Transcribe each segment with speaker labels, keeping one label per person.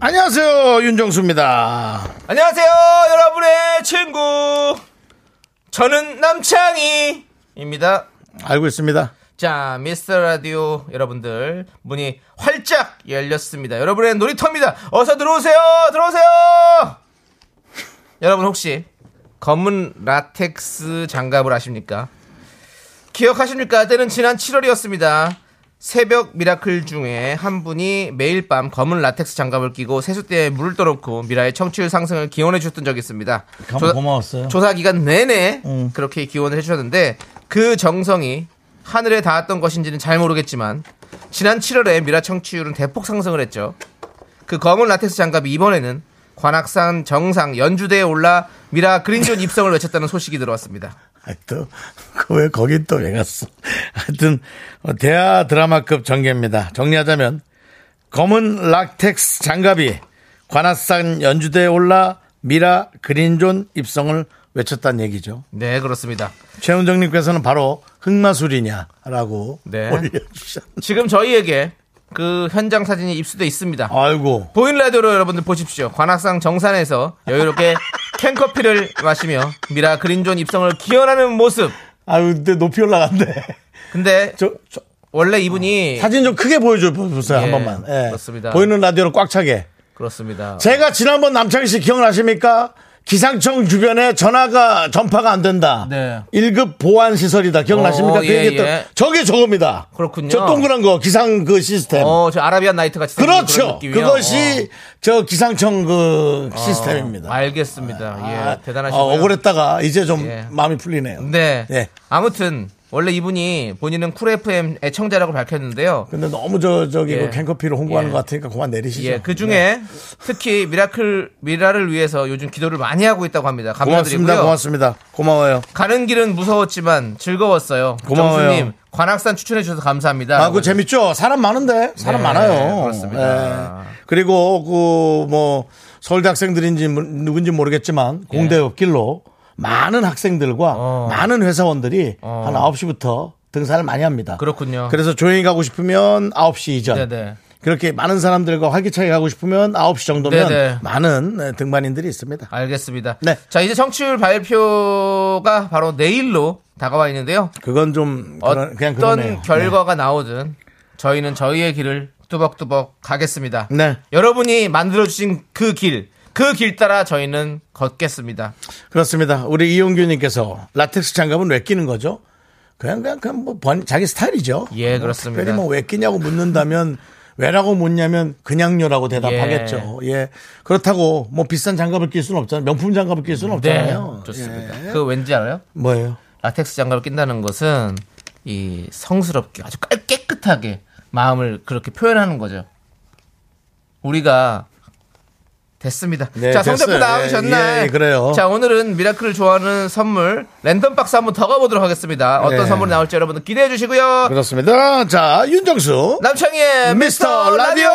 Speaker 1: 안녕하세요 윤정수입니다.
Speaker 2: 안녕하세요, 여러분의 친구. 저는 남창희입니다.
Speaker 1: 알고 있습니다.
Speaker 2: 자, 미스터 라디오 여러분들 문이 활짝 열렸습니다. 여러분의 놀이터입니다. 어서 들어오세요, 들어오세요. 여러분 혹시 검은 라텍스 장갑을 아십니까? 기억하십니까? 때는 지난 7월이었습니다. 새벽 미라클 중에 한 분이 매일 밤 검은 라텍스 장갑을 끼고 세숫대에 물을 떠놓고 미라의 청취율 상승을 기원해 주셨던 적이 있습니다.
Speaker 1: 정말 고마웠어요.
Speaker 2: 조사 기간 내내 그렇게 기원을 해주셨는데 그 정성이 하늘에 닿았던 것인지는 잘 모르겠지만 지난 7월에 미라 청취율은 대폭 상승을 했죠. 그 검은 라텍스 장갑이 이번에는 관악산 정상 연주대에 올라 미라 그린존 입성을 외쳤다는 소식이 들어왔습니다.
Speaker 1: 또그왜 거기 또 왜 갔어? 하여튼 어, 대하 드라마급 전개입니다. 정리하자면 검은 락텍스 장갑이 관악산 연주대에 올라 미라 그린존 입성을 외쳤다는 얘기죠.
Speaker 2: 네 그렇습니다.
Speaker 1: 최은정님께서는 바로 흑마술이냐라고
Speaker 2: 네.
Speaker 1: 올려주셨는데
Speaker 2: 지금 저희에게 그 현장 사진이 입수돼 있습니다.
Speaker 1: 아이고
Speaker 2: 보인 라디오로 여러분들 보십시오. 관악산 정산에서 여유롭게 캔커피를 마시며 미라 그린존 입성을 기원하는 모습.
Speaker 1: 아 근데 높이 올라간대
Speaker 2: 근데
Speaker 1: 저, 저
Speaker 2: 원래 이분이
Speaker 1: 어. 사진 좀 크게 보여줘 보세요 한
Speaker 2: 예,
Speaker 1: 번만 예.
Speaker 2: 그렇습니다.
Speaker 1: 보이는 라디오로 꽉 차게
Speaker 2: 그렇습니다.
Speaker 1: 제가 지난번 남창희 씨 기억나십니까? 기상청 주변에 전화가 전파가 안 된다.
Speaker 2: 네.
Speaker 1: 1급 보안 시설이다. 기억나십니까?
Speaker 2: 어,
Speaker 1: 그
Speaker 2: 예,
Speaker 1: 얘기했던
Speaker 2: 예.
Speaker 1: 저게 저겁니다.
Speaker 2: 그렇군요.
Speaker 1: 저 동그란 거 기상 그 시스템.
Speaker 2: 어, 저 아라비안 나이트 같이 생긴 그런
Speaker 1: 그렇죠.
Speaker 2: 느낌이요.
Speaker 1: 그것이 저 기상청 그
Speaker 2: 어,
Speaker 1: 시스템입니다.
Speaker 2: 어, 알겠습니다.
Speaker 1: 아,
Speaker 2: 예, 대단하시고요.
Speaker 1: 어, 억울했다가 이제 좀
Speaker 2: 예.
Speaker 1: 마음이 풀리네요.
Speaker 2: 네.
Speaker 1: 예.
Speaker 2: 아무튼 원래 이분이 본인은 쿨 FM 애청자라고 밝혔는데요.
Speaker 1: 근데 너무 저 저기
Speaker 2: 예.
Speaker 1: 그 캔커피로 홍보하는
Speaker 2: 예.
Speaker 1: 것 같으니까 그만 내리시죠. 네.
Speaker 2: 예, 그 중에 특히 미라클 미라를 위해서 요즘 기도를 많이 하고 있다고 합니다. 감사드리고요.
Speaker 1: 고맙습니다. 고맙습니다. 고마워요.
Speaker 2: 가는 길은 무서웠지만 즐거웠어요.
Speaker 1: 고마워요.
Speaker 2: 정수님 관악산 추천해 주셔서 감사합니다.
Speaker 1: 아, 그거 재밌죠? 사람 많은데? 사람
Speaker 2: 네,
Speaker 1: 많아요.
Speaker 2: 그렇습니다.
Speaker 1: 네. 그리고 그 뭐 서울대 학생들인지 뭐- 누군지 모르겠지만 공대 옆길로 많은 학생들과
Speaker 2: 예. 어.
Speaker 1: 많은 회사원들이
Speaker 2: 어.
Speaker 1: 한 9시부터 등산을 많이 합니다.
Speaker 2: 그렇군요.
Speaker 1: 래서 조용히 가고 싶으면 9시 이전.
Speaker 2: 네네.
Speaker 1: 그렇게 많은 사람들과 활기차게 가고 싶으면 9시 정도면
Speaker 2: 네네.
Speaker 1: 많은 등반인들이 있습니다.
Speaker 2: 알겠습니다.
Speaker 1: 네.
Speaker 2: 자, 이제 청취율 발표가 바로 내일로 다가와 있는데요.
Speaker 1: 그건 좀 그런, 그냥
Speaker 2: 어떤
Speaker 1: 그러네요.
Speaker 2: 결과가 나오든 저희는 저희의 길을 뚜벅뚜벅 가겠습니다.
Speaker 1: 네. 네.
Speaker 2: 여러분이 만들어주신 그 길, 그 길 따라 저희는 걷겠습니다.
Speaker 1: 그렇습니다. 우리 이용규님께서 라텍스 장갑은 왜 끼는 거죠? 그냥 그냥 그냥 뭐 번- 자기 스타일이죠.
Speaker 2: 예,
Speaker 1: 뭐
Speaker 2: 그렇습니다.
Speaker 1: 특별히 뭐 왜 끼냐고 묻는다면 왜라고 묻냐면 그냥요라고 대답하겠죠. 예. 그렇다고 뭐 비싼 장갑을 낄 수는 없잖아요. 명품 장갑을 낄 수는 없잖아요.
Speaker 2: 네, 좋습니다.
Speaker 1: 예.
Speaker 2: 그거 왠지 알아요?
Speaker 1: 뭐예요?
Speaker 2: 라텍스 장갑을 낀다는 것은 이 성스럽게 아주 깔- 깨끗하게 마음을 그렇게 표현하는 거죠. 우리가 됐습니다.
Speaker 1: 네,
Speaker 2: 자, 성대표
Speaker 1: 됐어요.
Speaker 2: 나오셨나요?
Speaker 1: 예, 예, 그래요.
Speaker 2: 자, 오늘은 미라클을 좋아하는 선물 랜덤 박스 한번 더 가보도록 하겠습니다. 어떤
Speaker 1: 네.
Speaker 2: 선물이 나올지 여러분들 기대해 주시고요.
Speaker 1: 그렇습니다. 자, 윤정수.
Speaker 2: 남창희의 네, 미스터 라디오!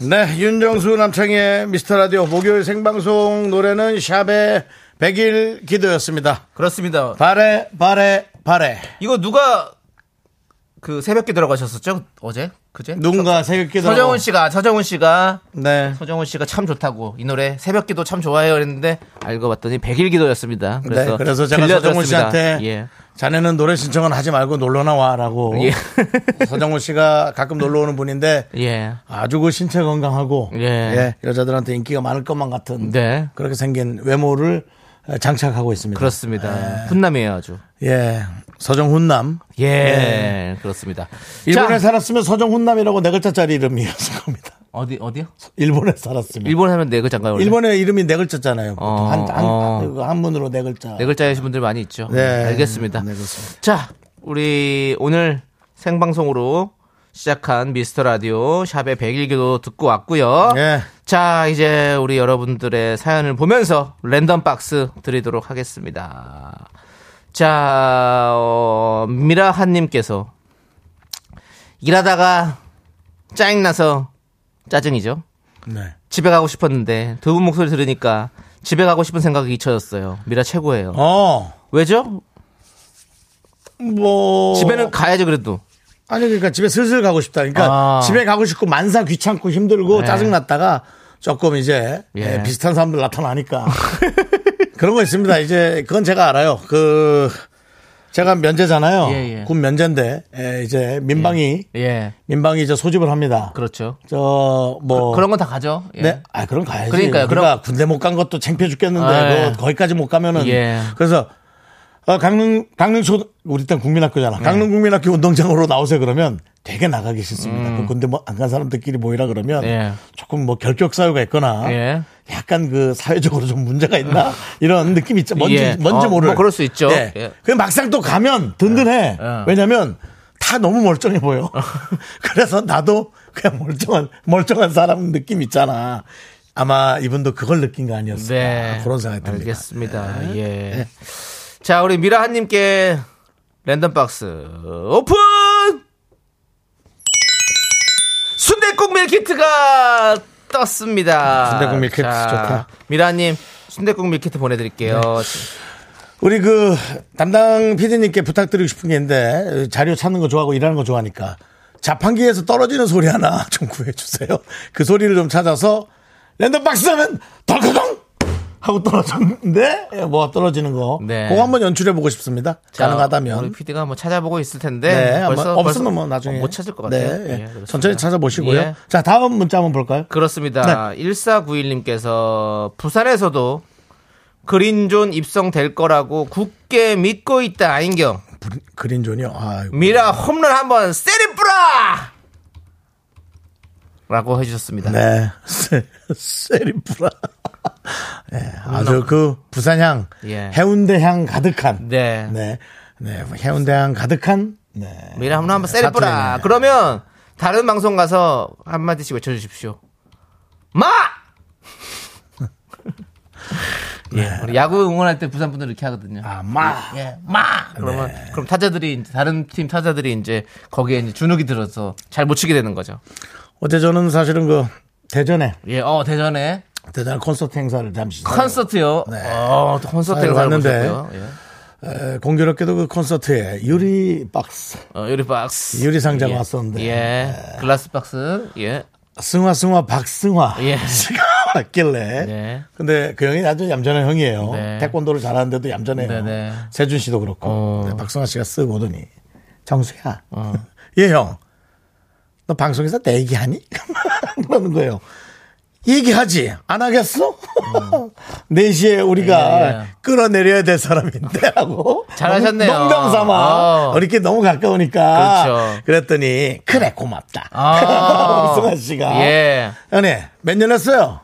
Speaker 1: 네, 윤정수 남창의 미스터 라디오 목요일 생방송 노래는 샵의 100일 기도였습니다.
Speaker 2: 그렇습니다.
Speaker 1: 바래, 바래, 바래.
Speaker 2: 이거 누가 그 새벽에 들어가셨었죠? 어제? 그제?
Speaker 1: 누군가 새벽기도
Speaker 2: 서정훈 씨가, 서정훈 씨가
Speaker 1: 네.
Speaker 2: 서정훈 씨가 참 좋다고 이 노래 새벽 기도 참 좋아해요 했는데 알고 봤더니 백일 기도였습니다. 그래서,
Speaker 1: 네, 그래서 제가 서정훈
Speaker 2: 들려드렸습니다.
Speaker 1: 씨한테
Speaker 2: 예.
Speaker 1: 자네는 노래 신청은 하지 말고 놀러 나와라고
Speaker 2: 예.
Speaker 1: 서정훈 씨가 가끔 놀러 오는 분인데
Speaker 2: 예.
Speaker 1: 아주 그 신체 건강하고
Speaker 2: 예.
Speaker 1: 예, 여자들한테 인기가 많을 것만 같은
Speaker 2: 네.
Speaker 1: 그렇게 생긴 외모를 장착하고 있습니다. 네.
Speaker 2: 그렇습니다. 훈남이에요, 아주.
Speaker 1: 예, 서정훈남.
Speaker 2: 예. 그렇습니다.
Speaker 1: 네. 일본에
Speaker 2: 자,
Speaker 1: 살았으면 서정훈남이라고 네 글자짜리 이름이었을 겁니다.
Speaker 2: 어디 어디요?
Speaker 1: 일본에 살았으면.
Speaker 2: 일본 하면 네 글자인가요? 원래?
Speaker 1: 일본. 의 이름이 네 글자잖아요. 보통
Speaker 2: 어,
Speaker 1: 한, 한,
Speaker 2: 어.
Speaker 1: 그 한문으로 네 글자.
Speaker 2: 네 글자이신 분들 많이 있죠.
Speaker 1: 네.
Speaker 2: 알겠습니다.
Speaker 1: 네, 그렇습니다.
Speaker 2: 자, 우리 오늘 생방송으로 시작한 미스터 라디오 샵의 백일기도 듣고 왔고요.
Speaker 1: 예.
Speaker 2: 자, 이제 우리 여러분들의 사연을 보면서 랜덤 박스 드리도록 하겠습니다. 자, 어, 미라한님께서 일하다가 짜증나서 짜증이죠.
Speaker 1: 네.
Speaker 2: 집에 가고 싶었는데 두 분 목소리 들으니까 집에 가고 싶은 생각이 잊혀졌어요. 미라 최고예요.
Speaker 1: 어,
Speaker 2: 왜죠?
Speaker 1: 뭐.
Speaker 2: 집에는 가야죠, 그래도.
Speaker 1: 아니, 그러니까 집에 슬슬 가고 싶다. 그러니까
Speaker 2: 아.
Speaker 1: 집에 가고 싶고 만사 귀찮고 힘들고
Speaker 2: 네.
Speaker 1: 짜증났다가 조금 이제
Speaker 2: 예.
Speaker 1: 예, 비슷한 사람들 나타나니까. 그런 거 있습니다. 이제 그건 제가 알아요. 그, 제가 면제잖아요.
Speaker 2: 예, 예.
Speaker 1: 군 면제인데, 예, 이제 민방위,
Speaker 2: 예.
Speaker 1: 민방위 이제 소집을 합니다.
Speaker 2: 그렇죠.
Speaker 1: 저, 뭐.
Speaker 2: 그런 건 다 가죠. 예.
Speaker 1: 네. 아, 그럼 가야지.
Speaker 2: 그러니까요.
Speaker 1: 우리가
Speaker 2: 그럼-
Speaker 1: 군대 못 간 것도 창피해 죽겠는데,
Speaker 2: 아, 예.
Speaker 1: 너 거기까지 못 가면은.
Speaker 2: 예.
Speaker 1: 그래서, 어, 강릉, 강릉 초, 우리 땐 국민학교잖아.
Speaker 2: 음.
Speaker 1: 강릉 국민학교 운동장으로 나오세요 그러면 되게 나가기 싫습니다. 그 군대 뭐 안 간 사람들끼리 모이라 그러면
Speaker 2: 음. 예.
Speaker 1: 조금 뭐 결격 사유가 있거나
Speaker 2: 예. 음.
Speaker 1: 약간 그 사회적으로 좀 문제가 있나 이런 느낌 있죠. 뭔지,
Speaker 2: 예.
Speaker 1: 뭔지
Speaker 2: 어,
Speaker 1: 모를.
Speaker 2: 뭐 그럴 수 있죠.
Speaker 1: 예.
Speaker 2: 예.
Speaker 1: 그 막상 또 가면 든든해.
Speaker 2: 예.
Speaker 1: 왜냐면 다 너무 멀쩡해 보여. 그래서 나도 그냥 멀쩡한 멀쩡한 사람 느낌 있잖아. 아마 이분도 그걸 느낀 거 아니었을까
Speaker 2: 네.
Speaker 1: 그런 생각이 듭니다. 네.
Speaker 2: 알겠습니다. 예. 자, 우리 미라한님께 랜덤 박스 오픈! 순대국 밀키트가 떴습니다.
Speaker 1: 순댓국 밀키트 좋다.
Speaker 2: 미라님, 순대국 밀키트 보내드릴게요.
Speaker 1: 네. 우리 그 담당 PD님께 부탁드리고 싶은 게 있는데 자료 찾는 거 좋아하고 일하는 거 좋아하니까 자판기에서 떨어지는 소리 하나 좀 구해주세요. 그 소리를 좀 찾아서 랜덤 박스 하면 덜커덩 하고 떨어졌는데 예, 뭐가 떨어지는 거.
Speaker 2: 네.
Speaker 1: 그거 한번 연출해 보고 싶습니다.
Speaker 2: 자, 우리
Speaker 1: 가능하다면.
Speaker 2: PD가 한번 찾아보고 있을 텐데.
Speaker 1: 네, 아마
Speaker 2: 예, 벌써,
Speaker 1: 없으면
Speaker 2: 벌써
Speaker 1: 뭐 나중에
Speaker 2: 못 찾을 것
Speaker 1: 네,
Speaker 2: 같아요.
Speaker 1: 예.
Speaker 2: 예, 그렇습니다.
Speaker 1: 천천히 찾아보시고요.
Speaker 2: 예.
Speaker 1: 자, 다음 문자 한번 볼까요?
Speaker 2: 그렇습니다.
Speaker 1: 네.
Speaker 2: 1491님께서 부산에서도 그린존 입성될 거라고 굳게 믿고 있다, 아인경.
Speaker 1: 브리- 그린존이요. 아,
Speaker 2: 미라 홈런 한번 세리뿌라! 라고 해주셨습니다.
Speaker 1: 네. 세- 세리프라. 네, 아주 그 부산향,
Speaker 2: 음, 예.
Speaker 1: 해운대향 가득한.
Speaker 2: 네.
Speaker 1: 네. 네, 해운대향 가득한. 네.
Speaker 2: 미라 홈런 한번
Speaker 1: 사투리네요.
Speaker 2: 세리뿌라! 그러면 다른 방송 가서 한마디씩 외쳐주십시오. 마! 예, 우리 야구 응원할 때 부산 분들 이렇게 하거든요.
Speaker 1: 아, 마.
Speaker 2: 예, 마! 그러면,
Speaker 1: 네.
Speaker 2: 그럼 타자들이, 이제 다른 팀 타자들이 이제 거기에 이제 주눅이 들어서 잘 못 치게 되는 거죠.
Speaker 1: 어제 저는 사실은 그 대전에,
Speaker 2: 예, 어, 대전에
Speaker 1: 대전에 콘서트 행사를 잠시.
Speaker 2: 콘서트요. 어, 또 콘서트
Speaker 1: 사회
Speaker 2: 행사를
Speaker 1: 네. 왔는데.
Speaker 2: 보셨고요. 예.
Speaker 1: 에, 공교롭게도 그 콘서트에 유리 박스,
Speaker 2: 어, 유리 박스.
Speaker 1: 유리 상자가 왔었는데. 네.
Speaker 2: 예. 글라스 박스. 예.
Speaker 1: 승화, 승화, 박승화.
Speaker 2: 예.
Speaker 1: 씨가 왔길래.
Speaker 2: 네.
Speaker 1: 근데 그 형이 아주 얌전한 형이에요.
Speaker 2: 네.
Speaker 1: 태권도를 잘하는데도 얌전해요.
Speaker 2: 네네.
Speaker 1: 세준 씨도 그렇고.
Speaker 2: 어.
Speaker 1: 근데 박승화 씨가 쓰고 오더니 정수야. 예, 형. 너 방송에서 내 얘기하니? 그러는 거예요. 얘기하지. 안 하겠어? 4시에 우리가
Speaker 2: 예, 예.
Speaker 1: 끌어내려야 될 사람인데 하고.
Speaker 2: 잘하셨네요.
Speaker 1: 농담 삼아.
Speaker 2: 어.
Speaker 1: 어. 렵게 너무 가까우니까.
Speaker 2: 그렇죠.
Speaker 1: 랬더니 그래, 고맙다.
Speaker 2: 아.
Speaker 1: 박승화 씨가.
Speaker 2: 예.
Speaker 1: 형님, 몇 년 했어요?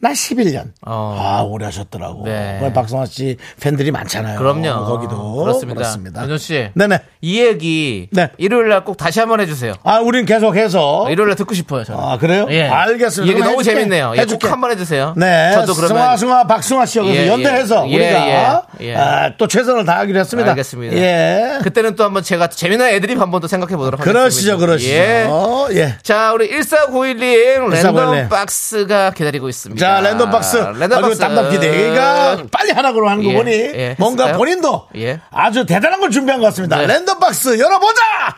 Speaker 1: 나 11년.
Speaker 2: 어.
Speaker 1: 아, 오래 하셨더라고.
Speaker 2: 네.
Speaker 1: 그걸 박성환 씨 팬들이 많잖아요.
Speaker 2: 그럼요.
Speaker 1: 거기도.
Speaker 2: 그렇습니다. 윤정 씨.
Speaker 1: 네네.
Speaker 2: 이 얘기
Speaker 1: 네.
Speaker 2: 일요일 날 꼭 다시 한번 해 주세요.
Speaker 1: 아, 우린 계속해서.
Speaker 2: 일요일 날 듣고 싶어요, 저는.
Speaker 1: 아, 그래요?
Speaker 2: 예.
Speaker 1: 알겠습니다.
Speaker 2: 이 얘기
Speaker 1: 그럼
Speaker 2: 너무
Speaker 1: 해줄게.
Speaker 2: 재밌네요. 예, 꼭
Speaker 1: 해줄게.
Speaker 2: 한번 해 주세요.
Speaker 1: 네.
Speaker 2: 저도 그러면
Speaker 1: 승화, 승화, 박승화 씨하고
Speaker 2: 예,
Speaker 1: 연대해서
Speaker 2: 예.
Speaker 1: 우리가
Speaker 2: 예, 예.
Speaker 1: 아, 또 최선을 다하기로 했습니다.
Speaker 2: 알겠습니다.
Speaker 1: 예.
Speaker 2: 그때는 또 한번 제가 재미난 애드립 한번 더 생각해 보도록 하겠습니다.
Speaker 1: 그러시죠, 그러시죠.
Speaker 2: 예.
Speaker 1: 어, 예.
Speaker 2: 자, 우리 1491님 랜덤
Speaker 1: 1491.
Speaker 2: 박스가 기다리고
Speaker 1: 네,
Speaker 2: 있습니다.
Speaker 1: 자, 랜덤 박스.
Speaker 2: 랜덤 박스.
Speaker 1: 아주 담당 PD가 빨리 하라고 하는 거
Speaker 2: 예,
Speaker 1: 보니
Speaker 2: 예,
Speaker 1: 뭔가
Speaker 2: 했을까요?
Speaker 1: 본인도
Speaker 2: 예.
Speaker 1: 아주 대단한 걸 준비한 것 같습니다.
Speaker 2: 네.
Speaker 1: 랜덤 박스 열어보자!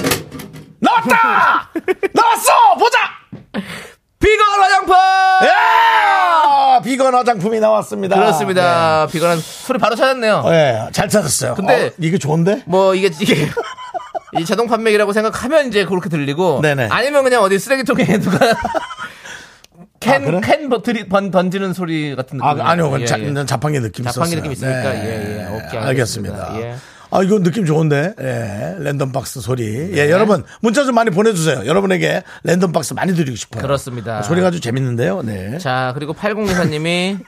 Speaker 1: 나왔다! 나왔어! 보자!
Speaker 2: 비건 화장품!
Speaker 1: 예! 비건 화장품이 나왔습니다.
Speaker 2: 아! 그렇습니다. 비건한 소리 바로 찾았네요.
Speaker 1: 네. 아, 예, 잘 찾았어요.
Speaker 2: 근데-
Speaker 1: 어, 이게 좋은데?
Speaker 2: 뭐 이게 이게 이 자동 판매기라고 생각하면 이제 그렇게 들리고
Speaker 1: 네네.
Speaker 2: 아니면 그냥 어디 쓰레기통에 누가 캔,
Speaker 1: 아, 그래?
Speaker 2: 캔 버틀이 번, 던지는 소리 같은 느낌.
Speaker 1: 아, 아니요. 자, 자판기 느낌
Speaker 2: 예, 자판기
Speaker 1: 있었어요. 네,
Speaker 2: 느낌 있으니까, 예, 예. 오케이, 알겠습니다.
Speaker 1: 알겠습니다.
Speaker 2: 예.
Speaker 1: 아, 이거 느낌 좋은데. 예. 랜덤 박스 소리.
Speaker 2: 네.
Speaker 1: 예, 여러분 문자 좀 많이 보내 주세요. 여러분에게 랜덤 박스 많이 드리고 싶어요. 아,
Speaker 2: 그렇습니다.
Speaker 1: 소리가 아주 재밌는데요. 네.
Speaker 2: 자, 그리고 8024님이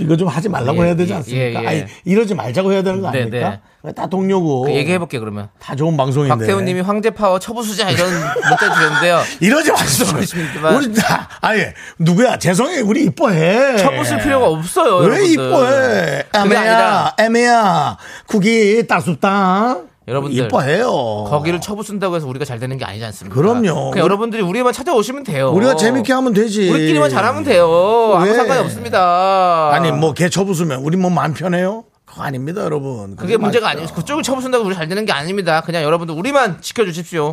Speaker 1: 이거 좀 하지 말라고
Speaker 2: 예,
Speaker 1: 해야 되지
Speaker 2: 예,
Speaker 1: 않습니까?
Speaker 2: 예, 예.
Speaker 1: 아니, 이러지 말자고 해야 되는 거
Speaker 2: 네,
Speaker 1: 아닙니까?
Speaker 2: 네.
Speaker 1: 다 동료고.
Speaker 2: 얘기해볼게 그러면.
Speaker 1: 다 좋은 방송인데.
Speaker 2: 박태훈님이 황제 파워 처부수자 이런 문자 주셨는데요.
Speaker 1: 이러지 마시죠.
Speaker 2: 죄송하지만-
Speaker 1: 우리 다, 아예, 누구야? 죄송해. 우리 이뻐해.
Speaker 2: 처부술 필요가 없어요.
Speaker 1: 왜
Speaker 2: 여러분들.
Speaker 1: 이뻐해?
Speaker 2: 그게 아니라
Speaker 1: 애매야, 애매야. 국이 따숩다.
Speaker 2: 여러분들,
Speaker 1: 이뻐해요.
Speaker 2: 거기를 처부순다고 해서 우리가 잘 되는 게 아니지 않습니까?
Speaker 1: 어. 그럼요.
Speaker 2: 그냥 여러분들이 우리만 찾아오시면 돼요.
Speaker 1: 우리가 재밌게 하면 되지.
Speaker 2: 우리끼리만 잘하면 돼요. 아무
Speaker 1: 왜?
Speaker 2: 상관이 없습니다.
Speaker 1: 아니, 뭐, 개 쳐부수면 우리 뭐 마음 편해요? 그거 아닙니다, 여러분.
Speaker 2: 그게 문제가
Speaker 1: 맞죠.
Speaker 2: 아니에요. 그쪽을 처부순다고 우리 잘 되는 게 아닙니다. 그냥 여러분들 우리만 지켜주십시오.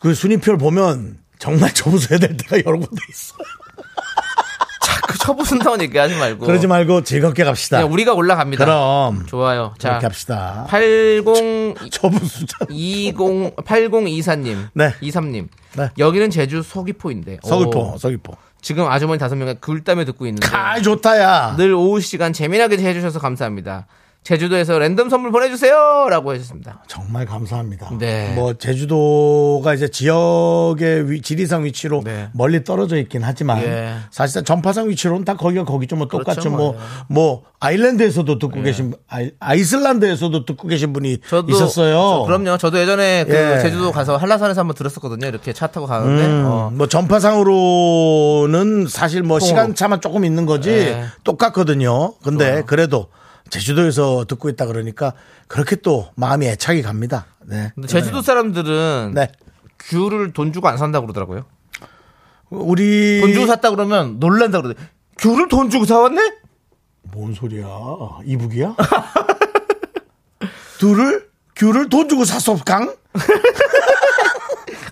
Speaker 1: 그 순위표를 보면 정말 쳐부수야 될 때가 여러 군데 있어.
Speaker 2: 자꾸 그 처부순다고 얘기하지 말고.
Speaker 1: 그러지 말고 즐겁게 갑시다.
Speaker 2: 그냥 우리가 올라갑니다.
Speaker 1: 그럼.
Speaker 2: 좋아요. 자,
Speaker 1: 그렇게 합시다.
Speaker 2: 80
Speaker 1: 쳐부수자.
Speaker 2: 20 8024님,
Speaker 1: 네.
Speaker 2: 23님.
Speaker 1: 네.
Speaker 2: 여기는 제주 서귀포인데.
Speaker 1: 서귀포,
Speaker 2: 오,
Speaker 1: 서귀포.
Speaker 2: 지금 아주머니 다섯 명이 굴담에 듣고 있는데
Speaker 1: 아, 좋다, 야.
Speaker 2: 늘 오후 시간 재미나게 해주셔서 감사합니다. 제주도에서 랜덤 선물 보내주세요라고 해주셨습니다.
Speaker 1: 정말 감사합니다.
Speaker 2: 네.
Speaker 1: 뭐 제주도가 이제 지역의 위- 지리상 위치로
Speaker 2: 네.
Speaker 1: 멀리 떨어져 있긴 하지만
Speaker 2: 예.
Speaker 1: 사실상 전파상 위치로는 다 거기가 거기죠. 뭐 똑같죠.
Speaker 2: 그렇죠,
Speaker 1: 뭐 뭐
Speaker 2: 뭐, 예.
Speaker 1: 아일랜드에서도 듣고 계신 분, 아이- 아이슬란드에서도 듣고 계신 분이
Speaker 2: 저도
Speaker 1: 있었어요.
Speaker 2: 저- 그럼요. 저도 예전에 그
Speaker 1: 예.
Speaker 2: 제주도 가서 한라산에서 한번 들었었거든요. 이렇게 차 타고 가는데
Speaker 1: 음,
Speaker 2: 어,
Speaker 1: 뭐 전파상으로는 사실 뭐 시간 차만 조금 있는 거지
Speaker 2: 예.
Speaker 1: 똑같거든요. 근데 그래도 제주도에서 듣고 있다 그러니까 그렇게 또 마음이 애착이 갑니다. 네.
Speaker 2: 근데 제주도 사람들은
Speaker 1: 네.
Speaker 2: 귤을 돈 주고 안 산다고 그러더라고요.
Speaker 1: 우리
Speaker 2: 돈 주고 샀다 그러면 놀란다 그러더라고요. 귤을 돈 주고 사왔네?
Speaker 1: 뭔 소리야? 이북이야? 둘을 귤을 돈 주고 샀어 강?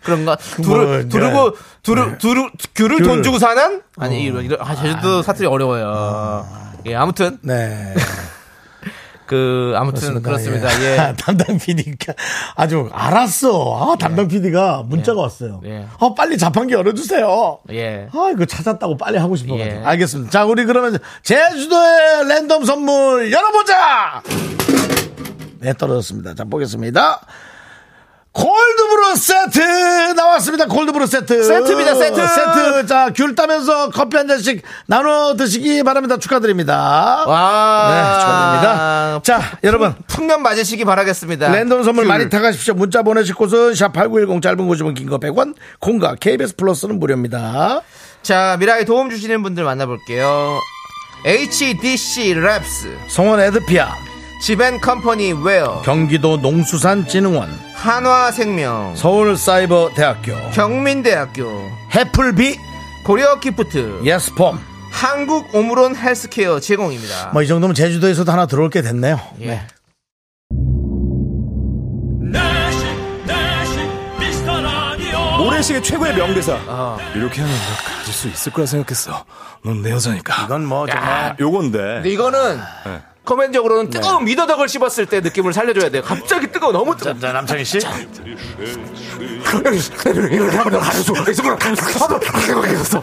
Speaker 2: 그런가?
Speaker 1: 뭐,
Speaker 2: 두루,
Speaker 1: 이제-
Speaker 2: 두르고, 두루, 두루, 네. 귤을
Speaker 1: 귤을.
Speaker 2: 돈 주고 사는? 아니, 이런, 이런, 아, 제주도 사투리 어려워요. 예, 아무튼,
Speaker 1: 네.
Speaker 2: 그, 아무튼, 그렇습니다. 예.
Speaker 1: 담당 PD가 아주 알았어. 아, 담당 PD가 문자가 왔어요.
Speaker 2: 예.
Speaker 1: 아, 빨리 자판기 열어주세요.
Speaker 2: 예.
Speaker 1: 아, 이거 찾았다고 빨리 하고 싶어. 가지고
Speaker 2: 예.
Speaker 1: 알겠습니다. 자, 우리 그러면 제주도의 랜덤 선물 열어보자! 네, 떨어졌습니다. 자, 보겠습니다. 골드브루 세트 나왔습니다. 골드브루 세트.
Speaker 2: 세트입니다, 세트.
Speaker 1: 세트. 자, 귤 따면서 커피 한 잔씩 나눠 드시기 바랍니다. 축하드립니다. 네,
Speaker 2: 와.
Speaker 1: 축하드립니다. 자, 여러분.
Speaker 2: 풍년 맞으시기 바라겠습니다.
Speaker 1: 랜덤 선물
Speaker 2: 귤.
Speaker 1: 많이 타가십시오. 문자 보내실 곳은 샵8910 짧은 50원 긴거 100원 콩과 KBS 플러스는 무료입니다.
Speaker 2: 자, 미라에 도움 주시는 분들 만나볼게요. HDC 랩스,
Speaker 1: 성원 에드피아
Speaker 2: 지벤 컴퍼니 웨어,
Speaker 1: 경기도 농수산진흥원
Speaker 2: 한화생명,
Speaker 1: 서울사이버대학교
Speaker 2: 경민대학교,
Speaker 1: 해플비
Speaker 2: 고려기프트,
Speaker 1: 예스폼
Speaker 2: 한국 오므론 헬스케어 제공입니다.
Speaker 1: 뭐 이 정도면 제주도에서도 하나 들어올 게 됐네요.
Speaker 2: 예.
Speaker 3: 내식 내식 미스터 라디오
Speaker 4: 모래시계 최고의 명대사.
Speaker 2: 어.
Speaker 4: 이렇게 하면 너 가질 수 있을 거라 생각했어. 넌 내 여자니까.
Speaker 1: 이건 뭐 정말
Speaker 4: 아, 요건데.
Speaker 2: 근데 이거는
Speaker 4: 네.
Speaker 2: 코멘적으로는
Speaker 1: 네.
Speaker 2: 뜨거운 미더덕을 씹었을 때 느낌을 살려줘야 돼요. 갑자기 뜨거워 너무 뜨거워.
Speaker 1: 남창희 씨
Speaker 4: 이렇게 하면 너 가질 수 있을 거라 생각했어.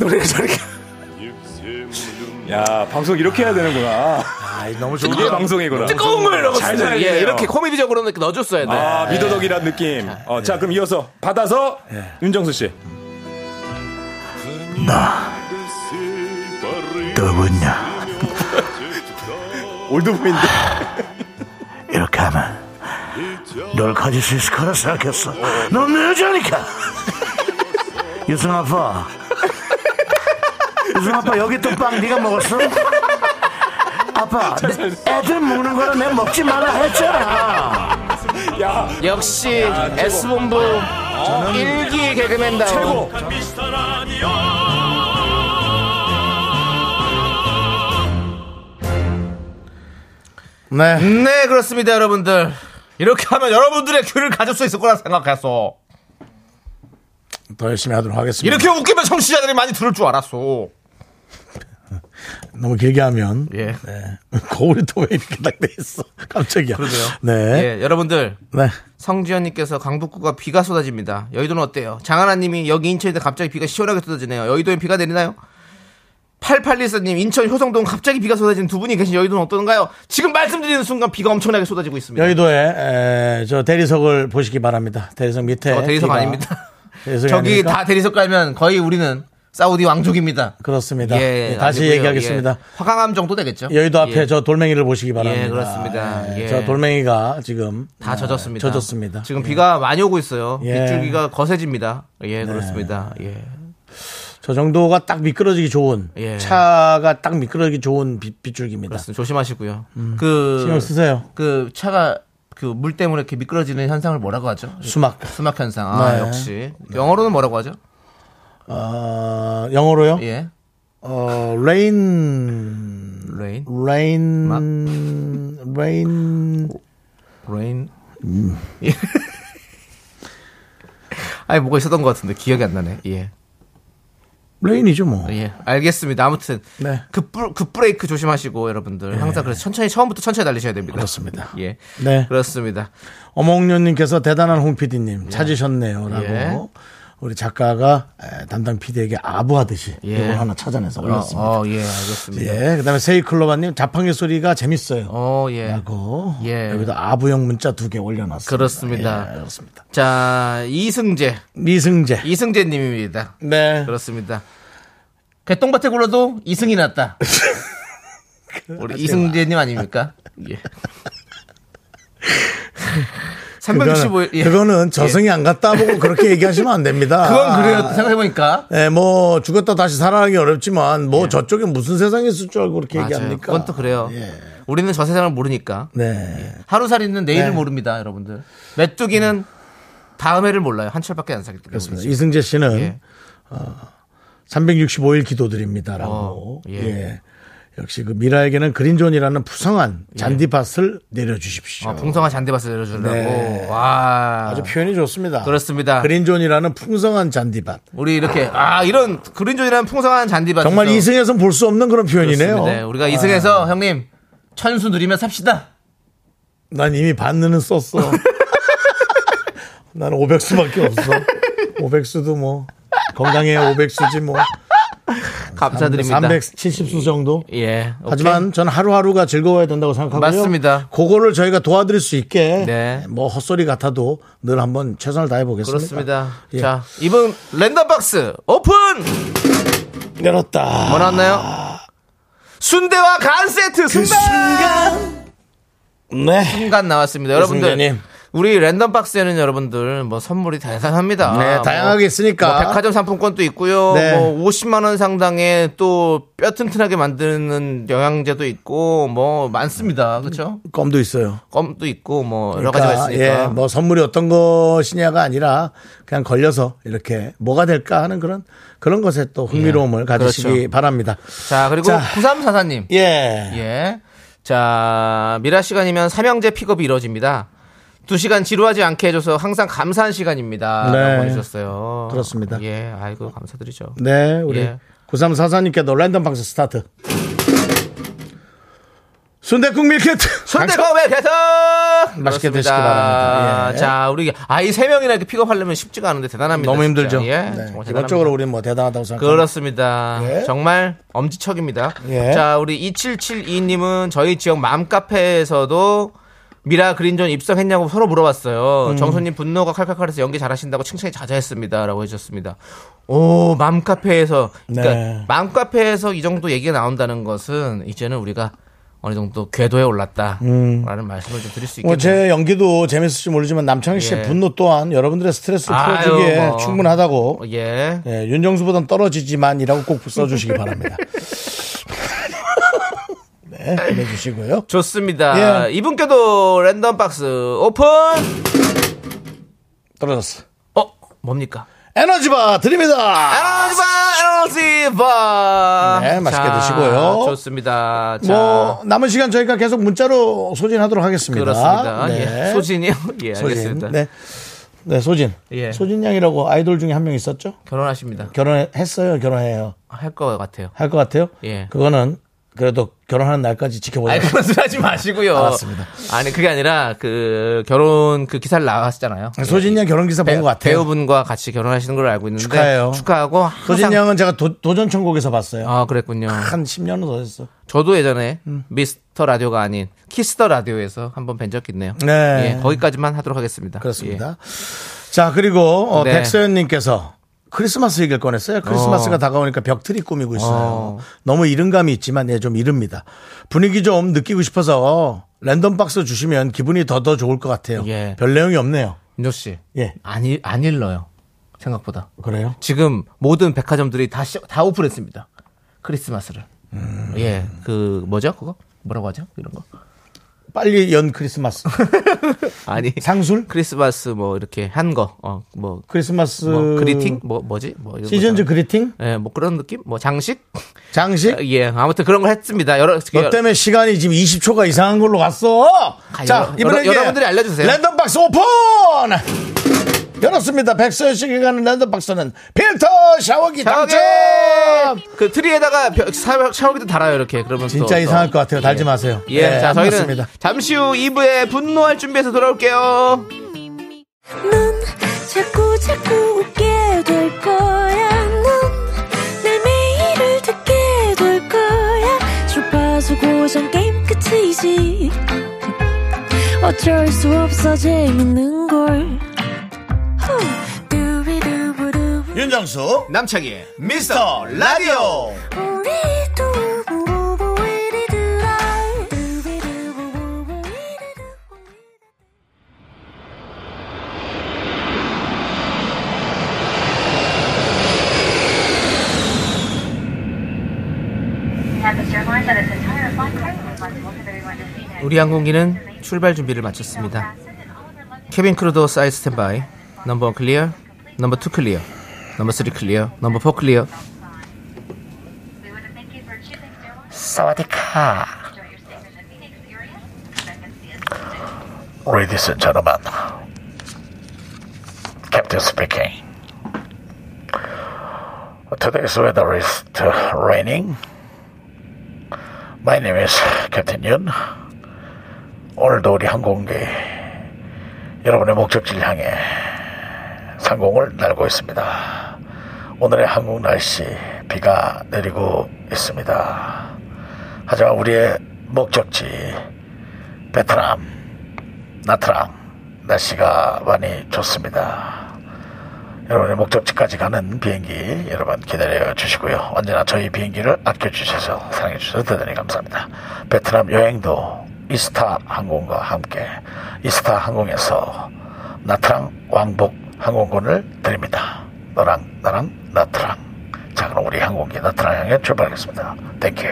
Speaker 4: 너내 여자니까. 야 방송 이렇게 해야 되는구나.
Speaker 1: 너무 좋은
Speaker 4: 이게 방송이구나.
Speaker 2: 네. 뜨거운 걸
Speaker 4: 잘
Speaker 2: 넣었어요.
Speaker 4: 살리네요.
Speaker 2: 예, 이렇게 코미디적으로는 이렇게 넣어줬어야 돼.
Speaker 4: 아 미더덕이란 느낌. 어,
Speaker 2: 예.
Speaker 4: 자 그럼 이어서 받아서 윤정수 씨.
Speaker 1: 누구냐?
Speaker 4: 올드보인데.
Speaker 1: 이렇게 하면 널 가질 수 있을 거라 생각했어. 넌 내 여자니까. 유승 아빠. 유승 아빠 여기 또 빵 네가 먹었어? 아빠 내 애들 먹는 거는 내가 먹지 말라 했잖아.
Speaker 2: 역시 S본부 일기 개그맨다운.
Speaker 4: 최고.
Speaker 3: 미스터 라디오
Speaker 1: 네.
Speaker 2: 네 그렇습니다 여러분들. 이렇게 하면 여러분들의 큐를 가질 수 있을 거라 생각했어.
Speaker 1: 더 열심히 하도록 하겠습니다.
Speaker 2: 이렇게 웃기면 청취자들이 많이 들을 줄 알았어.
Speaker 1: 너무 길게 하면
Speaker 2: 예.
Speaker 1: 네. 거울이 또 왜 이렇게 딱 돼 있어? 깜짝이야.
Speaker 2: 그러게요.
Speaker 1: 네.
Speaker 2: 예, 여러분들
Speaker 1: 네.
Speaker 2: 성지현님께서 강북구가 비가 쏟아집니다. 여의도는 어때요? 장하나님이 여기 인천인데 갑자기 비가 시원하게 쏟아지네요. 여의도엔 비가 내리나요? 8814님 인천 효성동 갑자기 비가 쏟아지는 두 분이 계신 여의도는 어떤가요? 지금 말씀드리는 순간 비가 엄청나게 쏟아지고 있습니다.
Speaker 1: 여의도에 에, 저 대리석을 보시기 바랍니다. 대리석 밑에
Speaker 2: 어, 대리석
Speaker 1: 비가-
Speaker 2: 아닙니다.
Speaker 1: 대리석이
Speaker 2: 저기
Speaker 1: 아닙니까?
Speaker 2: 다 대리석 깔면 거의 우리는 사우디 왕족입니다.
Speaker 1: 그렇습니다. 예, 다시
Speaker 2: 아니고요.
Speaker 1: 얘기하겠습니다.
Speaker 2: 예, 화강암 정도 되겠죠.
Speaker 1: 여의도 앞에
Speaker 2: 예.
Speaker 1: 저 돌멩이를 보시기 바랍니다.
Speaker 2: 예, 그렇습니다. 예.
Speaker 1: 저 돌멩이가 지금
Speaker 2: 다
Speaker 1: 아,
Speaker 2: 젖었습니다.
Speaker 1: 젖었습니다.
Speaker 2: 지금 비가 많이 오고 있어요.
Speaker 1: 예. 네.
Speaker 2: 빗줄기가 거세집니다. 예, 그렇습니다. 예.
Speaker 1: 저 정도가 딱 미끄러지기 좋은
Speaker 2: 예.
Speaker 1: 차가 딱 미끄러지기 좋은 빗, 빗줄기입니다.
Speaker 2: 그렇습니다. 조심하시고요. 그,
Speaker 1: 신경 음. 쓰세요.
Speaker 2: 그 차가 그 물 때문에 이렇게 미끄러지는 현상을 뭐라고 하죠?
Speaker 1: 수막.
Speaker 2: 수막 현상. 아,
Speaker 1: 네.
Speaker 2: 역시. 영어로는 뭐라고 하죠?
Speaker 1: 어, 영어로요?
Speaker 2: 예.
Speaker 1: 어, 레인
Speaker 2: 레인.
Speaker 1: 레인 레인
Speaker 2: 레인.
Speaker 1: 음.
Speaker 2: 예. 아니, 뭐가 있었던 것 같은데 기억이 안 나네. 예.
Speaker 1: 레인이죠 뭐.
Speaker 2: 예. 알겠습니다. 아무튼. 그
Speaker 1: 네. 예.
Speaker 2: 급브레, 급브레이크 조심하시고 여러분들. 항상 그래서 천천히, 처음부터 천천히 달리셔야 됩니다.
Speaker 1: 그렇습니다.
Speaker 2: 예.
Speaker 1: 네.
Speaker 2: 그렇습니다.
Speaker 1: 어몽요님께서 대단한 홍 PD님 찾으셨네요라고
Speaker 2: 예.
Speaker 1: 우리 작가가 에, 담당 PD에게 아부하듯이
Speaker 2: 예.
Speaker 1: 이걸 하나 찾아내서 올렸습니다.
Speaker 2: 어, 어, 예, 알겠습니다.
Speaker 1: 예, 그다음에 세이클로바님 자판기 소리가 재밌어요.
Speaker 2: 어, 예.
Speaker 1: 라고
Speaker 2: 예.
Speaker 1: 여기다 아부형 문자 두 개 올려놨습니다.
Speaker 2: 그렇습니다.
Speaker 1: 예, 그렇습니다.
Speaker 2: 자, 이승재.
Speaker 1: 미승재.
Speaker 2: 이승재 님입니다.
Speaker 1: 네.
Speaker 2: 그렇습니다. 개똥밭에 굴러도 이승이 났다. 우리 이승재 님 아닙니까? 예. 365일.
Speaker 1: 그거는,
Speaker 2: 예.
Speaker 1: 아, 그거는 저승이 안 갔다 보고 그렇게 얘기하시면 안 됩니다.
Speaker 2: 그건 그래요. 생각해보니까.
Speaker 1: 예, 뭐 죽었다 다시 살아나기 어렵지만 뭐 저쪽에 무슨 세상이 있을 줄 알고 그렇게
Speaker 2: 예. 맞아요.
Speaker 1: 얘기합니까?
Speaker 2: 그건 또 그래요.
Speaker 1: 예.
Speaker 2: 우리는 저 세상을 모르니까.
Speaker 1: 네.
Speaker 2: 하루살이는 내일을
Speaker 1: 네.
Speaker 2: 모릅니다, 여러분들. 메뚜기는 다음 해를 몰라요. 한 철밖에 안 살기 때문에.
Speaker 1: 그렇습니다. 이승재 씨는 어,
Speaker 2: 예.
Speaker 1: 365일 기도드립니다라고.
Speaker 2: 어, 예.
Speaker 1: 예. 역시 그 미라에게는 그린존이라는 푸성한 잔디밭을 내려주십시오.
Speaker 2: 예. 아, 풍성한 잔디밭을 내려주려고.
Speaker 1: 네.
Speaker 2: 와.
Speaker 1: 아주 표현이 좋습니다.
Speaker 2: 그렇습니다.
Speaker 1: 그린존이라는 풍성한 잔디밭.
Speaker 2: 우리 이렇게 아 이런 그린존이라는 풍성한 잔디밭
Speaker 1: 정말 아. 이승에선 볼 수 없는 그런 표현이네요.
Speaker 2: 네, 우리가 이승에서 형님 천수 누리며 삽시다.
Speaker 1: 난 이미 반는은 썼어. 나는 500수밖에 없어. 500수도 뭐 건강해야 500수지 뭐.
Speaker 2: 감사드립니다.
Speaker 1: 370수 정도.
Speaker 2: 예.
Speaker 1: 하지만 전 하루하루가 즐거워야 된다고 생각하고요.
Speaker 2: 맞습니다.
Speaker 1: 그거를 저희가 도와드릴 수 있게
Speaker 2: 네.
Speaker 1: 뭐 헛소리 같아도 늘 한번 최선을 다해 보겠습니다.
Speaker 2: 그렇습니다.
Speaker 1: 예.
Speaker 2: 자, 이번 랜덤 박스 오픈.
Speaker 1: 열었다.
Speaker 2: 뭐 나왔나요? 순대와 간 세트
Speaker 1: 그
Speaker 2: 순간
Speaker 1: 순간. 네.
Speaker 2: 순간 나왔습니다. 여러분들
Speaker 1: 순간님.
Speaker 2: 우리 랜덤 박스에는 여러분들 뭐 선물이 다양합니다.
Speaker 1: 네, 다양하게
Speaker 2: 뭐,
Speaker 1: 있으니까.
Speaker 2: 뭐 백화점 상품권도 있고요.
Speaker 1: 네.
Speaker 2: 뭐 50만 원 상당의 또 뼈튼튼하게 만드는 영양제도 있고 뭐 많습니다. 그렇죠?
Speaker 1: 껌도 있어요.
Speaker 2: 껌도 있고 뭐 여러 가지가
Speaker 1: 그러니까,
Speaker 2: 있으니까.
Speaker 1: 예, 뭐 선물이 어떤 것이냐가 아니라 그냥 걸려서 이렇게 뭐가 될까 하는 그런 그런 것에 또 흥미로움을 가지시기
Speaker 2: 예. 그렇죠.
Speaker 1: 바랍니다.
Speaker 2: 자, 그리고
Speaker 1: 자.
Speaker 2: 9344님.
Speaker 1: 예.
Speaker 2: 예. 자, 미라 시간이면 삼형제 픽업이 이루어집니다. 두 시간 지루하지 않게 해줘서 항상 감사한 시간입니다.
Speaker 1: 네.
Speaker 2: 라고 보내주셨어요.
Speaker 1: 그렇습니다.
Speaker 2: 예, 아이고, 감사드리죠.
Speaker 1: 네, 우리
Speaker 2: 예.
Speaker 1: 9344님께도 랜덤 방송 스타트. 순대국 밀키트.
Speaker 2: 손대검의 대성!
Speaker 1: 맛있게
Speaker 2: 그렇습니다.
Speaker 1: 드시기 바랍니다. 예.
Speaker 2: 자, 우리 아이 세 명이나 이렇게 픽업하려면 쉽지가 않은데 대단합니다.
Speaker 1: 너무
Speaker 2: 진짜.
Speaker 1: 힘들죠.
Speaker 2: 예,
Speaker 1: 네,
Speaker 2: 정말
Speaker 1: 기본적으로
Speaker 2: 대단합니다.
Speaker 1: 우리 뭐 대단하다고 생각합니다.
Speaker 2: 그렇습니다.
Speaker 1: 예.
Speaker 2: 정말 엄지척입니다.
Speaker 1: 예.
Speaker 2: 자, 우리 2772님은 저희 지역 맘카페에서도 미라 그린존 입성했냐고 서로 물어봤어요.
Speaker 1: 음.
Speaker 2: 정수님 분노가 칼칼칼해서 연기 잘하신다고 칭찬이 자자했습니다라고 해주셨습니다. 오, 맘카페에서 그러니까
Speaker 1: 네.
Speaker 2: 맘카페에서 이 정도 얘기가 나온다는 것은 이제는 우리가 어느 정도 궤도에 올랐다라는 말씀을 좀 드릴 수 있겠네요.
Speaker 1: 음. 뭐제 연기도 재밌을지 모르지만 남창희 씨의
Speaker 2: 예.
Speaker 1: 분노 또한 여러분들의 스트레스를
Speaker 2: 아유,
Speaker 1: 풀어주기에
Speaker 2: 뭐.
Speaker 1: 충분하다고
Speaker 2: 예.
Speaker 1: 예, 윤정수보단 떨어지지만이라고 꼭 써주시기 바랍니다. 네, 보내주시고요.
Speaker 2: 좋습니다.
Speaker 1: 예.
Speaker 2: 이분께도 랜덤 박스 오픈!
Speaker 1: 떨어졌어.
Speaker 2: 어, 뭡니까?
Speaker 1: 에너지바 드립니다.
Speaker 2: 에너지바 에너지바
Speaker 1: 네, 맛있게 드시고요.
Speaker 2: 좋습니다 자,
Speaker 1: 뭐 남은 시간 저희가 계속 문자로 소진하도록 하겠습니다.
Speaker 2: 그렇습니다
Speaker 1: 네.
Speaker 2: 예, 소진이요 예
Speaker 1: 소진.
Speaker 2: 알겠습니다
Speaker 1: 네. 네, 소진.
Speaker 2: 예.
Speaker 1: 소진 양이라고 아이돌 중에 한 명 있었죠?
Speaker 2: 결혼하십니다
Speaker 1: 결혼했어요, 결혼해요.
Speaker 2: 할 것 같아요
Speaker 1: 할 것 같아요?
Speaker 2: 예.
Speaker 1: 그거는 그래도 결혼하는 날까지 지켜보자.
Speaker 2: 아니 그런 소리 하지 마시고요
Speaker 1: 네. 알았습니다.
Speaker 2: 아니 그게 아니라 그 결혼 그 기사를 나왔잖아요
Speaker 1: 네. 소진 양 결혼 기사 본
Speaker 2: 배,
Speaker 1: 것 같아요.
Speaker 2: 배우분과 같이 결혼하시는 걸 알고 있는데
Speaker 1: 축하해요.
Speaker 2: 축하하고 항상
Speaker 1: 소진 양은 제가 도, 도전 천국에서 봤어요.
Speaker 2: 아 그랬군요
Speaker 1: 한 10년은 더 됐어.
Speaker 2: 저도 예전에
Speaker 1: 음.
Speaker 2: 미스터 라디오가 아닌 키스터 라디오에서 한번 뵌 적 있네요
Speaker 1: 네.
Speaker 2: 예, 거기까지만 하도록 하겠습니다
Speaker 1: 그렇습니다. 자, 그리고 어,
Speaker 2: 네.
Speaker 1: 백서연님께서 크리스마스 얘기를 꺼냈어요. 크리스마스가 다가오니까 벽트리 꾸미고 있어요.
Speaker 2: 어.
Speaker 1: 너무 이른감이 있지만 예, 좀 이릅니다. 분위기 좀 느끼고 싶어서 랜덤 박스 주시면 기분이 더 더 좋을 것 같아요.
Speaker 2: 예.
Speaker 1: 별 내용이 없네요.
Speaker 2: 윤조 씨.
Speaker 1: 예.
Speaker 2: 안, 일, 안 일러요. 생각보다.
Speaker 1: 그래요?
Speaker 2: 지금 모든 백화점들이 다, 시- 다 오픈했습니다. 크리스마스를.
Speaker 1: 음.
Speaker 2: 예. 그, 뭐죠? 그거? 뭐라고 하죠? 이런 거.
Speaker 1: 빨리 연 크리스마스.
Speaker 2: 아니.
Speaker 1: 상술?
Speaker 2: 크리스마스 뭐 이렇게 한 거. 어, 뭐.
Speaker 1: 크리스마스
Speaker 2: 뭐 그리팅? 뭐, 뭐지? 뭐 이런
Speaker 1: 시즌즈
Speaker 2: 거잖아.
Speaker 1: 그리팅?
Speaker 2: 예, 뭐 그런 느낌? 뭐 장식?
Speaker 1: 장식?
Speaker 2: 예, 아무튼 그런 걸 했습니다. 여러,
Speaker 1: 너 때문에 시간이 지금 20초가 이상한 걸로 갔어.
Speaker 2: 아,
Speaker 1: 자,
Speaker 2: 여러-
Speaker 1: 이번에
Speaker 2: 여러-
Speaker 1: 이제
Speaker 2: 여러분들이 알려주세요.
Speaker 1: 랜덤 박스 오픈! 열었습니다. 백서연 씨에게 가는 랜덤 박스는 필터 샤워기 당첨!
Speaker 2: 그 트리에다가 벽- 사- 샤워기도 달아요, 이렇게. 그러면
Speaker 1: 진짜
Speaker 2: 또-
Speaker 1: 이상할
Speaker 2: 또-
Speaker 1: 것 같아요. 달지 마세요.
Speaker 2: 예, 자,
Speaker 1: 안
Speaker 2: 저희는
Speaker 1: 맞습니다.
Speaker 2: 잠시 후 2부에 분노할 준비해서 돌아올게요.
Speaker 5: 넌 자꾸 자꾸 웃게 될 거야. 넌내 매일을 듣게 될 거야. 주파수 고정 게임 끝이지. 어쩔 수 없어 재밌는 걸. 후. 두비두부두부.
Speaker 1: 윤정수,
Speaker 2: 남창희.
Speaker 1: 미스터 라디오!
Speaker 5: 우리 두부부부 우리 두라. 두비두부부부 우리 두부부.
Speaker 2: 우리 항공기는 출발 준비를 마쳤습니다. 케빈 크루도 사이 스탠바이. 넘버 1 클리어, 넘버 2 클리어, 넘버 3 클리어, 넘버 4 클리어.
Speaker 6: 사와디카 Ladies and gentlemen Captain speaking Today's weather is uh, raining My name is Captain Yun 오늘도 우리 항공기 여러분의 목적지를 향해 상공을 날고 있습니다 오늘의 한국 날씨 비가 내리고 있습니다. 하지만 우리의 목적지 베트남 나트랑 날씨가 많이 좋습니다. 여러분의 목적지까지 가는 비행기 여러분 기다려 주시고요. 언제나 저희 비행기를 아껴 주셔서 사랑해 주셔서 대단히 감사합니다. 베트남 여행도 이스타 항공과 함께 이스타 항공에서 나트랑 왕복 항공권을 드립니다. 너랑 나랑 나트랑. 자 그럼 우리 항공기 나트랑 향해 출발하겠습니다. 땡큐.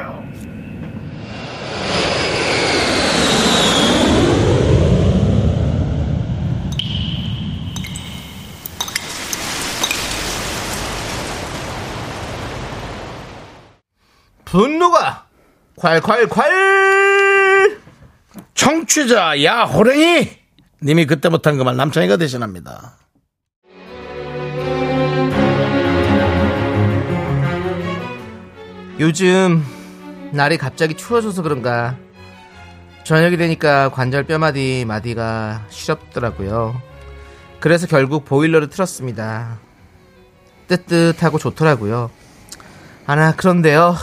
Speaker 2: 분노가 콸콸콸!
Speaker 1: 청취자, 야, 호랭이! 님이 그때 못한 그말 남창희가 대신합니다.
Speaker 2: 요즘 날이 갑자기 추워져서 그런가 저녁이 되니까 관절 뼈마디 마디가 시렵더라고요. 그래서 결국 보일러를 틀었습니다. 뜨뜻하고 좋더라고요. 아나 그런데요.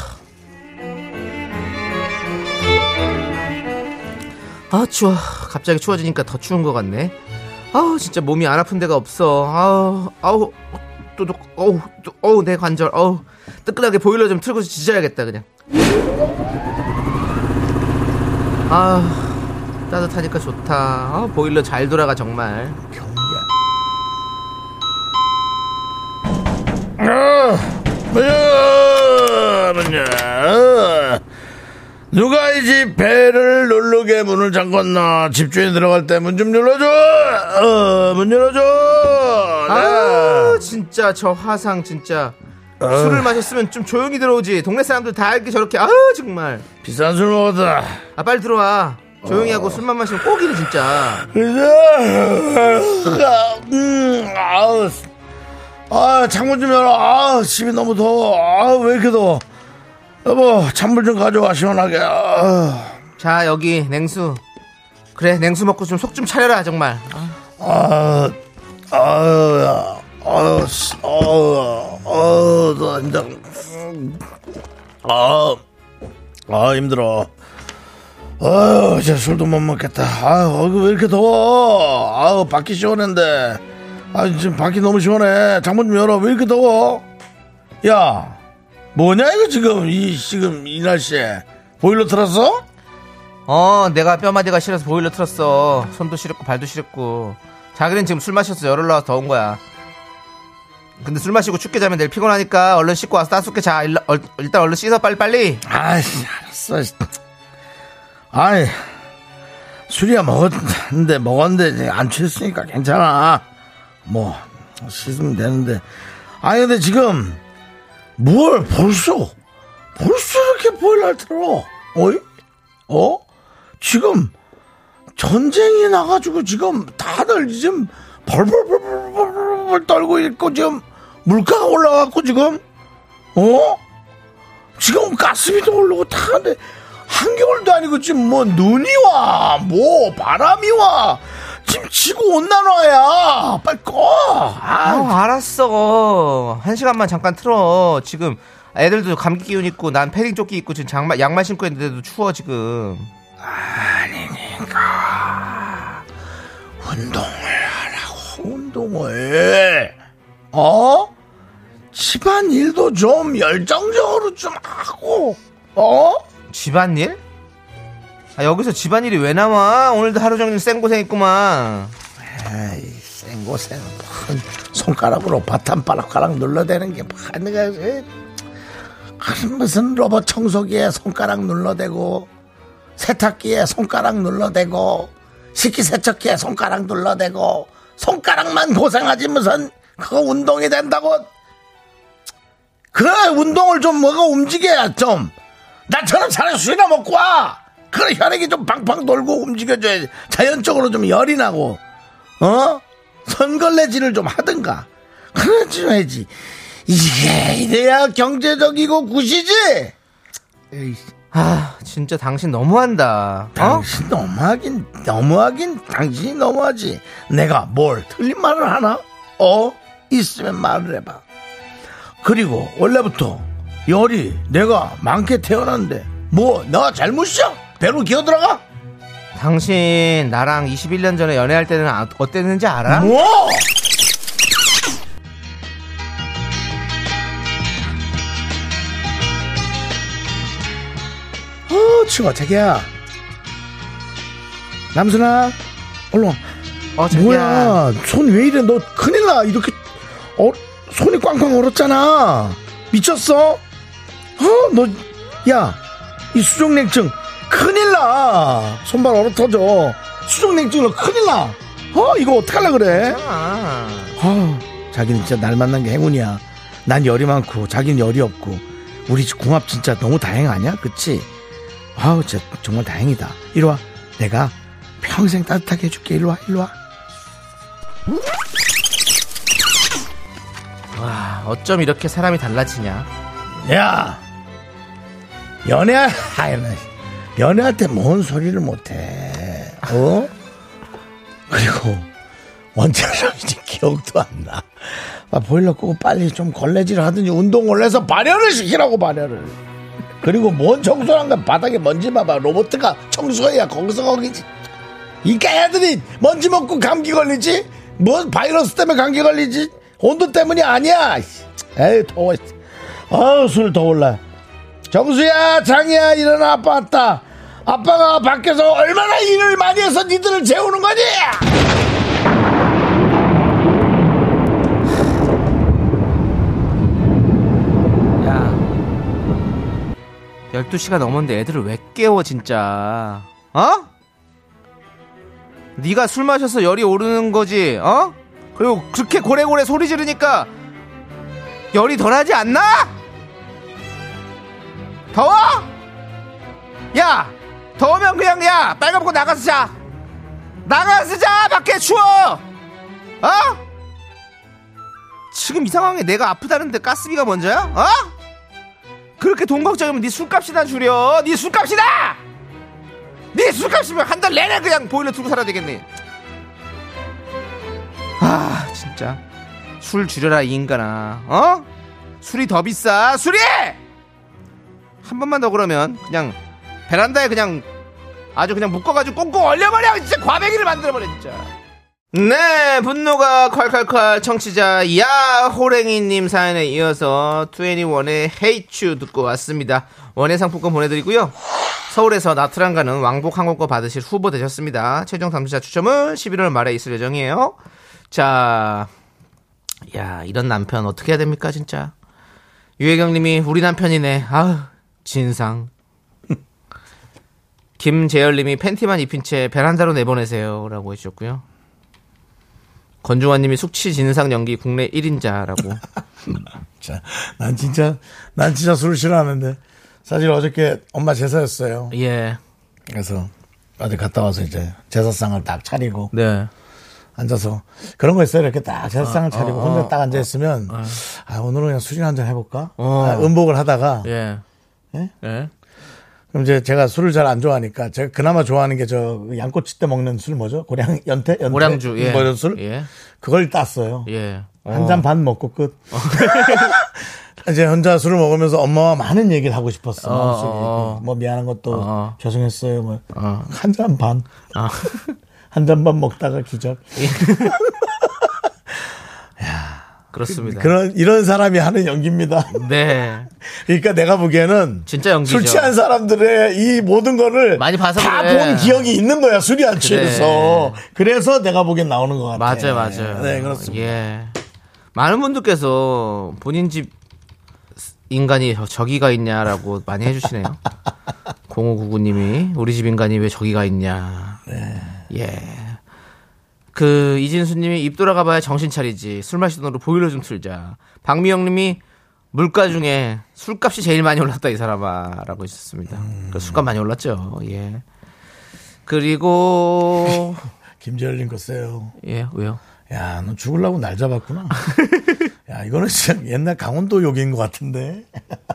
Speaker 2: 아 추워. 갑자기 추워지니까 더 추운 것 같네. 아우 진짜 몸이 안 아픈 데가 없어. 아우 아우 또독 어우 또, 어우 내 관절 어우 뜨끈하게 보일러 좀 틀고 지져야겠다 그냥. 아 따뜻하니까 좋다. 아, 보일러 잘 돌아가 정말.
Speaker 1: 뭐냐? 누가 이 집 배를 누르게 문을 잠궜나? 집주인 들어갈 때 문 좀 열어줘! 어, 문 열어줘!
Speaker 2: 아
Speaker 1: 네.
Speaker 2: 진짜 저 화상 진짜 술을 마셨으면 좀 조용히 들어오지. 동네 사람들 다 알게 저렇게 아 정말.
Speaker 1: 비싼 술 먹었다.
Speaker 2: 아 빨리 들어와. 조용히 하고 술만 마시면 꼭이네 진짜.
Speaker 1: 음, 아우. 아, 창문 좀 열어. 아, 집이 너무 더워. 아, 왜 이렇게 더워. 여보, 찬물 좀 가져와, 시원하게. 아,
Speaker 2: 자 여기 냉수. 그래 냉수 먹고 좀 속 좀 차려라 정말.
Speaker 1: 아, 아, 아, 아, 씨, 아, 아, 나 진짜. 음, 아, 아, 힘들어. 아, 이제 술도 못 먹겠다. 아, 왜 이렇게 더워. 아, 밖이 시원한데. 아 지금 밖이 너무 시원해. 창문 좀 열어. 왜 이렇게 더워? 야, 뭐냐 이거 지금 이 지금 이 날씨에 보일러 틀었어?
Speaker 2: 어, 내가 뼈마디가 시려서 보일러 틀었어. 손도 시렵고 발도 시렵고. 자기는 지금 술 마셔서 열 올라와서 더운 거야. 근데 술 마시고 춥게 자면 내일 피곤하니까 얼른 씻고 와서 따숩게 자. 일라- 얼- 일단 얼른 씻어 빨리빨리.
Speaker 1: 아이씨, 알았어. 씨. 아이, 술이야 먹었는데, 먹었는데, 이제 안 취했으니까 괜찮아. 뭐, 씻으면 되는데. 아니, 근데 지금, 뭘 벌써, 벌써 이렇게 보일러 틀어? 어이? 어? 지금, 전쟁이 나가지고 지금 다들 지금 벌벌벌벌벌 떨고 있고 지금 물가가 올라갔고 지금, 어? 지금 가스비도 오르고 다 하는데 한겨울도 아니고 지금 뭐 눈이 와, 뭐 바람이 와, 지금 지구 온난화야. 빨리 꺼.
Speaker 2: 아,
Speaker 1: 아,
Speaker 2: 알았어. 한 시간만 잠깐 틀어. 지금 애들도 감기 기운 있고 난 패딩 조끼 입고 지금 장마, 양말 신고 있는데도 추워 지금.
Speaker 1: 운동을 하라고 운동을. 어? 집안 일도 좀 열정적으로 좀 하고. 어?
Speaker 2: 집안일? 아, 여기서 집안일이 왜 나와? 오늘도 하루 종일 생고생했구만.
Speaker 1: 에이, 센 곳에 판 손가락으로 바탕 바락가락 눌러대는 게 반가 그런 무슨 로봇 청소기에 손가락 눌러대고 세탁기에 손가락 눌러대고 식기세척기에 손가락 눌러대고 손가락만 고생하지 무슨 그거 운동이 된다고 그래 운동을 좀 뭐가 움직여야 좀 나처럼 차라리 술이나 먹고 와 그래 혈액이 좀 팡팡 돌고 움직여줘야 자연적으로 좀 열이 나고 어? 선걸레질을 좀 하든가. 그러지 말지. 이게 이래야 경제적이고 굿이지. 에이,
Speaker 2: 아, 진짜 당신 너무한다. 어?
Speaker 1: 당신 너무하긴 너무하긴 당신이 너무하지. 내가 뭘 틀린 말을 하나? 어? 있으면 말을 해봐. 그리고 원래부터 열이 내가 많게 태어났는데 뭐 나 잘못이야? 배로 기어들어가?
Speaker 2: 당신 나랑 21년 전에 연애할 때는 아- 어땠는지 알아?
Speaker 1: 뭐? 어 추워 자기야 남순아 얼른
Speaker 2: 어, 자기야.
Speaker 1: 뭐야 손 왜 이래 너 큰일 나 이렇게 얼- 손이 꽝꽝 얼었잖아 미쳤어 어너야이 수족냉증 큰일 나 손발 얼어 터져 수족냉증으로 큰일 나어 이거 어떡하려 그래
Speaker 2: 아,
Speaker 1: 아, 자기는 진짜 날 만난 게 행운이야. 난 열이 많고 자기는 열이 없고 우리 집 궁합 진짜 너무 다행 아니야? 그치? 아우 진짜 정말 다행이다. 이리 와. 내가 평생 따뜻하게 해줄게. 이리 와. 이리 와.
Speaker 2: 와, 어쩜 이렇게 사람이 달라지냐?
Speaker 1: 야 연애할 아이는 연애할 때 뭔 소리를 못해 어 그리고 원태랑 이제 기억도 안나 아, 보일러 끄고 빨리 좀 걸레질 하든지 운동을 해서 발열을 시키라고 발열을 그리고 뭔 청소란 건 바닥에 먼지 봐봐 로봇가 청소해야 거기서 거기지 이까 애들이 먼지 먹고 감기 걸리지 뭔 바이러스 때문에 감기 걸리지 온도 때문이 아니야 에이 더워 아우 술 더 올라 정수야 장이야 일어나 아빠 왔다 아빠가 밖에서 얼마나 일을 많이 해서 니들을 재우는 거니
Speaker 2: 야. 12시가 넘었는데 애들을 왜 깨워 진짜. 어? 네가 술 마셔서 열이 오르는 거지. 어? 그리고 그렇게 고래고래 소리 지르니까 열이 덜하지 않나? 더워? 야, 더우면 그냥 야 빨간벗고 나가서 자. 나가서 자 밖에 추워. 어? 지금 이 상황에 내가 아프다는데 가스비가 먼저야? 어? 그렇게 돈 걱정이면 네 술값이나 줄여. 네 술값이나. 네 술값이면 한 달 내내 그냥 보일러 두고 살아야 되겠네. 아 진짜 술 줄여라 이 인간아. 어? 술이 더 비싸. 술이! 한 번만 더 그러면 그냥 베란다에 그냥 아주 그냥 묶어가지고 꽁꽁 얼려버려 진짜 과메기를 만들어버려 진짜. 네, 분노가 콸콸콸 청취자 야 호랭이님 사연에 이어서 21의 Hate You 듣고 왔습니다. 원예 상품권 보내드리고요. 서울에서 나트랑 가는 왕복 항공권 받으실 후보 되셨습니다. 최종 당첨자 추첨은 11월 말에 있을 예정이에요. 자, 야 이런 남편 어떻게 해야 됩니까 진짜? 유혜경님이 우리 남편이네. 아, 진상. 김재열님이 팬티만 입힌 채 베란다로 내보내세요라고 해주셨고요. 권중환님이 숙취 진상 연기 국내 1인자라고.
Speaker 1: 자, 난 진짜 난 진짜 술 싫어하는데 사실 어저께 엄마 제사였어요.
Speaker 2: 예.
Speaker 1: 그래서 어제 갔다 와서 이제 제사상을 딱 차리고
Speaker 2: 네.
Speaker 1: 앉아서 그런 거 있어요. 이렇게 딱 제사상을 차리고 혼자 딱 앉아 있으면 아 오늘은 그냥 술이나 한잔 해볼까?
Speaker 2: 어.
Speaker 1: 아, 음복을 하다가
Speaker 2: 예.
Speaker 1: 예?
Speaker 2: 예.
Speaker 1: 그럼 이제 제가 술을 잘 안 좋아하니까 제가 그나마 좋아하는 게 저 양꼬치 때 먹는 술 뭐죠? 고량 연태 연태
Speaker 2: 오량주. 예.
Speaker 1: 뭐 이런 술
Speaker 2: 예.
Speaker 1: 그걸 땄어요.
Speaker 2: 예.
Speaker 1: 한 잔 반 먹고 끝. 이제 혼자 술을 먹으면서 엄마와 많은 얘기를 하고 싶었어.
Speaker 2: 어,
Speaker 1: 마음속에.
Speaker 2: 어.
Speaker 1: 뭐 미안한 것도
Speaker 2: 어.
Speaker 1: 죄송했어요. 뭐 한 잔 반.
Speaker 2: 아,
Speaker 1: 한 잔 반 먹다가 기절.
Speaker 2: 네. 그렇습니다.
Speaker 1: 그런 이런 사람이 하는 연기입니다.
Speaker 2: 네.
Speaker 1: 그러니까 내가 보기에는
Speaker 2: 진짜 연기죠.
Speaker 1: 술 취한 사람들의 이 모든 거를
Speaker 2: 많이 봐서
Speaker 1: 다
Speaker 2: 그래.
Speaker 1: 본 기억이 있는 거야 술이 안 취해서 그래서 내가 보기엔 나오는 것 같아.
Speaker 2: 맞아요, 맞아요.
Speaker 1: 네 그렇습니다.
Speaker 2: 예. 많은 분들께서 본인 집 인간이 저- 저기가 있냐라고 많이 해주시네요. 0599님이 우리 집 인간이 왜 저기가 있냐.
Speaker 1: 네.
Speaker 2: 예. 그 이진수님이 입 돌아가봐야 정신 차리지. 술 마시던 으로 보일러 좀 틀자. 박미영님이 물가 중에 술값이 제일 많이 올랐다 이 사람아라고 있었습니다.
Speaker 1: 음.
Speaker 2: 그 술값 많이 올랐죠. 예. 그리고
Speaker 1: 김재열님 글쎄요.
Speaker 2: 예 왜요?
Speaker 1: 야, 너 죽으려고 날 잡았구나. 야, 이거는 진짜 옛날 강원도 욕인 것 같은데.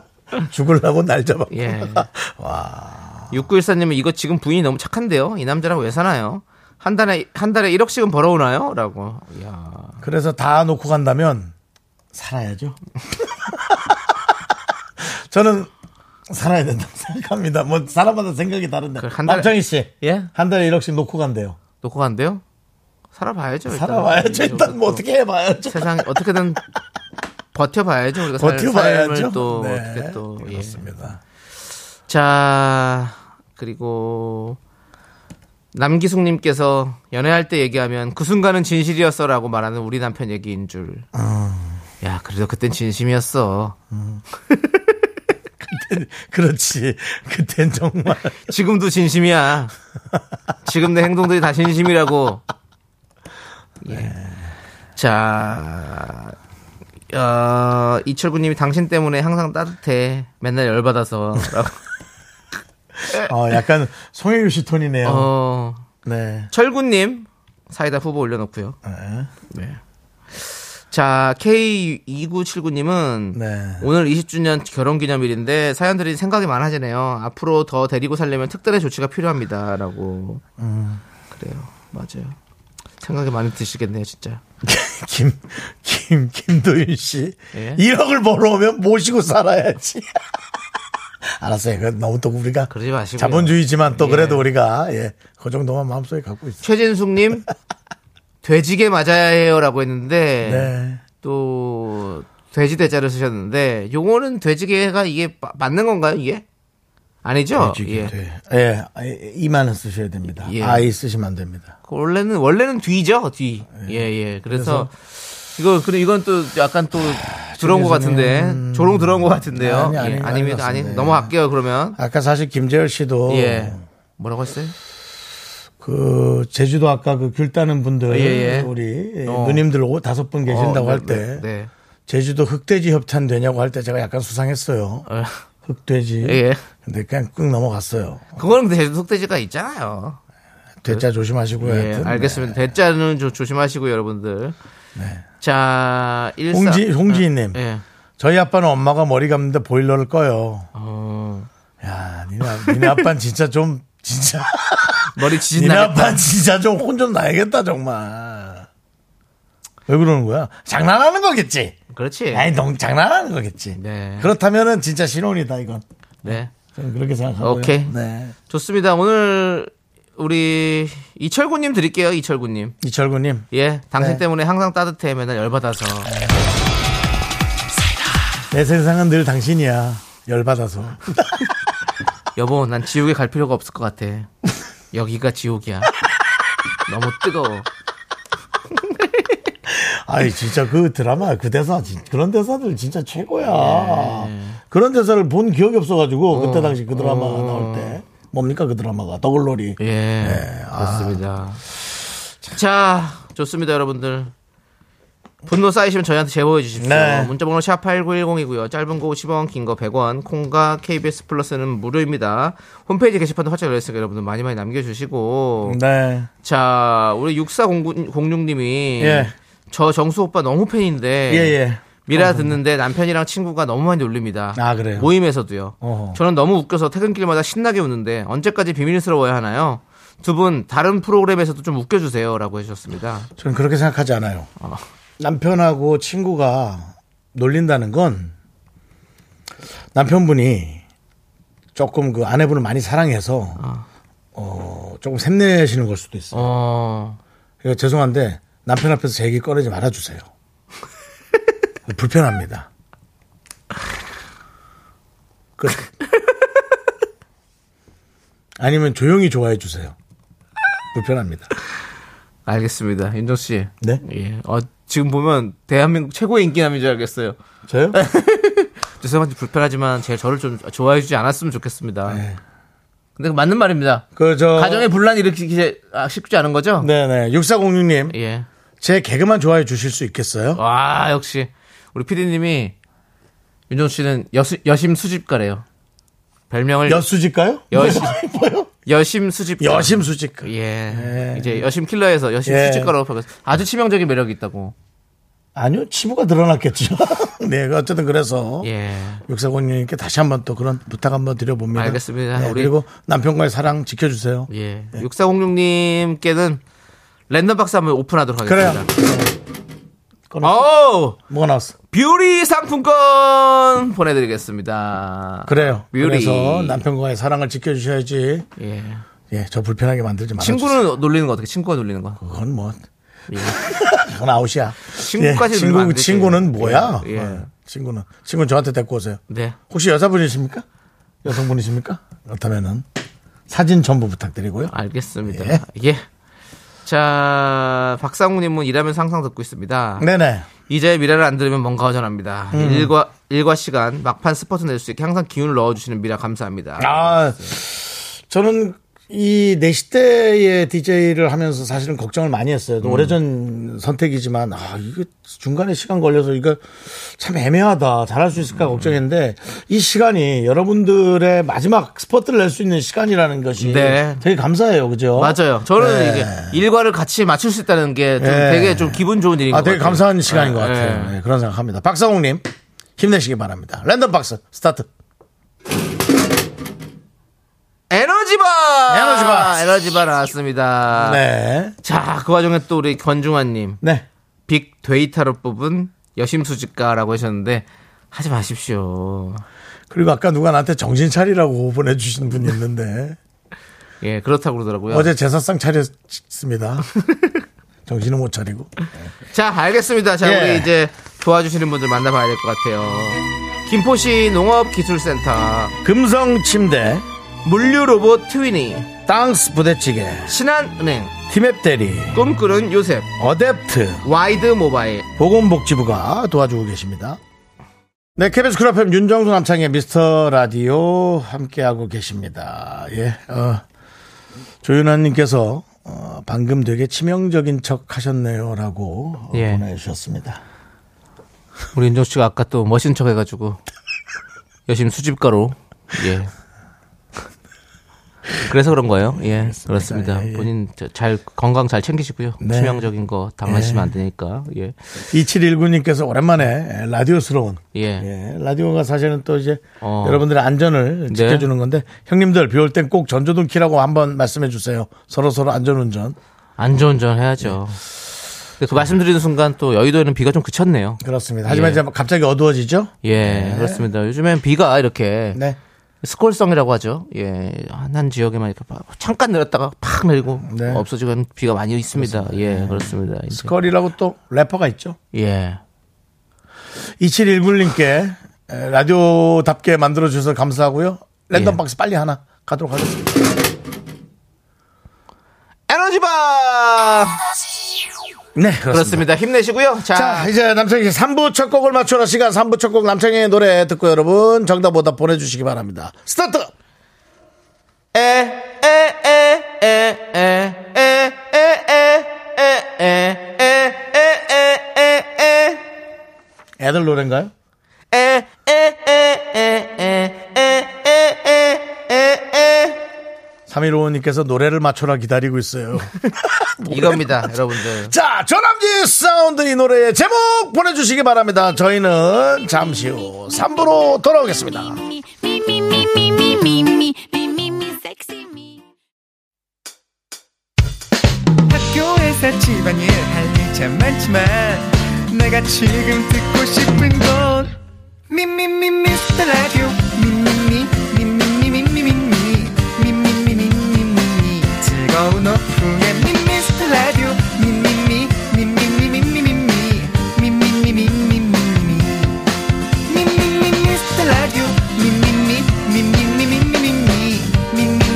Speaker 1: 죽으려고 날 잡았구나.
Speaker 2: 예.
Speaker 1: 와,
Speaker 2: 6914님은 이거 지금 부인이 너무 착한데요? 이 남자랑 왜 사나요? 한 달에, 한 달에 1억씩은 벌어오나요? 라고. 야
Speaker 1: 그래서 다 놓고 간다면 살아야죠. 저는 살아야 된다고 생각합니다. 뭐 사람마다 생각이 다른데.
Speaker 2: 그한 달에-
Speaker 1: 남창희 씨,
Speaker 2: 예?
Speaker 1: 한 달에 1억씩 놓고 간대요.
Speaker 2: 놓고 간대요? 살아봐야죠. 일단.
Speaker 1: 살아봐야죠.
Speaker 2: 이
Speaker 1: 일단 뭐
Speaker 2: 정도.
Speaker 1: 어떻게 해봐야죠.
Speaker 2: 세상, 어떻게든 버텨봐야죠. 우리가 살-
Speaker 1: 버텨봐야죠.
Speaker 2: 삶을 또,
Speaker 1: 네.
Speaker 2: 어떻게 또. 예.
Speaker 1: 그렇습니다.
Speaker 2: 자, 그리고. 남기숙님께서 연애할 때 얘기하면 그 순간은 진실이었어라고 말하는 우리 남편 얘기인 줄.
Speaker 1: 아.
Speaker 2: 야, 그래도 그땐 진심이었어.
Speaker 1: 그렇지. 그땐 정말.
Speaker 2: 지금도 진심이야. 지금 내 행동들이 다 진심이라고. 예. 자, 어, 이철구님이 당신 때문에 항상 따뜻해. 맨날 열받아서. 라고.
Speaker 1: 어, 약간 송혜교 씨 톤이네요.
Speaker 2: 어,
Speaker 1: 네.
Speaker 2: 철구님 사이다 후보 올려놓고요.
Speaker 1: 네.
Speaker 2: 네. 자, K2979님은
Speaker 1: 네.
Speaker 2: 오늘 20주년 결혼 기념일인데 사연들이 생각이 많아지네요. 앞으로 더 데리고 살려면 특단의 조치가 필요합니다라고.
Speaker 1: 음.
Speaker 2: 그래요. 맞아요. 생각이 많이 드시겠네요, 진짜.
Speaker 1: 김, 김, 김도윤 씨.
Speaker 2: 예?
Speaker 1: 1억을 벌어오면 모시고 살아야지. 알았어요. 그건 너무 또 우리가.
Speaker 2: 그러지 마시고요.
Speaker 1: 자본주의지만 또
Speaker 2: 예.
Speaker 1: 그래도 우리가, 예. 그 정도만 마음속에 갖고 있어.
Speaker 2: 최진숙님 돼지게 맞아야 해요라고 했는데
Speaker 1: 네.
Speaker 2: 또 돼지 대자를 쓰셨는데 요거는 돼지게가 이게 마- 맞는 건가요, 이게? 아니죠? 예.
Speaker 1: 예. 예. 아이, 이만은 쓰셔야 됩니다.
Speaker 2: 예.
Speaker 1: 아이 쓰시면 안 됩니다.
Speaker 2: 그 원래는 원래는 뒤죠 뒤. 예예. 그래서, 이거 그래 이건 또 약간 또 들어온 것 같은데 조롱 들어온 것 같은데요.
Speaker 1: 아, 음. 아니, 아니,
Speaker 2: 예,
Speaker 1: 아니,
Speaker 2: 아니면 아니
Speaker 1: 같습니다.
Speaker 2: 넘어갈게요 그러면.
Speaker 1: 아까 사실 김재열 씨도.
Speaker 2: 예. 뭐라고 했어요?
Speaker 1: 그, 제주도 아까 그 귤 따는 분들.
Speaker 2: 예, 예.
Speaker 1: 우리
Speaker 2: 어.
Speaker 1: 누님들 오, 다섯 분 계신다고
Speaker 2: 어,
Speaker 1: 할
Speaker 2: 네,
Speaker 1: 때.
Speaker 2: 네, 네.
Speaker 1: 제주도 흑돼지 협찬 되냐고 할 때 제가 약간 수상했어요.
Speaker 2: 어,
Speaker 1: 흑돼지.
Speaker 2: 예.
Speaker 1: 근데 그냥 꾹 넘어갔어요.
Speaker 2: 그거는 근데 속돼지가 있잖아요.
Speaker 1: 대자 조심하시고요.
Speaker 2: 예.
Speaker 1: 하여튼.
Speaker 2: 알겠습니다. 대자는 좀 조심하시고 여러분들. 자
Speaker 1: 네.
Speaker 2: 일사.
Speaker 1: 홍지 홍지희님
Speaker 2: 예.
Speaker 1: 저희 아빠는 엄마가 머리 감는데 보일러를 꺼요.
Speaker 2: 어,
Speaker 1: 야, 니네, 아- 니네 아빠는 진짜 좀 진짜
Speaker 2: 머리 지진
Speaker 1: 니네
Speaker 2: 나.
Speaker 1: 아빠는 진짜 좀 혼 좀 나야겠다 정말. 왜 그러는 거야? 장난하는 거겠지.
Speaker 2: 그렇지.
Speaker 1: 아니, 농 장난하는 거겠지.
Speaker 2: 예. 네.
Speaker 1: 그렇다면은 진짜 신혼이다 이건.
Speaker 2: 네.
Speaker 1: 저는 그렇게 생각하고요.
Speaker 2: 오케이.
Speaker 1: 네.
Speaker 2: 좋습니다. 오늘 우리 이철구님 드릴게요. 이철구님.
Speaker 1: 이철구님.
Speaker 2: 예, 당신 때문에 항상 따뜻해 맨날 열받아서
Speaker 1: 내 세상은 늘 당신이야. 열받아서.
Speaker 2: 여보 난 지옥에 갈 필요가 없을 것 같아. 여기가 지옥이야. 너무 뜨거워.
Speaker 1: 아이, 진짜 그 드라마, 그 대사, 진- 그런 대사들 진짜 최고야.
Speaker 2: 네.
Speaker 1: 그런 대사를 본 기억이 없어가지고, 그때 당시 그 드라마 가 나올 때. 뭡니까 그 드라마가? 더글로리.
Speaker 2: 예,
Speaker 1: 네, 아.
Speaker 2: 좋습니다. 자, 좋습니다, 여러분들. 분노 쌓이시면 저희한테 제보해 주십시오.
Speaker 1: 네.
Speaker 2: 문자번호 샵 8910이고요. 짧은 거 50원, 긴 거 100원, 콩과 KBS 플러스는 무료입니다. 홈페이지 게시판도 활짝 열렸으니까 여러분들 많이 많이 남겨주시고.
Speaker 1: 네.
Speaker 2: 자, 우리 6406님이
Speaker 1: 예.
Speaker 2: 저 정수 오빠 너무 팬인데
Speaker 1: 예, 예.
Speaker 2: 미라 듣는데 남편이랑 친구가 너무 많이 놀립니다.
Speaker 1: 아, 그래요?
Speaker 2: 모임에서도요.
Speaker 1: 어허.
Speaker 2: 저는 너무 웃겨서 퇴근길마다 신나게 웃는데 언제까지 비밀스러워야 하나요? 두 분 다른 프로그램에서도 좀 웃겨주세요라고 해주셨습니다.
Speaker 1: 저는 그렇게 생각하지 않아요. 남편하고 친구가 놀린다는 건 남편분이 조금 그 아내분을 많이 사랑해서
Speaker 2: 아.
Speaker 1: 어, 조금 샘내시는 걸 수도 있어요.
Speaker 2: 어,
Speaker 1: 그러니까 죄송한데 남편 앞에서 제 얘기 꺼내지 말아주세요. 불편합니다. 끝. 아니면 조용히 좋아해 주세요. 불편합니다.
Speaker 2: 알겠습니다. 윤정 씨.
Speaker 1: 네?
Speaker 2: 예. 어, 지금 보면 대한민국 최고의 인기남인 줄 알겠어요.
Speaker 1: 저요?
Speaker 2: 죄송한지 불편하지만 제 저를 좀 좋아해 주지 않았으면 좋겠습니다. 근데 그 맞는 말입니다.
Speaker 1: 네. 그저
Speaker 2: 가정의 분란 일으키기 제- 아, 쉽지 않은 거죠?
Speaker 1: 네네. 6406님,
Speaker 2: 예.
Speaker 1: 제 개그만 좋아해 주실 수 있겠어요?
Speaker 2: 와 역시 우리 피디님이 윤종 씨는 여수, 여심 수집가래요. 별명을
Speaker 1: 여수지가요?
Speaker 2: 네. 여심
Speaker 1: 뭐요?
Speaker 2: 여심 수집가.
Speaker 1: 여심수지가.
Speaker 2: 예. 이제 여심 킬러에서 여심
Speaker 1: 예.
Speaker 2: 수집가라고 바뀌었어. 아주 치명적인 매력이 있다고.
Speaker 1: 아니요, 치부가 드러났겠죠. 네, 어쨌든 그래서.
Speaker 2: 예.
Speaker 1: 육사공님께 다시 한번 또 그런 부탁 한번 드려봅니다.
Speaker 2: 알겠습니다.
Speaker 1: 네,
Speaker 2: 우리-
Speaker 1: 그리고 남편과의 사랑 지켜주세요.
Speaker 2: 예. 6406님께는 랜덤 박스 한번 오픈하도록
Speaker 1: 그래요.
Speaker 2: 하겠습니다.
Speaker 1: 꺼냈어.
Speaker 2: 어우!
Speaker 1: 뭐가 나왔어?
Speaker 2: 뷰리 상품권 보내드리겠습니다.
Speaker 1: 그래요.
Speaker 2: 뷰리.
Speaker 1: 그래서 남편과의 사랑을 지켜주셔야지.
Speaker 2: 예.
Speaker 1: 예, 저 불편하게 만들지 말아요.
Speaker 2: 친구는 놀리는 거 어떻게? 친구가 놀리는 거.
Speaker 1: 그건 뭐,
Speaker 2: 예.
Speaker 1: 그건 아웃이야.
Speaker 2: 친구까지
Speaker 1: 예,
Speaker 2: 놀면 안
Speaker 1: 친구,
Speaker 2: 되지.
Speaker 1: 친구는 뭐야?
Speaker 2: 예, 예.
Speaker 1: 어, 친구는. 친구는 저한테 데리고 오세요.
Speaker 2: 네.
Speaker 1: 혹시 여자분이십니까? 여성분이십니까? 그렇다면은 사진 전부 부탁드리고요.
Speaker 2: 알겠습니다.
Speaker 1: 예.
Speaker 2: 예. 자, 박상우님은 일하면서 항상 듣고 있습니다.
Speaker 1: 네네. 음.
Speaker 2: 이제 미라를 안 들으면 뭔가 허전합니다. 일과, 일과 시간, 막판 스포트 낼 수 있게 항상 기운을 넣어주시는 미라 감사합니다.
Speaker 1: 아, 저는 이 4시 대의 DJ를 하면서 사실은 걱정을 많이 했어요.
Speaker 2: 음.
Speaker 1: 오래전 선택이지만, 아, 이거 중간에 시간 걸려서 이거 참 애매하다. 잘할 수
Speaker 2: 음.
Speaker 1: 있을까 걱정했는데, 이 시간이 여러분들의 마지막 스포트를 낼 수 있는 시간이라는 것이
Speaker 2: 네.
Speaker 1: 되게 감사해요. 그죠?
Speaker 2: 맞아요. 저는
Speaker 1: 어? 네.
Speaker 2: 이게 일과를 같이 맞출 수 있다는 게좀
Speaker 1: 예.
Speaker 2: 되게 좀 기분 좋은 일인
Speaker 1: 아,
Speaker 2: 것
Speaker 1: 되게
Speaker 2: 같아요.
Speaker 1: 감사한 시간인 것
Speaker 2: 예,
Speaker 1: 같아요.
Speaker 2: 예.
Speaker 1: 네, 그런 생각합니다. 박상욱님 힘내시기 바랍니다. 랜덤 박스 스타트.
Speaker 2: 에너지바!
Speaker 1: 에너지바!
Speaker 2: 에너지바 나왔습니다.
Speaker 1: 네,
Speaker 2: 자, 그 와중에 또 우리 권중환님,
Speaker 1: 네.
Speaker 2: 빅 데이터로 뽑은 여심수집가라고 하셨는데, 하지 마십시오.
Speaker 1: 그리고 아까 누가 나한테 정신 차리라고 보내주신 분이 있는데
Speaker 2: 예, 그렇다고 그러더라고요.
Speaker 1: 어제 제사상 차렸습니다. 정신을 못 차리고.
Speaker 2: 자, 알겠습니다. 자,
Speaker 1: 예.
Speaker 2: 우리 이제 도와주시는 분들 만나봐야 될 것 같아요. 김포시 농업기술센터,
Speaker 1: 금성 침대,
Speaker 2: 물류로봇 트위니,
Speaker 1: 땅스 부대찌개,
Speaker 2: 신한은행,
Speaker 1: 티맵 대리,
Speaker 2: 꿈꾸는 요셉,
Speaker 1: 어댑트,
Speaker 2: 와이드 모바일.
Speaker 1: 보건복지부가 도와주고 계십니다. 네, KBS 쿨 FM 윤정수 남창의 미스터 라디오 함께하고 계십니다. 예, 어, 조윤아님께서 어, 방금 되게 치명적인 척 하셨네요라고 어,
Speaker 2: 예.
Speaker 1: 보내주셨습니다.
Speaker 2: 우리 윤정 씨가 아까 또 멋진 척 해가지고, 여심 수집가로, 예. 그래서 그런 거예요. 예, 그렇습니다.
Speaker 1: 예, 예.
Speaker 2: 본인 저- 잘 건강 잘 챙기시고요.
Speaker 1: 네.
Speaker 2: 치명적인 거 당하시면 안 되니까. 예,
Speaker 1: 2719님께서 오랜만에 라디오스러운
Speaker 2: 예.
Speaker 1: 예, 라디오가 사실은 또 이제
Speaker 2: 어. 네.
Speaker 1: 여러분들의 안전을 지켜주는 건데 형님들 비 올 땐 꼭 전조등 키라고 한번 말씀해 주세요. 서로 서로 안전운전.
Speaker 2: 안전운전 해야죠. 근데 그 말씀드리는 순간 또 여의도에는 비가 좀 그쳤네요.
Speaker 1: 그렇습니다. 하지만
Speaker 2: 예. 네.
Speaker 1: 이제 갑자기 어두워지죠.
Speaker 2: 예, 그렇습니다. 요즘엔 비가 이렇게
Speaker 1: 네.
Speaker 2: 스콜성이라고 하죠. 예, 한, 한 지역에만 이렇게 봐- 잠깐 내렸다가 팍 내리고
Speaker 1: 네.
Speaker 2: 없어지고 하는 비가 많이 있습니다. 예, 그렇습니다. 이제.
Speaker 1: 스컬이라고 또 래퍼가 있죠.
Speaker 2: 예,
Speaker 1: 2719님께 라디오답게 만들어주셔서 감사하고요. 랜덤
Speaker 2: 예.
Speaker 1: 박스 빨리 하나 가도록 하겠습니다.
Speaker 2: 에너지바
Speaker 1: 네,
Speaker 2: 그렇습니다. 힘내시고요. 자,
Speaker 1: 자, 이제 남창희 3부 첫 곡을 맞춰라 시간 3부 첫 곡 남창희의 노래 듣고 여러분 정답보다 보내주시기 바랍니다. 스타트!
Speaker 2: 에에에에에에에에에에에에에에에에에에에에에에에에에에에에에에에에에에에에에에에에에에에에에에에에에에에에에에에에에에에에에에에에요
Speaker 1: 애들 노래인가요? 삼1 5 5님께서 노래를 맞춰라 기다리고 있어요.
Speaker 2: 이겁니다, 여러분들.
Speaker 1: 자, 전함지 사운드 이 노래의 제목 보내주시기 바랍니다. 저희는 잠시 후 3부로 돌아오겠습니다.
Speaker 5: me, me, me, me, me, me, me, me, me, me, me, sexy me.
Speaker 7: 학교에서 집안일 할 일 참 많지만 내가 지금 듣고 싶은 건 미미미 미스터 라디오 미미미 미미미 미미미 미미미 미미미 즐거운 오후에 미스터 라디오 미미미 미미미 미미미 미미미 미미미 미미미 미스터 라디오 미미미 미미미 미미미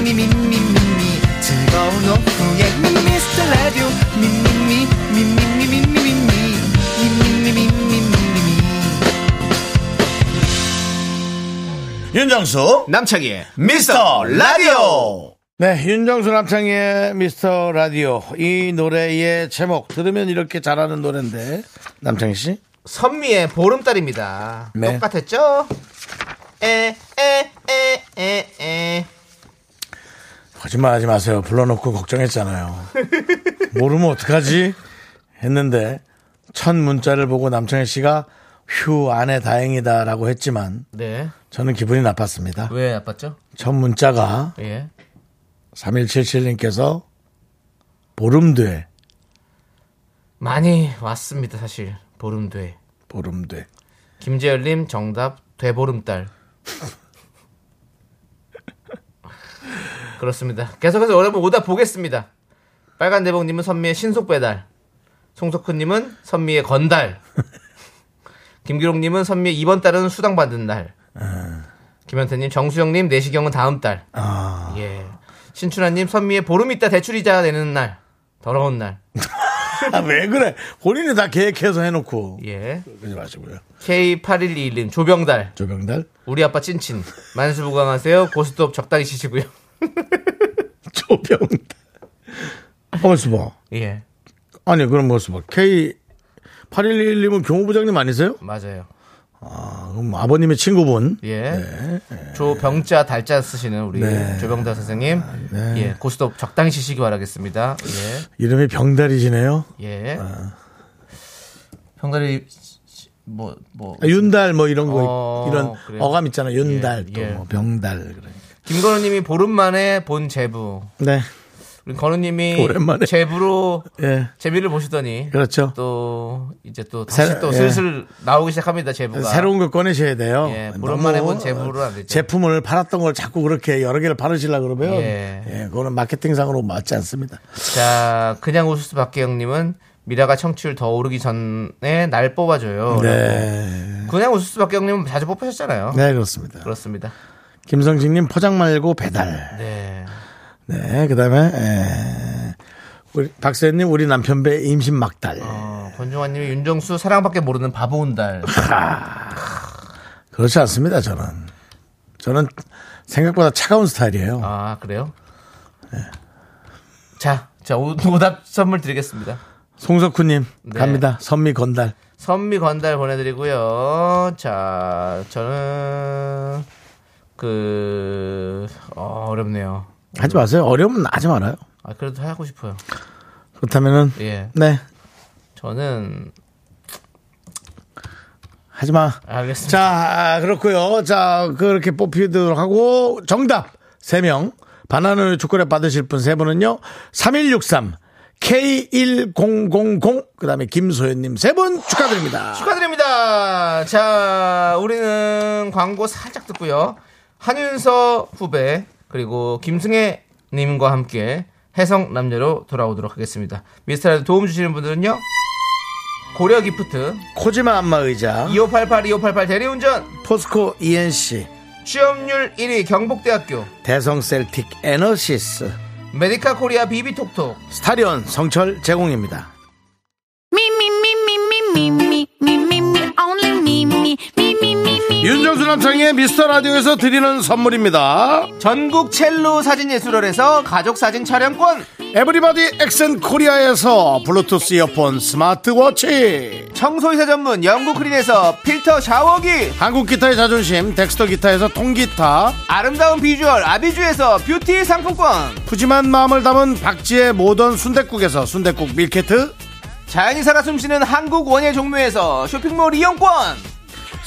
Speaker 7: 미미미 미미미 즐거운 오후에 미스터 라디오 미미미 미미미 미미미 미미미 미미미
Speaker 1: 윤정수,
Speaker 2: 남창희의
Speaker 1: 미스터 라디오! 네, 윤정수 남창희의 미스터 라디오. 이 노래의 제목 들으면 이렇게 잘하는 노래인데, 남창희 씨?
Speaker 2: 선미의 보름달입니다.
Speaker 1: 네.
Speaker 2: 똑같았죠? 에에에에에
Speaker 1: 거짓말 하지 마세요. 불러놓고 걱정했잖아요. 모르면 어떡하지? 했는데, 첫 문자를 보고 남창희 씨가 휴, 안에 다행이다라고 했지만,
Speaker 2: 네.
Speaker 1: 저는 기분이 나빴습니다.
Speaker 2: 왜 아팠죠?
Speaker 1: 첫 문자가
Speaker 2: 예.
Speaker 1: 3177님께서 보름돼,
Speaker 2: 많이 왔습니다, 사실. 보름돼.
Speaker 1: 보름돼.
Speaker 2: 김재열님 정답 되보름달. 그렇습니다. 계속해서 여러분 오답 보겠습니다. 빨간 대봉님은 선미의 신속 배달, 송석훈님은 선미의 건달, 김기록님은 선미의 이번 달은 수당 받는 날, 김현태님 정수영님 내시경은 다음 달, 예 신춘하님 선미의 보름 있다 대출 이자 내는 날, 더러운 날,
Speaker 1: 아, 왜 그래? 본인이 다 계획해서 해놓고.
Speaker 2: 예
Speaker 1: 그러지 마시고요.
Speaker 2: K8121님 조병달,
Speaker 1: 조병달.
Speaker 2: 우리 아빠 찐친 만수무강하세요 고스톱 적당히 치시고요
Speaker 1: 조병달. 가만있어 봐.
Speaker 2: 예
Speaker 1: 아니, 그럼 뭐 가만있어 봐. K8111님은 교무부장님 아니세요?
Speaker 2: 맞아요
Speaker 1: 아, 그럼 아버님의 친구분.
Speaker 2: 예
Speaker 1: 네.
Speaker 2: 조병자 달자 쓰시는 우리 조병자 선생님
Speaker 1: 아, 네.
Speaker 2: 예 고스톱 적당히 치시기 바라겠습니다
Speaker 1: 이름이 병달이시네요.
Speaker 2: 예예
Speaker 1: 아.
Speaker 2: 형들이 뭐뭐
Speaker 1: 아, 윤달 뭐 이런 거,
Speaker 2: 어,
Speaker 1: 이런
Speaker 2: 그래요.
Speaker 1: 어감 있잖아. 윤달
Speaker 2: 예,
Speaker 1: 또
Speaker 2: 예.
Speaker 1: 뭐 병달. 그래.
Speaker 2: 김건우님이 보름 만에 본 제부
Speaker 1: 네.
Speaker 2: 우리 건우님이
Speaker 1: 오랜만에.
Speaker 2: 제부로
Speaker 1: 예.
Speaker 2: 재미를 보시더니
Speaker 1: 그렇죠.
Speaker 2: 또 이제 또 다시
Speaker 1: 새로-
Speaker 2: 또
Speaker 1: 예.
Speaker 2: 슬슬 나오기 시작합니다 제부가
Speaker 1: 새로운 걸 꺼내셔야 돼요.
Speaker 2: 아. 예,
Speaker 1: 너무
Speaker 2: 보름만에 본 제품으로는 안 되죠.
Speaker 1: 제품을 팔았던 걸 자꾸 그렇게 여러 개를 팔으시려 그러면
Speaker 2: 예.
Speaker 1: 예, 그거는 마케팅상으로 맞지 않습니다.
Speaker 2: 자, 그냥 우수스 박계영님은 미라가 청취율 더 오르기 전에 날 뽑아줘요.
Speaker 1: 네.
Speaker 2: 그냥 우수스 박계영님은 자주 뽑으셨잖아요.
Speaker 1: 네, 그렇습니다.
Speaker 2: 그렇습니다.
Speaker 1: 김성진님 포장 말고 배달.
Speaker 2: 네.
Speaker 1: 네, 그 다음에, 우리 박세현님 우리 남편 배 임신 막달.
Speaker 2: 어, 권종환님이 윤정수 사랑밖에 모르는 바보운 달.
Speaker 1: 그렇지 않습니다, 저는. 저는 생각보다 차가운 스타일이에요.
Speaker 2: 아, 그래요?
Speaker 1: 네.
Speaker 2: 자, 자, 오- 오답 선물 드리겠습니다.
Speaker 1: 송석훈님,
Speaker 2: 네. 음.
Speaker 1: 갑니다. 선미 건달.
Speaker 2: 선미 건달 보내드리고요. 자, 저는 그 어, 어렵네요.
Speaker 1: 하지 마세요. 어려우면 하지 말아요.
Speaker 2: 아, 그래도 하고 싶어요.
Speaker 1: 그렇다면은,
Speaker 2: 예,
Speaker 1: 네,
Speaker 2: 저는
Speaker 1: 하지 마.
Speaker 2: 알겠습니다.
Speaker 1: 자, 아, 그렇고요. 자, 그렇게 뽑히도록 하고 정답 3명 바나나 초콜릿 받으실 분 3분은요. 3163 K1000 그다음에 김소연 님 3분 축하드립니다.
Speaker 2: 축하드립니다. 자, 우리는 광고 살짝 듣고요. 한윤서 후배 그리고 김승혜 님과 함께 해성 남녀로 돌아오도록 하겠습니다. 미스터라도 도움 주시는 분들은요. 고려 기프트,
Speaker 1: 코지마 안마 의자,
Speaker 2: 2588, 2588 대리운전,
Speaker 1: 포스코 E ENC,
Speaker 2: 취업률 1위 경북대학교,
Speaker 1: 대성 셀틱 에너시스,
Speaker 2: 메디카 코리아 비비톡톡,
Speaker 1: 스타리온 성철 제공입니다.
Speaker 8: Me, me, me, me, me, me, me, me, me, me, only me, me, me, me, me, me.
Speaker 1: 윤정수 남창의 미스터 라디오에서 드리는 선물입니다.
Speaker 2: 전국 첼로 사진예술원에서 가족사진 촬영권,
Speaker 1: 에브리바디 엑센 코리아에서 블루투스 이어폰 스마트워치.
Speaker 2: 청소이사 전문 영국 크린에서 필터 샤워기,
Speaker 1: 한국 기타의 자존심 덱스터 기타에서 통기타
Speaker 2: 아름다운 비주얼 아비주에서 뷰티 상품권,
Speaker 1: 푸짐한 마음을 담은 박지의 모던 순댓국에서순댓국 밀키트
Speaker 2: 자연이 살아 숨쉬는 한국 원예 종묘에서 쇼핑몰 이용권,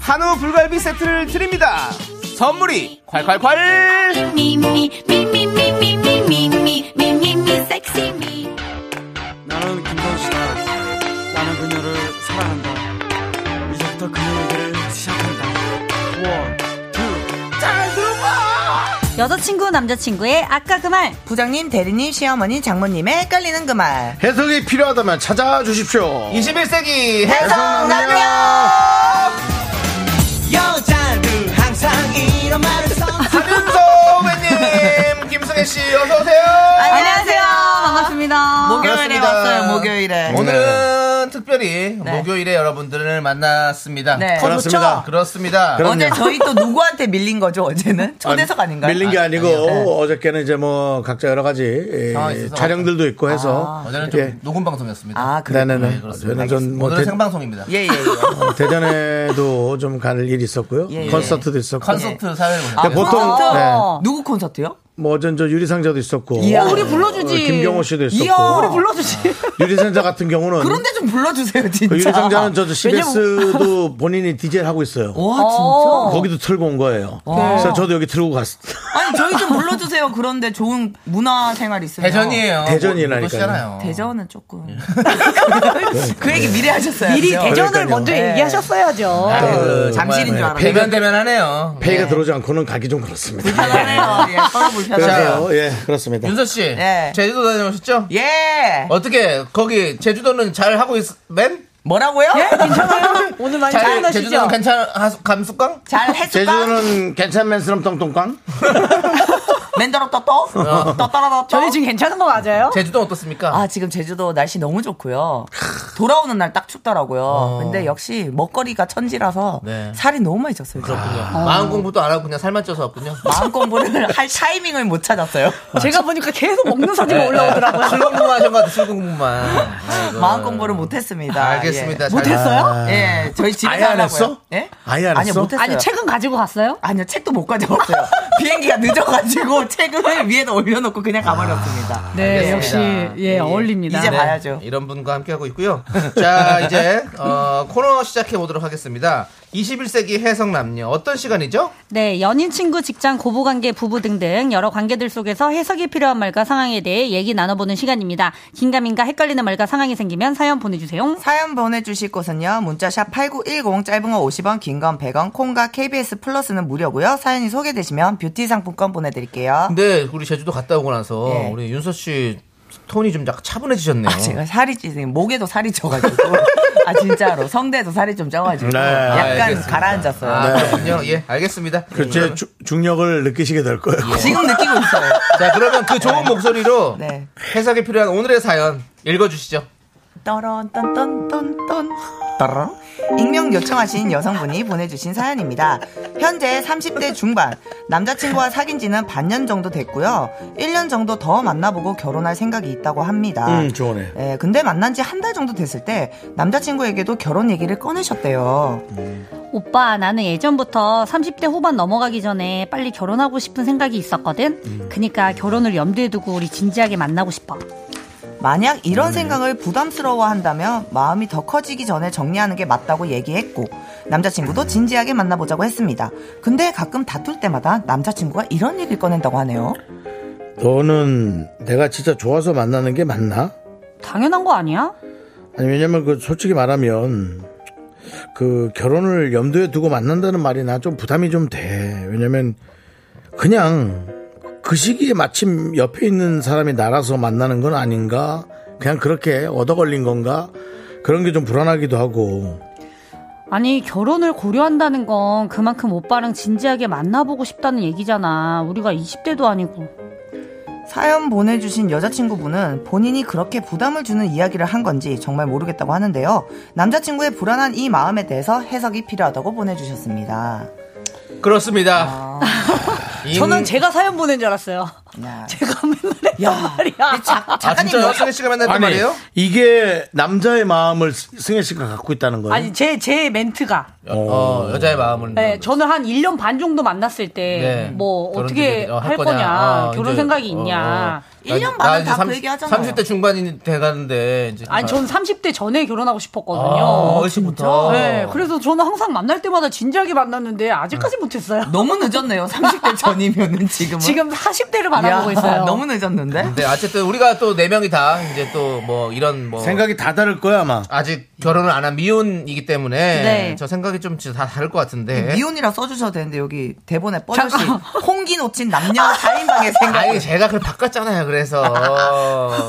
Speaker 2: 한우 불갈비 세트를 드립니다 선물이 콸콸콸
Speaker 8: Me, me, me, me, me, me, me, me, me, me, me, me, sexy me.
Speaker 9: 나는 김선수다. 나는 그녀를 사랑한다. 이제부터 그녀에게 시작한다. 원, 투.
Speaker 10: 여자친구 남자친구의 아까 그 말
Speaker 11: 부장님, 대리님, 시어머니, 장모님의 헷갈리는 그 말.
Speaker 1: 해석이 필요하다면 찾아주십시오
Speaker 2: 21세기 해성
Speaker 11: 여자들 항상 이런 말을 써.
Speaker 2: 한윤서 후배님 김승혜씨 어서오세요
Speaker 10: 안녕하세요 아, 반갑습니다
Speaker 11: 아, 목요일에
Speaker 2: 반갑습니다.
Speaker 11: 왔어요, 목요일에.
Speaker 1: 네.
Speaker 2: 오늘은 특별히
Speaker 11: 네.
Speaker 2: 목요일에 여러분들을 만났습니다
Speaker 11: 네. 더
Speaker 1: 그렇습니다.
Speaker 11: 좋죠?
Speaker 2: 그렇습니다
Speaker 1: 그럼-
Speaker 11: 어제 저희 또 누구한테 밀린 거죠, 어제는? 초대석 아닌가요?
Speaker 1: 밀린 게 아니고
Speaker 11: 아니요. 네.
Speaker 1: 어저께는 이제 뭐 각자 여러 가지 예,
Speaker 2: 상황이 있어서.
Speaker 1: 촬영들도 있고 해서
Speaker 2: 어제는 좀
Speaker 1: 예.
Speaker 2: 녹음 방송이었습니다
Speaker 11: 아, 그래.
Speaker 1: 네네네. 저는 좀뭐
Speaker 2: 오늘은 생방송입니다
Speaker 11: 예, 예, 예.
Speaker 1: 대전에도 좀 갈 일이 있었고요.
Speaker 11: 예, 예.
Speaker 1: 콘서트도 있었고.
Speaker 2: 콘서트 사회를 보셨죠?
Speaker 1: 근데 아, 보통
Speaker 11: 아, 콘서트?
Speaker 1: 네.
Speaker 11: 누구 콘서트요?
Speaker 1: 뭐 어전 저 유리상자도 있었고.
Speaker 11: 이야. 어, 우리
Speaker 10: 불러주지.
Speaker 1: 어, 김경호 씨도 있었고.
Speaker 11: 이야, 우리 불러주지.
Speaker 1: 유리상자 같은 경우는
Speaker 11: 그런데 좀 불러주세요, 진짜.
Speaker 1: 그 유리상자는 저, 저
Speaker 11: 왜냐면-
Speaker 1: CBS도 본인이 DJ를 하고 있어요.
Speaker 11: 와, 진짜.
Speaker 1: 거기도 틀고 온 거예요.
Speaker 11: 어.
Speaker 1: 그래서 저도 여기 틀고 갔어요.
Speaker 11: 아니, 저희 좀 불러주세요. 그런데 좋은 문화 생활 있으면. 아,
Speaker 2: 대전이에요
Speaker 11: 뭐
Speaker 1: 대전이라니까요.
Speaker 11: 어.
Speaker 2: 그것이잖아요.
Speaker 11: 대전은 조금. 그 얘기 미리 하셨어요.
Speaker 10: 미리 대전을
Speaker 1: 그러니까요. 네.
Speaker 10: 먼저 얘기하셨어야죠
Speaker 2: 아,
Speaker 1: 그
Speaker 11: 잠실인 줄 알았네.
Speaker 2: 대면 대면 하네요.
Speaker 1: 페이가 들어오지 않고는 가기 좀 그렇습니다.
Speaker 11: 불편하네요. 예, 서로 불편해요.
Speaker 1: 그래서 예 그렇습니다.
Speaker 2: 윤서 씨,
Speaker 11: 네.
Speaker 2: 제주도 다녀오셨죠?
Speaker 11: 예.
Speaker 2: 어떻게 거기 제주도는 잘 하고 있? 맨?
Speaker 11: 뭐라고요?
Speaker 10: 괜찮아요 오늘 많이
Speaker 2: 잘 제주도는
Speaker 10: 잘하시죠
Speaker 2: 괜찮? 하수- 감수광?
Speaker 11: 잘 해줄까?
Speaker 1: 제주도는 괜찮맨스럼 똥똥꽝?
Speaker 11: 맨더러 떠떠?
Speaker 1: 어.
Speaker 11: 떠떠라떠?
Speaker 10: 저희 지금 괜찮은 거 맞아요
Speaker 2: 제주도 어떻습니까?
Speaker 11: 아, 지금 제주도 날씨 너무 좋고요. 돌아오는 날 딱 춥더라고요.
Speaker 1: 어.
Speaker 11: 근데 역시 먹거리가 천지라서
Speaker 2: 네.
Speaker 11: 살이 너무 많이 쪘어요. 지금.
Speaker 2: 아, 마음 공부도 안 하고 그냥 살만 쪄서 왔군요.
Speaker 11: 마음 공부를 할 타이밍을 못 찾았어요.
Speaker 10: 제가 보니까 계속 먹는 사진이 올라오더라고요
Speaker 2: 술 공부만 하신 것 같아. 술 공부만.
Speaker 1: 네.
Speaker 2: 아이고.
Speaker 11: 마음 공부를 못 했습니다.
Speaker 2: 알겠습니다. 잘-
Speaker 10: 예. 못했어요?
Speaker 11: 예. 예, 저희 집에서
Speaker 1: 아예 안
Speaker 11: 하려고요.
Speaker 1: 했어?
Speaker 11: 예?
Speaker 1: 아예 안
Speaker 11: 아니요,
Speaker 1: 했어?
Speaker 11: 못했어요.
Speaker 10: 아니 책은 가지고 갔어요?
Speaker 11: 아니요, 책도 못 가져왔어요. 비행기가 늦어가지고 책을 위에다 올려놓고 그냥 가버렸습니다.
Speaker 10: 네 역시 예 어울립니다
Speaker 11: 이제 봐야죠.
Speaker 2: 이런 분과 함께 하고 있고요. 자 이제 어, 코너 시작해 보도록 하겠습니다. 21세기 해석 남녀 어떤 시간이죠?
Speaker 10: 네, 연인, 친구, 직장, 고부관계, 부부 등등 여러 관계들 속에서 해석이 필요한 말과 상황에 대해 얘기 나눠보는 시간입니다. 긴가민가 헷갈리는 말과 상황이 생기면 사연 보내주세요.
Speaker 11: 사연 보내주실 곳은요. 문자샵 8910 짧은 거 50원 긴 건 100원 콩과 KBS 플러스는 무료고요. 사연이 소개되시면 뷰티 상품권 보내드릴게요.
Speaker 2: 근데 우리 제주도 갔다 오고 나서
Speaker 11: 예.
Speaker 2: 우리 윤서 씨 톤이 좀 약간 차분해지셨네요.
Speaker 11: 아, 제가 살이 찌는 목에도 살이 쪄가지고 아 진짜로 성대도 살이 좀 쪄가지고
Speaker 1: 네,
Speaker 11: 약간
Speaker 2: 알겠습니다.
Speaker 11: 가라앉았어요.
Speaker 2: 아, 그렇군요. 예, 알겠습니다.
Speaker 1: 그제 중력을 느끼시게 될 거예요.
Speaker 11: 지금 느끼고 있어요.
Speaker 2: 자, 그러면 그 좋은 목소리로
Speaker 11: 네.
Speaker 2: 해석이 필요한 오늘의 사연 읽어주시죠.
Speaker 11: 떠런 떤떤떤떤 떠런 익명 요청하신 여성분이 보내주신 사연입니다. 현재 30대 중반 남자친구와 사귄 지는 반년 정도 됐고요. 1년 정도 더 만나보고 결혼할 생각이 있다고 합니다.
Speaker 1: 음, 좋네.
Speaker 11: 예, 근데 만난 지 한 달 정도 됐을 때 남자친구에게도 결혼 얘기를 꺼내셨대요.
Speaker 10: 오빠, 나는 예전부터 30대 후반 넘어가기 전에 빨리 결혼하고 싶은 생각이 있었거든?
Speaker 2: 음.
Speaker 10: 그니까 결혼을 염두에 두고 우리 진지하게 만나고 싶어.
Speaker 11: 만약 이런 생각을 부담스러워한다면 마음이 더 커지기 전에 정리하는 게 맞다고 얘기했고 남자친구도 진지하게 만나보자고 했습니다. 근데 가끔 다툴 때마다 남자친구가 이런 얘기를 꺼낸다고 하네요.
Speaker 1: 너는 내가 진짜 좋아서 만나는 게 맞나?
Speaker 10: 당연한 거 아니야?
Speaker 1: 아니 왜냐면 그 솔직히 말하면 그 결혼을 염두에 두고 만난다는 말이 나 좀 부담이 좀 돼 왜냐면 그냥 그 시기에 마침 옆에 있는 사람이 나라서 만나는 건 아닌가 그냥 그렇게 얻어 걸린 건가 그런 게 좀 불안하기도 하고
Speaker 10: 아니, 결혼을 고려한다는 건 그만큼 오빠랑 진지하게 만나보고 싶다는 얘기잖아. 우리가 20대도 아니고.
Speaker 11: 사연 보내주신 여자친구분은 본인이 그렇게 부담을 주는 이야기를 한 건지 정말 모르겠다고 하는데요. 남자친구의 불안한 이 마음에 대해서 해석이 필요하다고 보내주셨습니다.
Speaker 2: 그렇습니다. 인-
Speaker 10: 저는 제가 사연 보낸 줄 알았어요. 제가 맨날 했단 말이야.
Speaker 2: 아 진짜요? 승혜 씨가 맨날 했단 말이에요?
Speaker 1: 이게 예, 남자의 마음을 스- 승혜 씨가 갖고 있다는 거예요
Speaker 10: 아니, 제, 제 멘트가.
Speaker 2: 어, 여자의 마음을
Speaker 10: 네, 저는 한 1년 반 정도 만났을 때,
Speaker 2: 네.
Speaker 10: 뭐,
Speaker 2: 결혼
Speaker 10: 어떻게
Speaker 2: 준비, 어,
Speaker 10: 할 거냐,
Speaker 2: 어,
Speaker 10: 결혼
Speaker 2: 이제,
Speaker 10: 생각이
Speaker 2: 어,
Speaker 10: 있냐.
Speaker 2: 어.
Speaker 11: 일년
Speaker 2: 나-
Speaker 11: 반은
Speaker 2: 나 이제
Speaker 11: 다
Speaker 2: 삼-
Speaker 11: 그 얘기 하잖아요.
Speaker 2: 30대 중반이 돼가는데 이제
Speaker 10: 아니, 전 30대 전에 결혼하고 싶었거든요.
Speaker 2: 아, 어렸을부터.
Speaker 10: 네, 그래서 저는 항상 만날 때마다 진지하게 만났는데, 아직까지 못했어요.
Speaker 11: 너무 늦었네요. 30대 전이면은 지금은.
Speaker 10: 지금 40대를 바라보고 있어요.
Speaker 11: 너무 늦었는데?
Speaker 2: 네, 어쨌든 우리가 또 네 명이 다 이제 또 뭐 이런 뭐
Speaker 1: 생각이 다 다를 거야 아마
Speaker 2: 아직 결혼을 안 한 미혼이기 때문에
Speaker 10: 네.
Speaker 2: 저 생각이 좀 진짜 다 다를 것 같은데.
Speaker 11: 미혼이라 써주셔도 되는데 여기 대본에 뻔히 홍기 놓친 남녀 4인방의 생각
Speaker 2: 아니 제가 그걸 바꿨잖아요. 그래서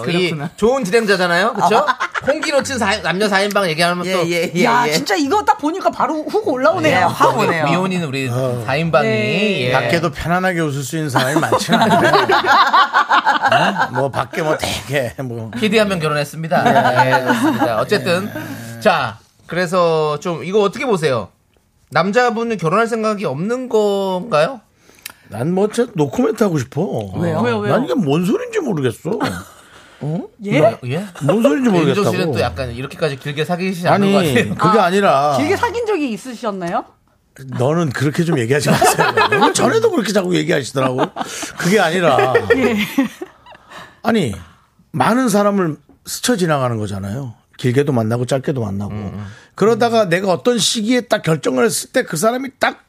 Speaker 2: 이
Speaker 11: 그렇구나.
Speaker 2: 좋은 진행자잖아요. 그렇죠? 홍기 놓친 사- 남녀 4인방 얘기하면
Speaker 11: 예,
Speaker 2: 또
Speaker 11: 예, 예,
Speaker 10: 야,
Speaker 11: 예.
Speaker 10: 진짜 이거 딱 보니까 바로 훅 올라오네요.
Speaker 11: 예, 확 오네요.
Speaker 2: 미혼인 우리 4인방이
Speaker 10: 네.
Speaker 2: 예.
Speaker 1: 어. 밖에도 편안하게 웃을 수 있는 사람이 많지는 않은데 어? 뭐 밖에 뭐 되게 뭐
Speaker 2: PD 한 명
Speaker 11: 네,
Speaker 2: 결혼했습니다. 예, 그렇습니다. 어쨌든 자 그래서 좀 이거 어떻게 보세요? 남자분은 결혼할 생각이 없는 건가요?
Speaker 1: 난 뭐 진짜 노코멘트 하고 싶어.
Speaker 11: 왜요? 왜요,
Speaker 10: 왜요?
Speaker 1: 난 이게 뭔 소린지 모르겠어.
Speaker 10: 예?
Speaker 2: 예?
Speaker 1: 뭔 소린지
Speaker 2: 윤종 씨는 또
Speaker 1: 모르겠다고.
Speaker 2: 약간 이렇게까지 길게 사귀시지 않는 것
Speaker 1: 아니
Speaker 2: 같아요.
Speaker 1: 그게 아니라
Speaker 10: 길게 사귄 적이 있으셨나요?
Speaker 1: 너는 그렇게 좀 얘기하지 마세요. 오늘 전에도 그렇게 자꾸 얘기하시더라고. 그게 아니라 아니 많은 사람을 스쳐 지나가는 거잖아요. 길게도 만나고 짧게도 만나고
Speaker 2: 음,
Speaker 1: 그러다가 내가 어떤 시기에 딱 결정을 했을 때 그 사람이 딱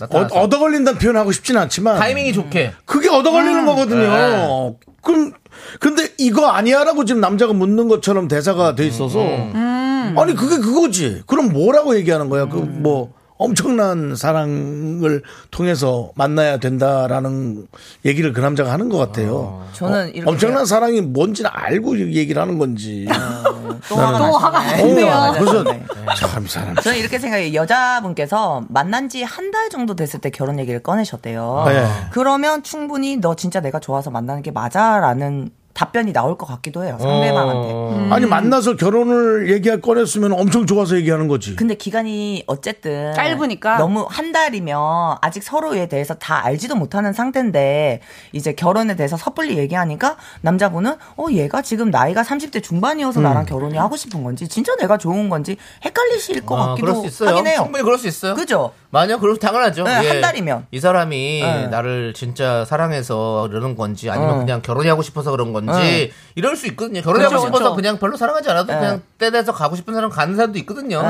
Speaker 1: 어,
Speaker 2: 나타나서.
Speaker 1: 얻어 걸린다는 표현 하고 싶진 않지만
Speaker 2: 타이밍이 좋게.
Speaker 1: 그게 얻어 걸리는 거거든요. 그럼 근데 이거 아니야라고 지금 남자가 묻는 것처럼 대사가 돼 있어서
Speaker 11: 음.
Speaker 1: 아니 그게 그거지. 그럼 뭐라고 얘기하는 거야? 그 뭐 엄청난 사랑을 통해서 만나야 된다라는 얘기를 그 남자가 하는 것 같아요.
Speaker 11: 저는
Speaker 1: 어,
Speaker 11: 이렇게
Speaker 1: 엄청난 사랑이 뭔지는 알고 얘기를 하는 건지.
Speaker 11: 아, 또 화가
Speaker 10: 또
Speaker 11: 나시네.
Speaker 10: 화가
Speaker 1: 어,
Speaker 10: 나네요.
Speaker 1: 그래서 참 사람.
Speaker 11: 저는 이렇게 생각해요. 여자분께서 만난 지 한 달 정도 됐을 때 결혼 얘기를 꺼내셨대요.
Speaker 2: 네.
Speaker 1: 아, 예.
Speaker 11: 그러면 충분히 너 진짜 내가 좋아서 만나는 게 맞아라는 답변이 나올 것 같기도 해요. 상대방한테.
Speaker 2: 어.
Speaker 11: 음,
Speaker 1: 아니 만나서 결혼을 얘기할 꺼냈으면 엄청 좋아서 얘기하는 거지.
Speaker 11: 근데 기간이 어쨌든
Speaker 10: 짧으니까.
Speaker 11: 너무 한 달이면 아직 서로에 대해서 다 알지도 못하는 상태인데 이제 결혼에 대해서 섣불리 얘기하니까 남자분은 어 얘가 지금 나이가 30대
Speaker 2: 음.
Speaker 11: 중반이어서 나랑 결혼이 하고 싶은 건지 진짜 내가 좋은 건지 헷갈리실 것
Speaker 2: 아, 그럴
Speaker 11: 같기도
Speaker 2: 수 있어요.
Speaker 11: 하긴 해요.
Speaker 2: 충분히 그럴 수 있어요.
Speaker 11: 그죠?
Speaker 2: 만약 그럼 당연하죠. 예.
Speaker 11: 네, 한 달이면.
Speaker 2: 이 사람이
Speaker 11: 네.
Speaker 2: 나를 진짜 사랑해서 그러는 건지 아니면
Speaker 11: 어.
Speaker 2: 그냥 결혼이 하고 싶어서 그런 건지
Speaker 11: 네.
Speaker 2: 이럴 수 있거든요. 결혼하고
Speaker 11: 그렇죠,
Speaker 2: 싶어서
Speaker 11: 그렇죠.
Speaker 2: 그냥 별로 사랑하지 않아도
Speaker 11: 네.
Speaker 2: 그냥 떼내서 가고 싶은 사람 가는 사람도 있거든요.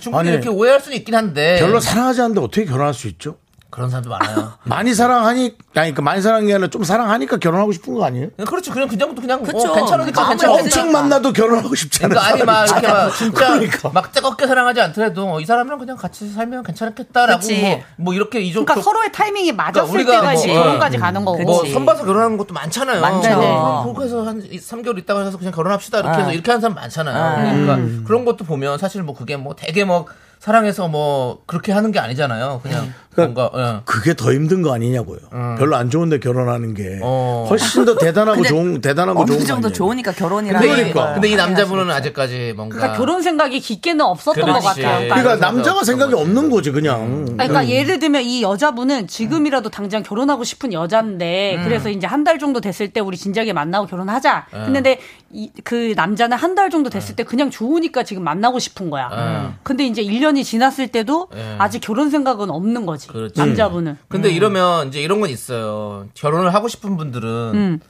Speaker 2: 충분히
Speaker 1: 아니,
Speaker 2: 이렇게 오해할 수는 있긴 한데
Speaker 1: 별로 사랑하지 않는데 어떻게 결혼할 수 있죠?
Speaker 2: 그런 사람도 많아요.
Speaker 1: 많이 사랑하니 아니 그 많이 사랑한 게 아니라 좀 사랑하니까 결혼하고 싶은 거 아니에요?
Speaker 2: 그냥 그렇죠. 그냥 그냥 그냥
Speaker 11: 그쵸.
Speaker 2: 어, 괜찮으니까
Speaker 11: 그쵸.
Speaker 2: 괜찮아.
Speaker 1: 엄청
Speaker 10: 그러니까
Speaker 1: 만나도 결혼하고 싶지 않은
Speaker 2: 그러니까 아니 막
Speaker 1: 사람이잖아.
Speaker 2: 이렇게 막 진짜
Speaker 1: 그러니까.
Speaker 2: 막 뜨겁게 사랑하지 않더라도 어, 이 사람이랑 그냥 같이 살면 괜찮겠다라고
Speaker 11: 그치.
Speaker 2: 뭐, 뭐 이렇게 이 정도
Speaker 10: 그러니까 서로의 타이밍이 맞았을
Speaker 2: 그러니까 우리가 뭐,
Speaker 10: 때가 이제
Speaker 2: 어.
Speaker 10: 결혼까지 가는 거고.
Speaker 2: 뭐
Speaker 11: 그치.
Speaker 2: 선봐서 결혼하는 것도 많잖아요.
Speaker 11: 많죠.
Speaker 2: 네,
Speaker 11: 어,
Speaker 2: 어, 그럼 그렇게 해서 한 3개월 있다가 해서 그냥 결혼합시다 이렇게 해서
Speaker 11: 아.
Speaker 2: 이렇게 하는 사람 많잖아요. 그러니까 그런 것도 보면 사실 뭐 그게 뭐 되게 뭐 사랑해서 뭐 그렇게 하는 게 아니잖아요. 그냥
Speaker 1: 그러니까
Speaker 2: 뭔가 예.
Speaker 1: 그게 더 힘든 거 아니냐고요.
Speaker 2: 음.
Speaker 1: 별로 안 좋은데 결혼하는 게
Speaker 2: 어.
Speaker 1: 훨씬 더 대단하고
Speaker 11: 근데
Speaker 1: 좋은 대단하고
Speaker 11: 어느
Speaker 1: 좋은 거
Speaker 11: 정도
Speaker 1: 아니에요.
Speaker 11: 좋으니까 그러니까. 결혼이라는
Speaker 2: 근데, 이-
Speaker 11: 게
Speaker 2: 근데 이 남자분은 아직까지 뭔가
Speaker 10: 그러니까 결혼 생각이 깊게는 없었던
Speaker 2: 그렇지.
Speaker 10: 것 같아요.
Speaker 2: 그러니까
Speaker 1: 그러니까 남자가 생각이 없는 거지 음. 그냥.
Speaker 10: 아니,
Speaker 2: 음.
Speaker 10: 그러니까 예를 들면 이 여자분은 지금이라도 당장 결혼하고 싶은 여자인데
Speaker 2: 음.
Speaker 10: 그래서 이제 한 달 정도 됐을 때 우리 진작에 만나고 결혼하자.
Speaker 2: 음.
Speaker 10: 근데 이, 그 남자는 한 달 정도 됐을 때 그냥 좋으니까 지금 만나고 싶은 거야.
Speaker 2: 음.
Speaker 10: 근데 이제 1년이 지났을 때도 아직 결혼 생각은 없는 거지.
Speaker 2: 그렇지. 음.
Speaker 10: 남자분은.
Speaker 2: 근데 이러면 이제 이런 건 있어요. 결혼을 하고 싶은 분들은
Speaker 10: 음.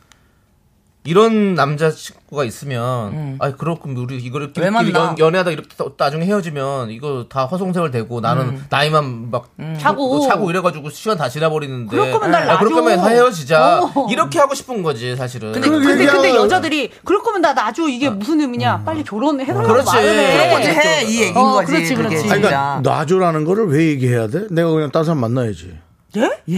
Speaker 2: 이런 남자친구가 있으면 아이 그렇군 우리 이거를 끼리
Speaker 11: 음. 왜 만나?
Speaker 2: 연, 연애하다 이렇게 또 나중에 헤어지면 이거 다 허송세월 되고 나는
Speaker 11: 음.
Speaker 2: 나이만 막
Speaker 10: 차고.
Speaker 2: 또 차고 뭐 이래가지고 시간 다 지나버리는데
Speaker 10: 그럴 거면 날
Speaker 2: 아, 그럴
Speaker 10: 놔줘.
Speaker 2: 거면 다 헤어지자
Speaker 10: 어.
Speaker 2: 이렇게 하고 싶은 거지 사실은
Speaker 10: 근데, 근데, 근데
Speaker 2: 그러니까.
Speaker 10: 여자들이 그럴 거면 나 놔줘 이게 무슨 의미냐 빨리 결혼해달라고
Speaker 2: 음. 그렇지.
Speaker 10: 말을
Speaker 11: 프로포즈
Speaker 10: 해.
Speaker 11: 해이 얘기인
Speaker 10: 어,
Speaker 11: 거지.
Speaker 10: 그렇지,
Speaker 11: 예, 그게
Speaker 10: 그렇지.
Speaker 1: 아니,
Speaker 11: 진짜.
Speaker 1: 그러니까 놔줘라는 거를 왜 얘기해야 돼? 내가 그냥 다른 사람 만나야지.
Speaker 11: 예?
Speaker 10: 아니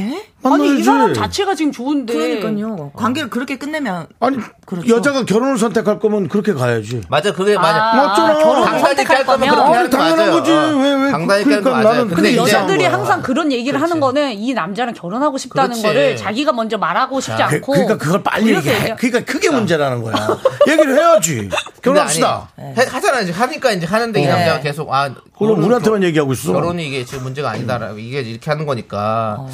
Speaker 10: 이
Speaker 1: 만나야지.
Speaker 10: 사람 자체가 지금 좋은데
Speaker 11: 그러니까요. 관계를 그렇게 끝내면
Speaker 1: 아니
Speaker 11: 그렇죠.
Speaker 1: 여자가 결혼을 선택할 거면 그렇게 가야지.
Speaker 2: 맞아 그게 맞아
Speaker 1: 맞잖아.
Speaker 10: 결혼을
Speaker 2: 강단 있게 할
Speaker 10: 선택할
Speaker 2: 거면
Speaker 10: 거면
Speaker 2: 그렇게
Speaker 1: 아니,
Speaker 2: 하는 거
Speaker 1: 당연한
Speaker 2: 맞아요.
Speaker 1: 거지.
Speaker 2: 어.
Speaker 1: 왜, 왜
Speaker 2: 강단 있게 하는
Speaker 1: 그러니까
Speaker 2: 거 맞아요.
Speaker 1: 나는-
Speaker 10: 근데
Speaker 1: 근데
Speaker 2: 이제
Speaker 10: 여자들이
Speaker 2: 뭐-
Speaker 10: 항상 그런 얘기를 하는 거는 이 남자랑 결혼하고 싶다는
Speaker 2: 그렇지.
Speaker 10: 거를 자기가 먼저 말하고 싶지
Speaker 1: 그,
Speaker 10: 않고
Speaker 1: 그러니까 그걸 빨리
Speaker 10: 돌려서
Speaker 1: 얘기해.
Speaker 10: 얘기해.
Speaker 1: 그러니까 그게 문제라는 거야. 얘기를 해야지.
Speaker 2: 근데
Speaker 1: 결혼합시다.
Speaker 2: 아니,
Speaker 10: 네.
Speaker 2: 해- 하잖아 이제 하니까 이제 하는데 이 남자가 계속 아
Speaker 1: 그럼
Speaker 2: 결혼은
Speaker 1: 우리한테만
Speaker 2: 결-
Speaker 1: 얘기하고 있어.
Speaker 2: 결혼이 이게 지금 문제가 아니다라고 이게 이렇게 하는 거니까
Speaker 10: 어.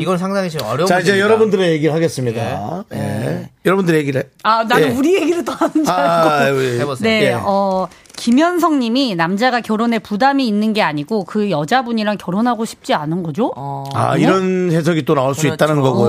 Speaker 2: 이건 상당히 지금 어려운
Speaker 1: 자 이제
Speaker 2: 문제입니다.
Speaker 1: 여러분들의 얘기를 하겠습니다. 예. 여러분들의 얘기를. 해.
Speaker 10: 아 나는
Speaker 1: 예.
Speaker 10: 우리 얘기를 또 하는 줄 알고
Speaker 1: 아, 우리-
Speaker 2: 해보세요.
Speaker 10: 네,
Speaker 1: 예.
Speaker 10: 어, 김현성 님이 남자가 결혼에 부담이 있는 게 아니고 그 여자분이랑 결혼하고 싶지 않은 거죠?
Speaker 1: 아 이런 해석이 또 나올
Speaker 11: 그렇죠.
Speaker 1: 수 있다는
Speaker 10: 그렇죠. 음.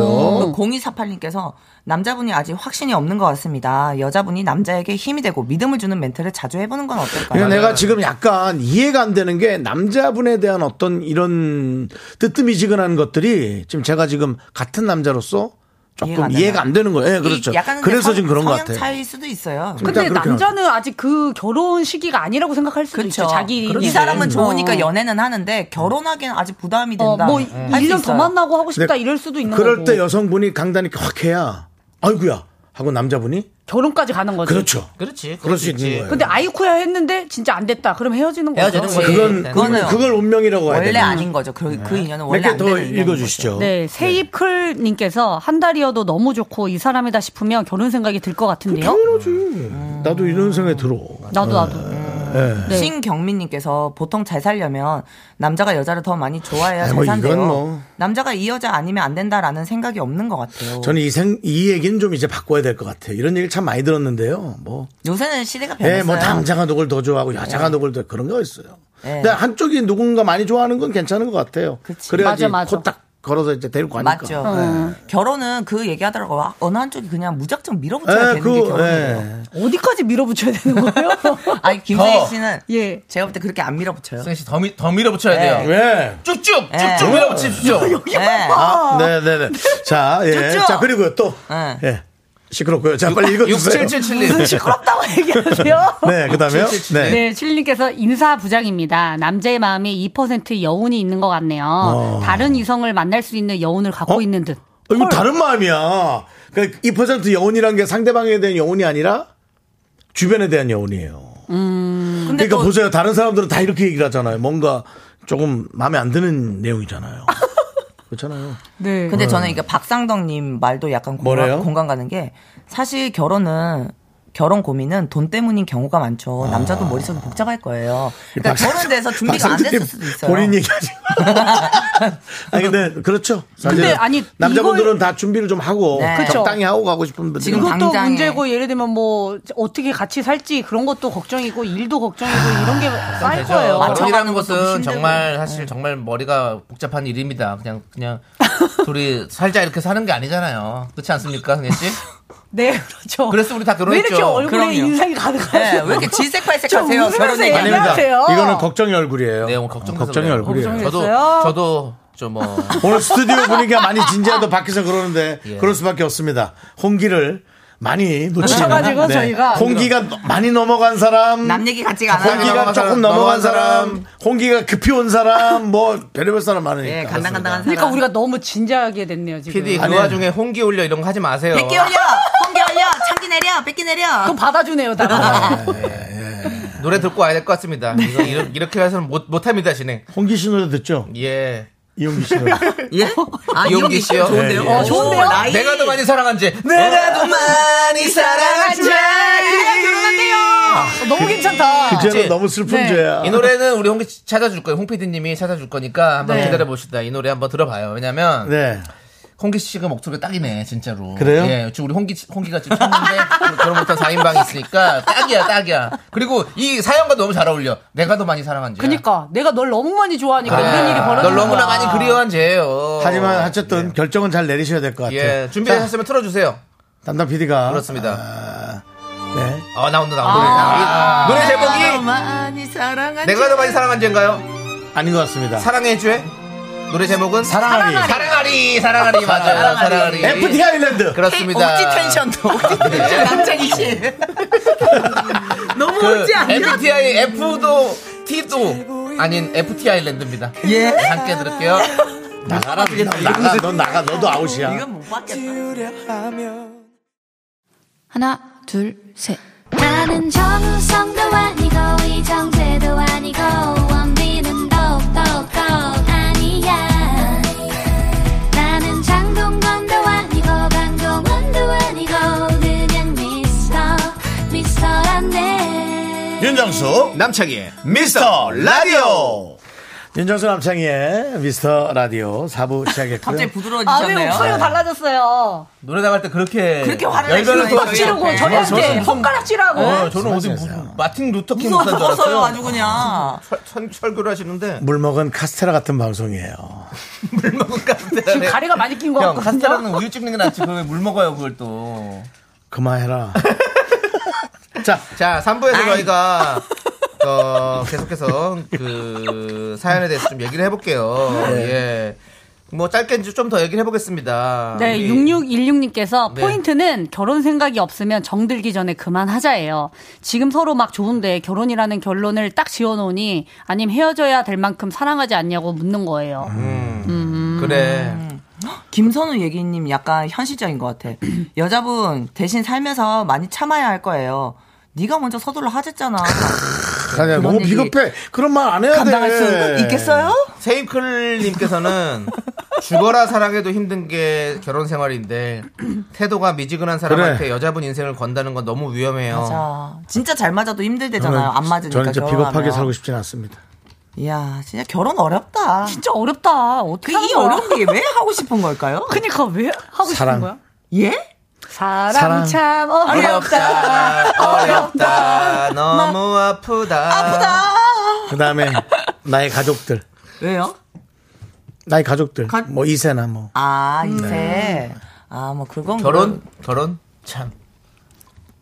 Speaker 11: 음,
Speaker 1: 거고요.
Speaker 11: 0248님께서 그 남자분이 아직 확신이 없는 것 같습니다. 여자분이 남자에게 힘이 되고 믿음을 주는 멘트를 자주 해보는 건
Speaker 1: 그러니까
Speaker 11: 어떨까요?
Speaker 1: 내가 지금 약간 이해가 안 되는 게 남자분에 대한 어떤 이런 뜨뜻미지근한 것들이 지금 제가 지금 같은 남자로서 조금
Speaker 11: 이해가
Speaker 1: 이해가
Speaker 11: 안
Speaker 1: 안,
Speaker 11: 되나요?
Speaker 1: 되는 거예요. 예, 그렇죠.
Speaker 11: 이- 약간은
Speaker 1: 그래서
Speaker 11: 성-
Speaker 1: 지금 그런 것
Speaker 11: 성향
Speaker 1: 같아요.
Speaker 11: 차일 수도 있어요.
Speaker 10: 근데
Speaker 1: 일단 그렇게
Speaker 10: 남자는 아직 그 결혼 시기가 아니라고 생각할 수도
Speaker 11: 그렇죠. 음.
Speaker 10: 있죠. 자기 어,
Speaker 11: 이 사람은 좋으니까 연애는 하는데 결혼하기엔 아직 부담이 된다. 음.
Speaker 10: 뭐
Speaker 1: 음.
Speaker 11: 할수
Speaker 10: 1년 더
Speaker 11: 있어요.
Speaker 10: 만나고 하고 싶다
Speaker 1: 근데
Speaker 10: 이럴
Speaker 11: 음.
Speaker 10: 수도 있는
Speaker 1: 그럴
Speaker 10: 거고.
Speaker 1: 때 여성분이 강단이 확 해야 아이구야 하고 남자분이
Speaker 10: 결혼까지 가는 거지.
Speaker 1: 그렇죠.
Speaker 2: 그렇지.
Speaker 1: 그럴 수 있는 거예요.
Speaker 10: 근데 아이쿠야 했는데 진짜 안 됐다. 그럼 헤어지는 거죠.
Speaker 2: 헤어지는 거지.
Speaker 1: 그건
Speaker 2: 네.
Speaker 1: 그건-
Speaker 11: 그거는
Speaker 1: 그걸 운명이라고 해야
Speaker 11: 원래
Speaker 1: 되나?
Speaker 11: 아닌 거죠. 그, 그 인연은 원래 안
Speaker 1: 음. 네. 몇개더
Speaker 11: 되는 인연인
Speaker 1: 읽어주시죠.
Speaker 10: 네, 세입클님께서 한 달이어도 너무 좋고 이 사람이다 싶으면 결혼 생각이 들 것 같은데요.
Speaker 1: 당연하지. 나도 이런 생각이 들어.
Speaker 10: 나도 나도.
Speaker 1: 네.
Speaker 10: 네.
Speaker 11: 거죠. 신경민님께서 보통 잘 살려면 남자가 여자를 더 많이 좋아해야
Speaker 1: 아이,
Speaker 11: 잘
Speaker 1: 뭐
Speaker 11: 산대요.
Speaker 1: 이건 뭐.
Speaker 11: 남자가 이 여자 아니면 안 된다라는 생각이 없는 것 같아요.
Speaker 1: 저는 이 생, 이 얘기는 좀 이제 바꿔야 될 것 같아요. 이런 얘기를 참 많이 들었는데요. 뭐.
Speaker 11: 요새는 시대가
Speaker 1: 예,
Speaker 11: 변했어요. 네.
Speaker 1: 뭐 남자가 누굴 더 좋아하고 여자가 누굴 더 그런 거 있어요.
Speaker 11: 예.
Speaker 1: 근데 한쪽이 누군가 많이 좋아하는 건 괜찮은 것 같아요.
Speaker 11: 그치.
Speaker 1: 그래야지
Speaker 10: 맞아, 맞아.
Speaker 1: 코딱 걸어서 이제 데리고 가니까.
Speaker 11: 맞죠. 네.
Speaker 1: 예.
Speaker 11: 결혼은 그 얘기하더라고. 요 어느 한쪽이 그냥 무작정 밀어붙여야
Speaker 1: 예,
Speaker 11: 되는 게
Speaker 1: 그,
Speaker 11: 결혼이에요.
Speaker 1: 예.
Speaker 10: 어디까지 밀어붙여야 되는 거예요?
Speaker 11: 아니
Speaker 2: 더.
Speaker 11: 김세희 씨는
Speaker 10: 예.
Speaker 11: 제가 볼 때 그렇게 안 밀어붙여요.
Speaker 2: 승희 씨더 밀- 더 밀어붙여야
Speaker 10: 네.
Speaker 1: 예.
Speaker 2: 돼요.
Speaker 1: 왜?
Speaker 2: 쭉쭉
Speaker 11: 네.
Speaker 2: 쭉쭉 밀어붙이십시오.
Speaker 11: 네.
Speaker 1: 아, 네네네. 자, 예.
Speaker 11: 좋죠?
Speaker 1: 자, 그리고요 또.
Speaker 11: 예.
Speaker 1: 예. 시끄럽고요. 자, 빨리 읽어주세요.
Speaker 2: 6777님.
Speaker 10: 부럽다고 얘기하세요.
Speaker 1: 네, 그 다음에요. 네.
Speaker 10: 네, 칠님께서 인사 부장입니다. 남자의 마음에 2% 여운이 있는 것 같네요. 다른 이성을 만날 수 있는 여운을 갖고
Speaker 1: 어?
Speaker 10: 있는 듯.
Speaker 1: 어, 이거 다른 마음이야. 그러니까 2% 여운이란 게 상대방에 대한 여운이 아니라 주변에 대한 여운이에요.
Speaker 11: 근데
Speaker 1: 그러니까
Speaker 11: 또
Speaker 1: 보세요. 다른 사람들은 다 이렇게 얘기를 하잖아요. 뭔가 조금 마음에 안 드는 내용이잖아요. 그렇잖아요.
Speaker 10: 네.
Speaker 11: 근데 저는 이게 박상덕님 말도 약간
Speaker 1: 뭐래요?
Speaker 11: 공감, 공감 가는 게 사실 결혼은 결혼 고민은 돈 때문인 경우가 많죠. 남자도 머릿속이 복잡할 거예요. 그러니까
Speaker 1: 박사-
Speaker 11: 결혼돼서 준비가 안
Speaker 1: 박사님
Speaker 11: 됐을 수도 있어요.
Speaker 1: 아, 본인 얘기하지. 아니 근데 그렇죠. 사실
Speaker 10: 근데 아니,
Speaker 1: 남자분들은 다 준비를 좀 하고
Speaker 11: 네. 그쵸.
Speaker 1: 적당히 하고 가고 싶은 분들.
Speaker 11: 지금
Speaker 10: 그것도
Speaker 11: 당장에.
Speaker 10: 문제고 예를 들면 뭐 어떻게 같이 살지 그런 것도 걱정이고 일도 걱정이고 이런 게
Speaker 1: 아,
Speaker 10: 쌓일
Speaker 1: 그렇죠.
Speaker 10: 거예요.
Speaker 2: 아, 결혼이라는
Speaker 11: 맞춰가는 것도
Speaker 2: 것은
Speaker 11: 힘들고. 네.
Speaker 2: 정말 사실 정말 머리가 복잡한 일입니다. 그냥 그냥 둘이 살자 이렇게 사는 게 아니잖아요. 그렇지 않습니까, 승희 씨?
Speaker 10: 네, 그렇죠.
Speaker 2: 그래서 우리 다
Speaker 10: 왜 이렇게
Speaker 2: 결혼했죠.
Speaker 10: 얼굴에
Speaker 11: 그럼요.
Speaker 10: 인상이
Speaker 11: 네,
Speaker 10: 가득하세요?
Speaker 11: 왜 이렇게
Speaker 10: 좀
Speaker 11: 질색팔색하세요?
Speaker 10: 웃으면서
Speaker 11: 결혼 얘기.
Speaker 10: 얘기하세요. 안녕하세요.
Speaker 1: 이거는 걱정의 얼굴이에요.
Speaker 2: 네, 오늘 걱정돼서
Speaker 1: 걱정의
Speaker 2: 그래요.
Speaker 1: 얼굴이에요.
Speaker 10: 걱정이-
Speaker 2: 저도
Speaker 10: 그랬어요?
Speaker 2: 저도 좀뭐
Speaker 1: 오늘 스튜디오 분위기가 많이 진지하다 밖에서 그러는데
Speaker 2: 예.
Speaker 1: 그럴 수밖에 없습니다. 홍기를 많이 놓치는
Speaker 10: 놓쳐가지고 저희가
Speaker 1: 홍기가 너- 많이 넘어간 사람,
Speaker 11: 남 얘기 같지가 않아요.
Speaker 1: 홍기가
Speaker 2: 넘어간
Speaker 1: 조금
Speaker 2: 사람,
Speaker 1: 넘어간
Speaker 2: 넘어간
Speaker 1: 사람,
Speaker 2: 사람.
Speaker 1: 홍기가 급히 온 사람, 뭐 별의별 사람 많으니까.
Speaker 11: 네, 간당간당한 사람.
Speaker 10: 그러니까 우리가 너무 진지하게 됐네요 지금.
Speaker 2: PD 그 와중에 홍기 올려 이런 거 하지 마세요.
Speaker 11: 백기 올려, 홍기 올려, 참기 내려, 백기 내려.
Speaker 10: 또 받아주네요, 다.
Speaker 2: 아, 노래 듣고 와야 될 것 같습니다.
Speaker 11: 네.
Speaker 2: 이거 이렇게, 이렇게 해서는 못, 못합니다, 진행.
Speaker 1: 홍기 씨 노래 듣죠?
Speaker 2: 예.
Speaker 1: 이용기 씨 노래.
Speaker 11: 예? 아,
Speaker 2: 이용기 씨요? 네, 예.
Speaker 11: 좋은데요? 어, 좋은데요? 나이. 네.
Speaker 2: 내가 더 많이 사랑한지.
Speaker 11: 내가
Speaker 2: 더 많이 사랑한지.
Speaker 11: 너무 괜찮다.
Speaker 2: 그치?
Speaker 11: 네.
Speaker 2: 이 노래는 우리 홍 찾아줄 거예요. 홍 PD님이 찾아줄 거니까 한번
Speaker 11: 네.
Speaker 2: 기다려 봅시다. 이 노래 한번 들어봐요. 왜냐면
Speaker 1: 네.
Speaker 2: 홍기 씨가 목소리가 딱이네, 진짜로.
Speaker 1: 그래요?
Speaker 2: 예, 지금 우리 홍기 홍기가 지금 쳤는데 결혼 못한 4인방이 있으니까 딱이야, 딱이야. 그리고 이 사연과 너무 잘 어울려. 내가 더 많이 사랑한지.
Speaker 10: 그니까 내가 널 너무 많이 좋아하니까
Speaker 2: 네.
Speaker 10: 이런 일이 벌어지는
Speaker 2: 널 너무나
Speaker 10: 거야.
Speaker 2: 많이 그리워한 죄예요.
Speaker 1: 하지만 어쨌든 결정은 잘 내리셔야 될 것 같아요.
Speaker 2: 예, 준비하셨으면 틀어주세요.
Speaker 1: 담당 PD가
Speaker 2: 그렇습니다.
Speaker 1: 네.
Speaker 2: 아 나온다 나온다. 이 노래 제목이
Speaker 11: 내가 더 많이 사랑한지.
Speaker 2: 내가 더 많이 사랑한 죄인가요?
Speaker 1: 아닌 것 같습니다.
Speaker 2: 사랑의 죄? 노래 제목은
Speaker 1: 사랑하리.
Speaker 2: 사랑하리 사랑하리 맞아요
Speaker 11: 사랑하리.
Speaker 2: 사랑하리
Speaker 1: FT 아일랜드.
Speaker 2: 그렇습니다 네.
Speaker 11: 옥지 텐션도. 남자기 씨. 너무
Speaker 2: 그
Speaker 11: 옥지 아니야?
Speaker 2: FTI F도 T도 아닌 FT 아일랜드입니다
Speaker 11: 예?
Speaker 2: 함께 들을게요
Speaker 1: 나가라. 넌 나가. 넌 나가. 너도 아웃이야.
Speaker 11: 이건 못 받겠다.
Speaker 5: 하나, 둘, 셋.
Speaker 12: 나는 정우성도 아니고 이정재도 아니고 원빈은 더욱더 아니야 나는 장동건도 아니고 강동원도 아니고 그냥 미스터 미스터란데
Speaker 1: 윤정수
Speaker 2: 남창희의
Speaker 1: 미스터 라디오. 윤정수 남창희의 미스터 라디오 4부 시작했고요.
Speaker 10: 아, 왜 목소리가 달라졌어요?
Speaker 2: 노래 나갈 때 그렇게
Speaker 10: 그렇게 화를 네.
Speaker 2: 열변을
Speaker 10: 내시고 막
Speaker 2: 떨치고
Speaker 10: 찌르고 저희한테 손가락질하고.
Speaker 2: 어, 저는 어디 무슨 마틴 루터 킹 목사인 줄 알았어요
Speaker 11: 그냥.
Speaker 2: 철- 철- 철교를 하시는데
Speaker 1: 물 먹은 카스테라 같은 방송이에요.
Speaker 10: 지금 가래가 많이 낀 것
Speaker 2: 네. 형
Speaker 10: 같거든요.
Speaker 2: 카스테라는 우유 찍는 게 낫지 그걸 물 먹어요 그걸 또
Speaker 1: 그만해라.
Speaker 2: 자, 자 3부에서 저희가 어, 계속해서 그 사연에 대해서 좀 얘기를 해볼게요. 예. 뭐 짧게 좀 더 얘기를 해보겠습니다.
Speaker 10: 네,
Speaker 2: 아, 우리
Speaker 10: 6616님께서
Speaker 2: 네.
Speaker 10: 포인트는 결혼 생각이 없으면 정들기 전에 그만하자예요. 지금 서로 막 좋은데 결혼이라는 결론을 딱 지어놓으니 아님 헤어져야 될 만큼 사랑하지 않냐고 묻는 거예요.
Speaker 2: 그래.
Speaker 11: 김선우 얘기님 약간 현실적인 것 같아. 여자분 대신 살면서 많이 참아야 할 거예요. 네가 먼저 서둘러 하랬잖아.
Speaker 1: 아니야, 너무
Speaker 11: 얘기
Speaker 1: 뭐 비겁해. 그런 말 안 해야 돼.
Speaker 11: 감당할 수 있겠어요?
Speaker 2: 세이클님께서는 죽어라 사랑해도 힘든 게 결혼 생활인데 태도가 미지근한 사람한테
Speaker 1: 그래.
Speaker 2: 여자분 인생을 건다는 건 너무 위험해요.
Speaker 11: 맞아. 진짜 잘 맞아도 힘들대잖아요. 안 맞으니까
Speaker 1: 저는 진짜
Speaker 11: 결혼하면.
Speaker 1: 비겁하게 살고 싶진 않습니다.
Speaker 11: 이야, 진짜 결혼 어렵다.
Speaker 10: 진짜 어렵다. 어떻게
Speaker 11: 그 이 어려운 게 왜 하고 싶은 걸까요?
Speaker 10: 그니까 왜 하고
Speaker 1: 사랑.
Speaker 10: 싶은 거야?
Speaker 11: 예?
Speaker 10: 사랑,
Speaker 1: 사랑.
Speaker 10: 참 어렵다.
Speaker 2: 어렵다. 너무 아프다.
Speaker 1: 그 다음에 나의 가족들.
Speaker 11: 왜요?
Speaker 1: 나의 가족들.
Speaker 11: 가-
Speaker 1: 뭐 2세나 뭐.
Speaker 11: 아, 이제. 아, 뭐 그건
Speaker 2: 결혼
Speaker 11: 뭐
Speaker 2: 결혼 참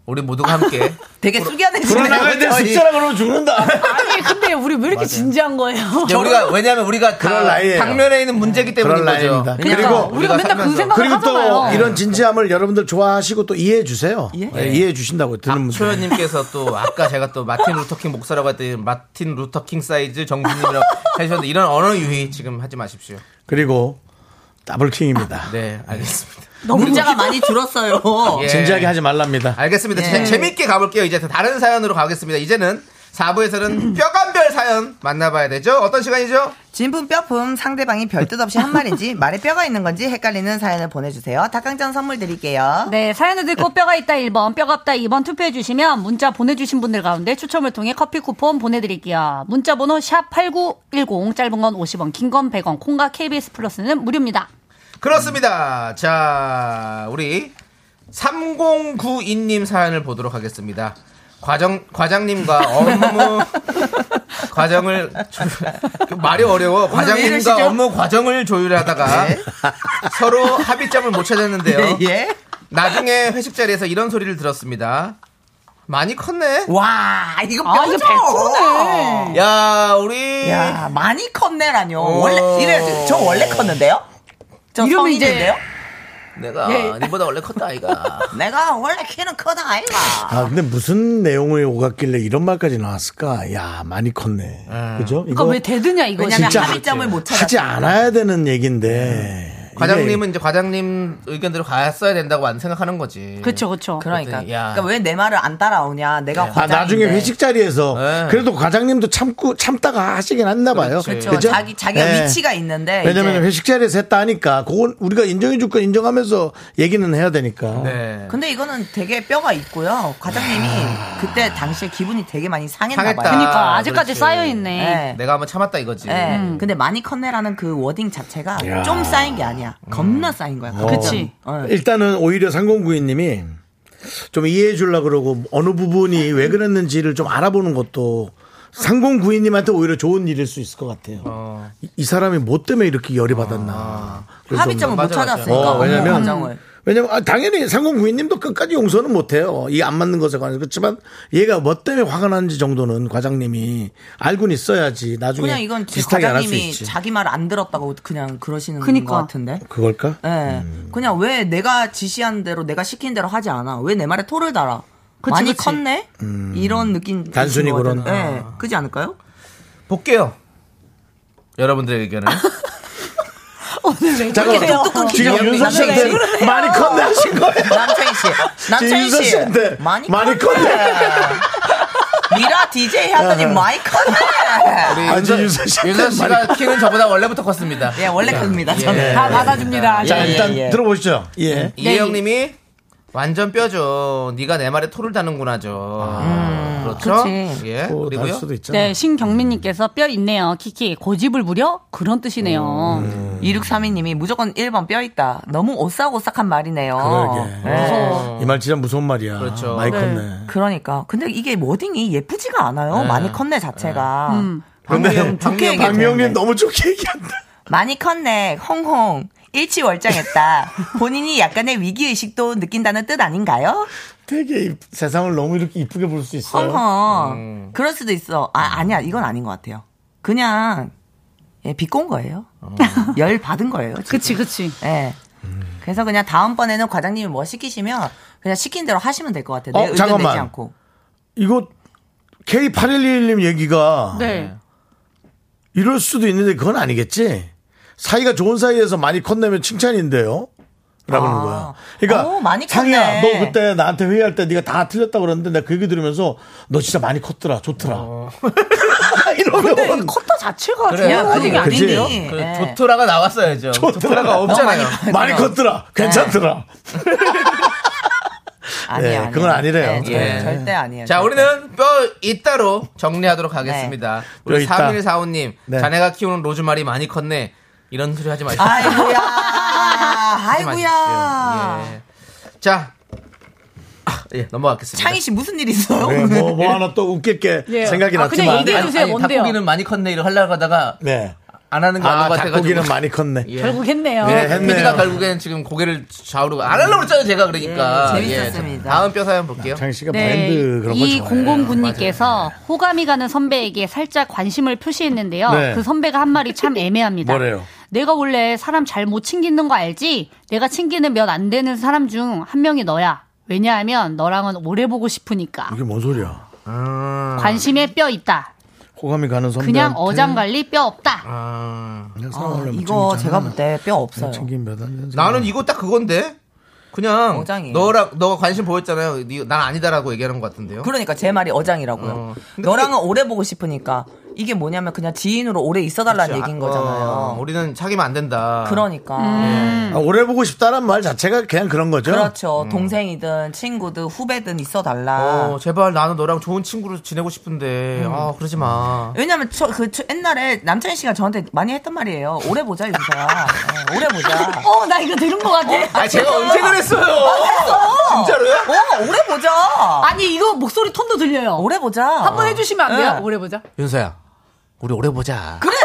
Speaker 2: 우리 모두가 함께
Speaker 11: 되게 숙연해
Speaker 1: 아,
Speaker 2: 아,
Speaker 1: 불어나가야 돼. 숫자라 그러면 죽는다.
Speaker 10: 아니, 근데 우리 왜 이렇게 진지한 거예요?
Speaker 2: 야, 우리가 왜냐하면 우리가 다
Speaker 1: 그럴 나이예요.
Speaker 2: 당면에 있는 문제기 때문인
Speaker 1: 그럴
Speaker 2: 거죠.
Speaker 1: 나이입니다.
Speaker 10: 그러니까
Speaker 1: 그리고
Speaker 10: 우리가 맨날 그
Speaker 2: 살면서.
Speaker 10: 생각을
Speaker 1: 그리고 또 어.
Speaker 10: 하잖아요.
Speaker 1: 이런 진지함을 여러분들 좋아하시고 또 이해해 주세요. 예, 이해해 주신다고 드는 분들.
Speaker 11: 아,
Speaker 2: 초연님께서 또 아까 제가 또 마틴 루터킹 목사라고 했더니 마틴 루터킹 사이즈 정준이라고 하셨는데 이런 언어 유희 지금 하지 마십시오.
Speaker 1: 그리고
Speaker 11: 아,
Speaker 1: 더블킹입니다.
Speaker 2: 네 알겠습니다.
Speaker 11: 문자가 많이 줄었어요.
Speaker 2: 예.
Speaker 1: 진지하게 하지 말랍니다.
Speaker 2: 알겠습니다.
Speaker 11: 예.
Speaker 2: 재- 재밌게 가볼게요. 이제 다른 사연으로 가겠습니다. 이제는 4부에서는 뼈간별 사연 만나봐야 되죠. 어떤 시간이죠?
Speaker 11: 진품 뼈품 상대방이 별뜻 없이 한 말인지 말에 뼈가 있는 건지 헷갈리는 사연을 보내주세요. 닭강정 선물 드릴게요.
Speaker 10: 네, 사연을 듣고 뼈가 있다 1번, 뼈가 없다 2번 투표해 주시면 문자 보내주신 분들 가운데 추첨을 통해 커피 쿠폰 보내드릴게요. 문자 번호 샵 8910, 짧은 건 50원, 긴 건 100원, 콩과 KBS 플러스는 무료입니다.
Speaker 2: 그렇습니다. 자, 우리 3092님 사연을 보도록 하겠습니다. 과정, 과장님과 업무 과정을 조- 말이 어려워.
Speaker 11: 왜 이러시죠? 네.
Speaker 2: 과장님과 업무 과정을 조율하다가 서로 합의점을 못 찾았는데요.
Speaker 11: 예?
Speaker 2: 나중에 회식 자리에서 이런 소리를 들었습니다. 많이 컸네.
Speaker 11: 와, 이거
Speaker 10: 아, 이거
Speaker 11: 뼈죠?
Speaker 10: 100%네.
Speaker 2: 야, 우리
Speaker 10: 예.
Speaker 11: 야, 많이 컸네라뇨.
Speaker 2: 어.
Speaker 11: 원래, 이래, 저 원래 컸는데요? 저
Speaker 10: 이러면
Speaker 11: 성이
Speaker 10: 이제-
Speaker 11: 된데요?
Speaker 2: 내가
Speaker 11: 네.
Speaker 10: 예.
Speaker 2: 니보다 원래 컸다 아이가.
Speaker 11: 예. 내가 원래 키는 크다,
Speaker 10: 어,
Speaker 11: 아이가.
Speaker 1: 아, 근데 무슨 내용을 오갔길래 이런 말까지 나왔을까? 야, 많이
Speaker 11: 아.
Speaker 1: 컸네. 그죠?
Speaker 10: 그러니까 왜 대드냐 이거
Speaker 11: 왜냐면
Speaker 1: 진짜
Speaker 11: 합의점을 못 찾아. 네.
Speaker 1: 하지 않아야 되는 얘기인데
Speaker 2: 과장님은 이제 과장님 의견대로 갔어야 된다고 안 생각하는 거지.
Speaker 10: 그렇죠, 그렇죠.
Speaker 2: 그러니까. 야.
Speaker 11: 그러니까 왜 내 말을 안 따라오냐? 내가
Speaker 2: 아,
Speaker 11: 과장인데.
Speaker 1: 네.
Speaker 11: 네.
Speaker 1: 나중에 회식 자리에서 그래도 과장님도 참고 참다가 하시긴 했나 봐요.
Speaker 11: 그렇죠.
Speaker 1: 그죠?
Speaker 11: 자기 자기가
Speaker 1: 네.
Speaker 11: 위치가 있는데
Speaker 1: 왜냐면
Speaker 11: 이제-
Speaker 1: 회식 자리에서 했다 하니까 그건 우리가 인정해 줄 건 인정하면서 얘기는 해야 되니까.
Speaker 11: 네.
Speaker 2: 네.
Speaker 11: 근데 이거는 되게 뼈가 있고요. 과장님이
Speaker 1: 아.
Speaker 11: 그때 당시에 기분이 되게 많이 상했나
Speaker 2: 상했다.
Speaker 11: 봐요.
Speaker 10: 그러니까 아직까지 쌓여있네.
Speaker 11: 네.
Speaker 2: 내가 한번 참았다 이거지.
Speaker 11: 네. 근데 많이 컸네라는 그 워딩 자체가
Speaker 1: 음. 야.
Speaker 11: 좀 쌓인 게 아니야. 겁나 쌓인 거야. 예.
Speaker 1: 어.
Speaker 11: 네.
Speaker 1: 일단은 오히려 3092님이 좀 이해해 주려고 그러고 어느 부분이 왜 그랬는지를 좀 알아보는 것도 3092님한테 오히려 좋은 일일 수 있을 것 같아요. 이, 이 사람이 뭐 때문에 이렇게 열이 받았나. 그래서
Speaker 11: 어. 아. 합의점을
Speaker 1: 뭐-
Speaker 11: 못 찾았으니까
Speaker 1: 어,
Speaker 11: 업무
Speaker 1: 왜냐면
Speaker 11: 과정을.
Speaker 1: 왜냐면 아, 당연히 3092님도 끝까지 용서는 못해요. 이 안 맞는 것에 관해서 그렇지만 얘가 뭐 때문에 화가 나는지 정도는 과장님이 알고는 있어야지 나중에
Speaker 11: 그냥 이건 제
Speaker 1: 예, 비슷하게 안 할 수
Speaker 11: 과장님이
Speaker 1: 있지.
Speaker 11: 자기 말 안 들었다고 그냥 그러시는
Speaker 1: 그니까.
Speaker 11: 것 같은데.
Speaker 1: 그걸까?
Speaker 11: 예.
Speaker 1: 음.
Speaker 11: 그냥 왜 내가 지시한 대로 내가 시킨 대로 하지 않아? 왜 내 말에 토를 달아? 많이 컸네?
Speaker 1: 음.
Speaker 11: 이런 느낌.
Speaker 2: 단순히 그런-
Speaker 11: 예.
Speaker 1: 아.
Speaker 11: 그지 않을까요?
Speaker 2: 볼게요. 여러분들의 의견을.
Speaker 10: 오늘 왜
Speaker 1: 잠깐만.
Speaker 11: 이렇게 똑똑한
Speaker 1: 지금
Speaker 11: 기자입니까?
Speaker 1: 윤서 씨한테
Speaker 11: 왜 그러세요?
Speaker 1: 많이 컸네 하신 거예요?
Speaker 11: 남창희 씨. 남창희
Speaker 1: 윤서
Speaker 11: 씨.
Speaker 1: 씨한테
Speaker 11: 많이,
Speaker 1: 많이
Speaker 11: 컸네. 미라 DJ 하더니
Speaker 2: 어.
Speaker 11: 많이 컸네.
Speaker 2: 우리 윤서, 윤서 씨가 키는 저보다 원래부터 컸습니다.
Speaker 11: 예, 원래
Speaker 2: 자,
Speaker 11: 큽니다,
Speaker 2: 예.
Speaker 10: 네.
Speaker 11: 저는. 네. 다 받아줍니다.
Speaker 1: 자
Speaker 2: 예,
Speaker 1: 일단
Speaker 2: 예, 예.
Speaker 1: 들어보시죠. 예.
Speaker 2: 이혜영님이 완전 뼈죠. 네가 내 말에 토를 다는구나죠.
Speaker 11: 아.
Speaker 2: 그렇죠.
Speaker 10: 그치.
Speaker 1: 어,
Speaker 2: 예. 그리고요.
Speaker 10: 네, 신경민님께서 뼈 있네요. 키키 고집을 부려 그런 뜻이네요.
Speaker 11: 2632님이 무조건 1번 뼈 있다. 너무 오싹오싹한 말이네요.
Speaker 1: 그러게. 어, 이 말 진짜 무서운 말이야. 많이
Speaker 11: 어, 네.
Speaker 1: 컸네.
Speaker 11: 그러니까. 근데 이게 워딩이 예쁘지가 않아요.
Speaker 1: 네.
Speaker 11: 많이 컸네 자체가.
Speaker 1: 음.
Speaker 11: 박명님
Speaker 1: 근데
Speaker 11: 네.
Speaker 1: 박명님 너무 좋게 얘기한다.
Speaker 11: 많이 컸네. 홍홍. 일치월장했다. 본인이 약간의 위기의식도 느낀다는 뜻 아닌가요?
Speaker 1: 되게 이- 세상을 너무 이렇게 이쁘게 볼 수 있어요. 음.
Speaker 11: 홍홍. 그럴 수도 있어. 아, 아니야. 이건 아닌 것 같아요. 그냥, 예, 비꼰 거예요.
Speaker 1: 어.
Speaker 11: 열 받은 거예요.
Speaker 10: 그치, 그치.
Speaker 11: 예.
Speaker 1: 음.
Speaker 11: 그래서 그냥 다음번에는 과장님이 뭐 시키시면 그냥 시킨 대로 하시면 될 것 같아요. 내
Speaker 1: 어,
Speaker 11: 의견 내지
Speaker 1: 잠깐만.
Speaker 11: 않고.
Speaker 1: 이거 K8111님 얘기가
Speaker 10: 네.
Speaker 1: 이럴 수도 있는데 그건 아니겠지. 사이가 좋은 사이에서 많이 컸내면 칭찬인데요. 라고 하는 거야. 그러니까
Speaker 11: 아. 어, 많이
Speaker 1: 상이야,
Speaker 11: 컸네.
Speaker 1: 너 그때 나한테 회의할 때 네가 다 틀렸다 고 그랬는데 내가 그 얘기 들으면서 너 진짜 많이 컸더라, 좋더라.
Speaker 11: 네,
Speaker 1: 이러면
Speaker 10: 컸다 자체가
Speaker 2: 그래, 아니, 그치?
Speaker 11: 예.
Speaker 2: 그 조트라가 나왔어야죠.
Speaker 1: 뭐
Speaker 2: 조트라가 없잖아요.
Speaker 1: 많이, 많이 컸더라, 괜찮더라.
Speaker 2: 아니에요,
Speaker 1: 네,
Speaker 2: 아니에요.
Speaker 1: 그건 아니래요.
Speaker 2: 네, 절-
Speaker 1: 예.
Speaker 2: 절대
Speaker 11: 아니에요. 네.
Speaker 2: 자, 우리는 뼈 있다로 정리하도록 하겠습니다.
Speaker 1: 뼈
Speaker 2: 우리
Speaker 1: 있다.
Speaker 2: 3145님,
Speaker 1: 네.
Speaker 2: 자네가 키우는 로즈마리 많이 컸네. 이런 소리 하지 마시고.
Speaker 11: 아이고야.
Speaker 2: 하지
Speaker 11: 아이고야.
Speaker 2: 마십시오. 예. 자. 아, 예, 넘어가겠습니다.
Speaker 11: 창희 씨 무슨 일 있어요?
Speaker 1: 네, 뭐, 뭐 하나 또 웃길 게
Speaker 2: 예.
Speaker 1: 생각이
Speaker 2: 아,
Speaker 1: 났지만.
Speaker 2: 그냥 얘기해주세요. 아니, 아니, 뭔데요? 닭고기는 많이 컸네. 이를 하려고 하다가.
Speaker 1: 네.
Speaker 2: 안 하는 거
Speaker 1: 아,
Speaker 2: 아닌 것 같아가지고.
Speaker 1: 닭고기는 많이 컸네.
Speaker 2: 예.
Speaker 10: 결국 했네요.
Speaker 1: 네,
Speaker 2: 네,
Speaker 1: 했네요.
Speaker 2: PD가 결국엔 지금 고개를 좌우로 안 하려고 했잖아요, 제가 그러니까.
Speaker 10: 예, 재밌었습니다.
Speaker 2: 예, 다음 뼈 사연 볼게요.
Speaker 1: 창희 씨가
Speaker 10: 네, 이 009님께서 호감이 가는 선배에게 살짝 관심을 표시했는데요.
Speaker 5: 네.
Speaker 10: 그 선배가 한 말이 참 애매합니다.
Speaker 5: 뭐래요?
Speaker 10: 내가 원래 사람 잘 못 챙기는 거 알지? 내가 챙기는 몇 안 되는 사람 중 한 명이 너야. 왜냐하면 너랑은 오래 보고 싶으니까.
Speaker 1: 이게 뭔 소리야?
Speaker 2: 아.
Speaker 1: 아,
Speaker 10: 관심에 뼈 있다.
Speaker 1: 호감이 가는 선배.
Speaker 10: 그냥 어장관리 뼈 없다.
Speaker 1: 아.
Speaker 11: 아, 이거 제가 볼 때 뼈
Speaker 2: 네,
Speaker 11: 없어요.
Speaker 2: 나는 이거 딱 그건데 그냥 너랑 너가 관심 보였잖아요. 니- 난 아니다라고 얘기하는 것 같은데요.
Speaker 11: 그러니까 제 말이 어장이라고요.
Speaker 2: 근데
Speaker 11: 너랑은 오래 보고 싶으니까 이게 뭐냐면 그냥 지인으로 오래 있어달라는
Speaker 2: 그치,
Speaker 11: 얘기인
Speaker 2: 아,
Speaker 11: 거잖아요.
Speaker 2: 어, 음. 우리는 사귀면 안 된다.
Speaker 11: 그러니까.
Speaker 10: 음.
Speaker 1: 아, 오래 보고 싶다란 말 자체가 그냥 그런 거죠.
Speaker 11: 그렇죠. 동생이든 친구든 후배든 있어달라.
Speaker 2: 음. 어, 제발 나는 너랑 좋은 친구로 지내고 싶은데 아 그러지 마.
Speaker 11: 왜냐면 저, 그, 저 옛날에 남창희 씨가 저한테 많이 했던 말이에요. 오래 보자, 윤서야. 네, 오래 보자.
Speaker 10: 어, 나 이거 들은 것 같아.
Speaker 2: 아, 제가 언제 그랬어요?
Speaker 11: 했어.
Speaker 2: 진짜로요?
Speaker 11: 어, 오래 보자.
Speaker 10: 아니 이거 목소리 톤도 들려요.
Speaker 11: 오래 보자.
Speaker 10: 한번 해주시면 안 돼요?
Speaker 11: 예.
Speaker 10: 오래 보자.
Speaker 2: 윤서야, 우리 오래 보자.
Speaker 11: 그래.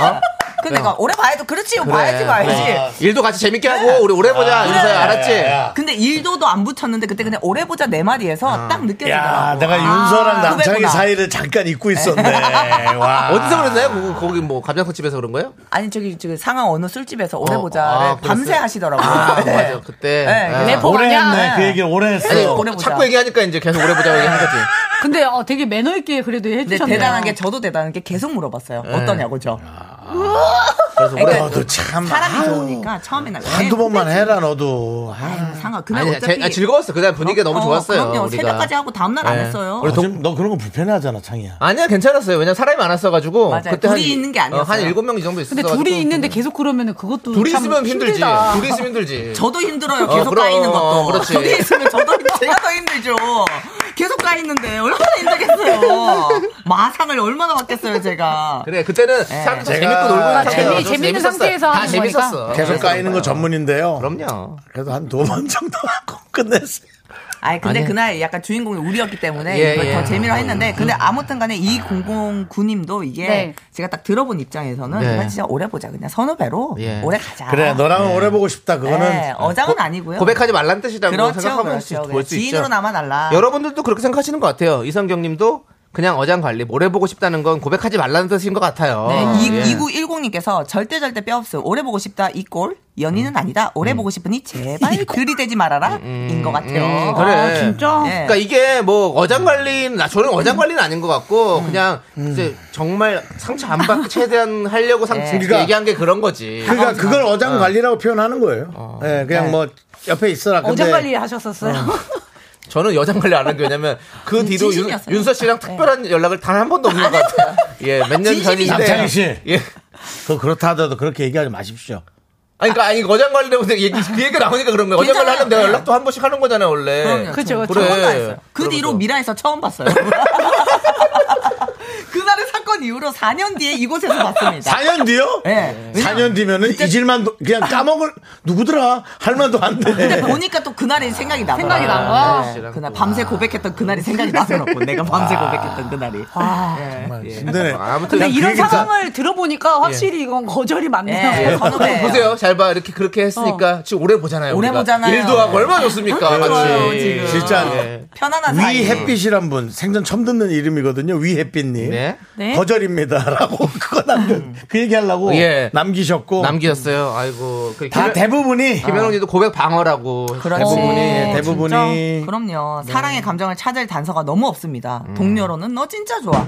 Speaker 2: 아?
Speaker 11: 그
Speaker 2: 어.
Speaker 11: 내가 오래 봐야도 그렇지. 봐야지, 봐야지.
Speaker 2: 그래. 네. 일도 같이 재밌게 하고 우리 오래 보자. 윤서야 알았지?
Speaker 11: 근데 일도도 안 붙였는데 그때 그냥 오래 보자 내 말이에서 딱
Speaker 1: 야,
Speaker 11: 느껴지더라고.
Speaker 1: 내가
Speaker 11: 아,
Speaker 1: 윤서랑 남창희
Speaker 11: 후배구나.
Speaker 1: 사이를 잠깐 잊고 있었네. 와.
Speaker 2: 어디서 그랬나요? 거- 거기 뭐 감자국집에서 그런 거예요?
Speaker 11: 아니 저기 저기 상하 어느 술집에서 오래
Speaker 2: 어,
Speaker 11: 보자를
Speaker 2: 아,
Speaker 11: 밤새
Speaker 2: 그랬어요?
Speaker 11: 하시더라고요.
Speaker 2: 아,
Speaker 11: 네.
Speaker 2: 맞아. 그때
Speaker 11: 네,
Speaker 2: 아.
Speaker 11: 내포 오래 아니야? 했네. 그 얘기
Speaker 1: 오래
Speaker 11: 했어.
Speaker 2: 아니,
Speaker 11: 오래 보자.
Speaker 2: 자꾸 얘기하니까 이제 계속 오래 보자고 얘기한 거지.
Speaker 10: 근데 어, 되게 매너 있게 그래도
Speaker 11: 근데
Speaker 10: 해주셨네요.
Speaker 11: 대단한 게 저도 대단한 게 계속 물어봤어요.
Speaker 2: 네.
Speaker 11: 어떠냐고 저.
Speaker 1: 그래서
Speaker 11: 그러니까
Speaker 1: 너도 참
Speaker 11: 사람이
Speaker 1: 아유,
Speaker 11: 좋으니까 처음에는 네.
Speaker 1: 한두 번만 해라 너도.
Speaker 11: 상관. 그날
Speaker 2: 아니,
Speaker 11: 어차피
Speaker 2: 제, 아, 즐거웠어. 그날 분위기가 너무
Speaker 11: 어,
Speaker 2: 좋았어요.
Speaker 11: 그럼요.
Speaker 2: 우리가.
Speaker 11: 새벽까지 하고 다음날 안
Speaker 2: 예.
Speaker 11: 했어요.
Speaker 2: 우리 동-
Speaker 1: 요즘 아, 너 그런 거 불편해하잖아 창이야.
Speaker 2: 아니야, 괜찮았어요. 왜냐면 사람이 많았어가지고.
Speaker 11: 맞아요.
Speaker 2: 그때
Speaker 11: 둘이
Speaker 2: 한,
Speaker 11: 있는 게
Speaker 2: 어,
Speaker 11: 아니었어요.
Speaker 2: 한 일곱 명 이 정도
Speaker 10: 근데
Speaker 2: 있었어요.
Speaker 10: 둘이 있는데 계속 그러면은 그것도
Speaker 2: 둘이
Speaker 10: 참
Speaker 2: 있으면 힘들지.
Speaker 10: 힘들다.
Speaker 2: 둘이 있으면 힘들지.
Speaker 11: 저도 힘들어요.
Speaker 2: 어,
Speaker 11: 계속
Speaker 2: 그럼.
Speaker 11: 까이는 것도.
Speaker 2: 그렇지.
Speaker 11: 둘이 있으면 저도 힘- 제가 더 힘들죠. 계속 까이는데 얼마나 힘들겠어요. 마상을 얼마나 받겠어요 제가.
Speaker 2: 그래, 그때는 사람들 다 재밌고 놀고 있는
Speaker 11: 네. 맞아요.
Speaker 2: 상태여서
Speaker 11: 재미- 재밌는
Speaker 2: 재밌었어요.
Speaker 11: 상태에서
Speaker 2: 다
Speaker 11: 하는 거니까.
Speaker 2: 재밌었어.
Speaker 1: 계속
Speaker 2: 그래서
Speaker 1: 까이는 거
Speaker 2: 그런가요?
Speaker 1: 전문인데요.
Speaker 2: 그럼요.
Speaker 1: 그래도 한 두 번 정도 하고 끝냈어요.
Speaker 11: 아니 근데
Speaker 1: 아니.
Speaker 11: 그날 약간 주인공이 우리였기 때문에
Speaker 1: 예,
Speaker 11: 이걸
Speaker 1: 예.
Speaker 11: 더 재미로 했는데
Speaker 2: 음.
Speaker 11: 근데 아무튼간에 2009님도 이게
Speaker 10: 네.
Speaker 11: 제가 딱 들어본 입장에서는
Speaker 1: 네.
Speaker 11: 이건 진짜 오래 보자 그냥 선후배로
Speaker 2: 예.
Speaker 11: 오래 가자.
Speaker 1: 그래 너랑은 오래 보고 싶다. 그거는
Speaker 11: 네, 어장은 아니고요.
Speaker 2: 고백하지 말란 뜻이라고
Speaker 11: 그렇죠,
Speaker 2: 생각하고
Speaker 11: 그렇죠.
Speaker 2: 볼수 있-
Speaker 11: 그냥
Speaker 2: 볼수 있죠.
Speaker 11: 지인으로 남아달라.
Speaker 2: 여러분들도 그렇게 생각하시는 것 같아요. 이성경 님도 그냥 어장 관리, 모래 보고 싶다는 건 고백하지 말라는 뜻인 것 같아요.
Speaker 11: 네,
Speaker 2: 예.
Speaker 11: 2910님께서 절대 절대 뼈 없음. 오래 보고 싶다 이 꼴. 연인은 아니다. 오래 보고 싶으니 제발 들이대지 말아라. 인 것 같아요.
Speaker 2: 음. 음, 그래.
Speaker 11: 네.
Speaker 2: 그러니까 이게 뭐 어장 관리는 나 저는 어장 관리는 아닌 것 같고
Speaker 11: 음.
Speaker 2: 그냥
Speaker 1: 음.
Speaker 2: 이제 정말 상처 안 받게 최대한 하려고 상
Speaker 1: 네.
Speaker 2: 그러니까, 얘기한 게 그런 거지.
Speaker 1: 그러니까 그걸 어장 관리라고 표현하는 거예요. 예, 그냥
Speaker 2: 네.
Speaker 1: 뭐 옆에 있어라. 근데
Speaker 10: 어장 관리 하셨었어요.
Speaker 2: 저는 여장 관리 안 한 게 왜냐면 그 뒤로 윤,
Speaker 10: 음, 진심이었어요. 네.
Speaker 2: 윤서 씨랑 특별한 연락을 단 한 번도 없는 것 같아요. 예, 몇 년 전인데.
Speaker 1: 남창희 씨.
Speaker 2: 예.
Speaker 1: 그 그렇다 하더라도 그렇게 얘기하지 마십시오.
Speaker 2: 아니, 그러니까, 아니, 어장 관리라고 얘기, 그 얘기가 나오니까 그런 거예요. 어장 관리 하려면 내가
Speaker 11: 괜찮아요.
Speaker 2: 연락도 한 번씩 하는 거잖아요, 원래.
Speaker 11: 그럼요. 그죠. 저번도 안 했어요. 그 뒤로 미라에서 처음 봤어요. 그날의 사건 이후로 4년 뒤에 이곳에서 봤습니다.
Speaker 1: 4년 뒤요?
Speaker 11: 네.
Speaker 1: 4년 뒤면은 잊을만도 그냥 까먹을 누구더라 할만도 한데.
Speaker 11: 근데 보니까 또 그날이 생각이 나더라고
Speaker 10: 생각이 난 거야?
Speaker 11: 그날 밤새 고백했던 그날이 생각이 나더라고. 내가 밤새
Speaker 1: 와.
Speaker 11: 고백했던 그날이. 예.
Speaker 10: 와.
Speaker 11: 정말
Speaker 1: 힘드네.
Speaker 2: 예. 아무튼
Speaker 10: 근데
Speaker 2: 그냥
Speaker 10: 이런
Speaker 2: 그 얘기가-
Speaker 10: 상황을 들어보니까 확실히 이건 거절이 맞네요.
Speaker 2: 예. 보세요. 잘 봐. 이렇게 그렇게 했으니까 지금 오래 보잖아요.
Speaker 10: 어. 오래
Speaker 2: 우리가.
Speaker 10: 보잖아요. 어,
Speaker 2: 일도 하고 얼마나 좋습니까?
Speaker 1: 네.
Speaker 2: 같이.
Speaker 1: 진짜
Speaker 2: 예.
Speaker 11: 그렇죠, 편안한
Speaker 1: 위 햇빛이란 분 생전 처음 듣는 이름이거든요. 위 햇빛님
Speaker 10: 네.
Speaker 1: 거절입니다라고 그거 남그 얘기하려고
Speaker 2: 예.
Speaker 1: 남기셨고
Speaker 2: 남기셨어요. 아이고. 그
Speaker 1: 다
Speaker 2: 김현-
Speaker 1: 대부분이
Speaker 2: 김현웅 씨도 고백 방어라고. 예,
Speaker 1: 대부분이 대부분이
Speaker 11: 진짜? 그럼요. 사랑의 감정을 찾을 단서가 너무 없습니다. 동료로는 너 진짜 좋아.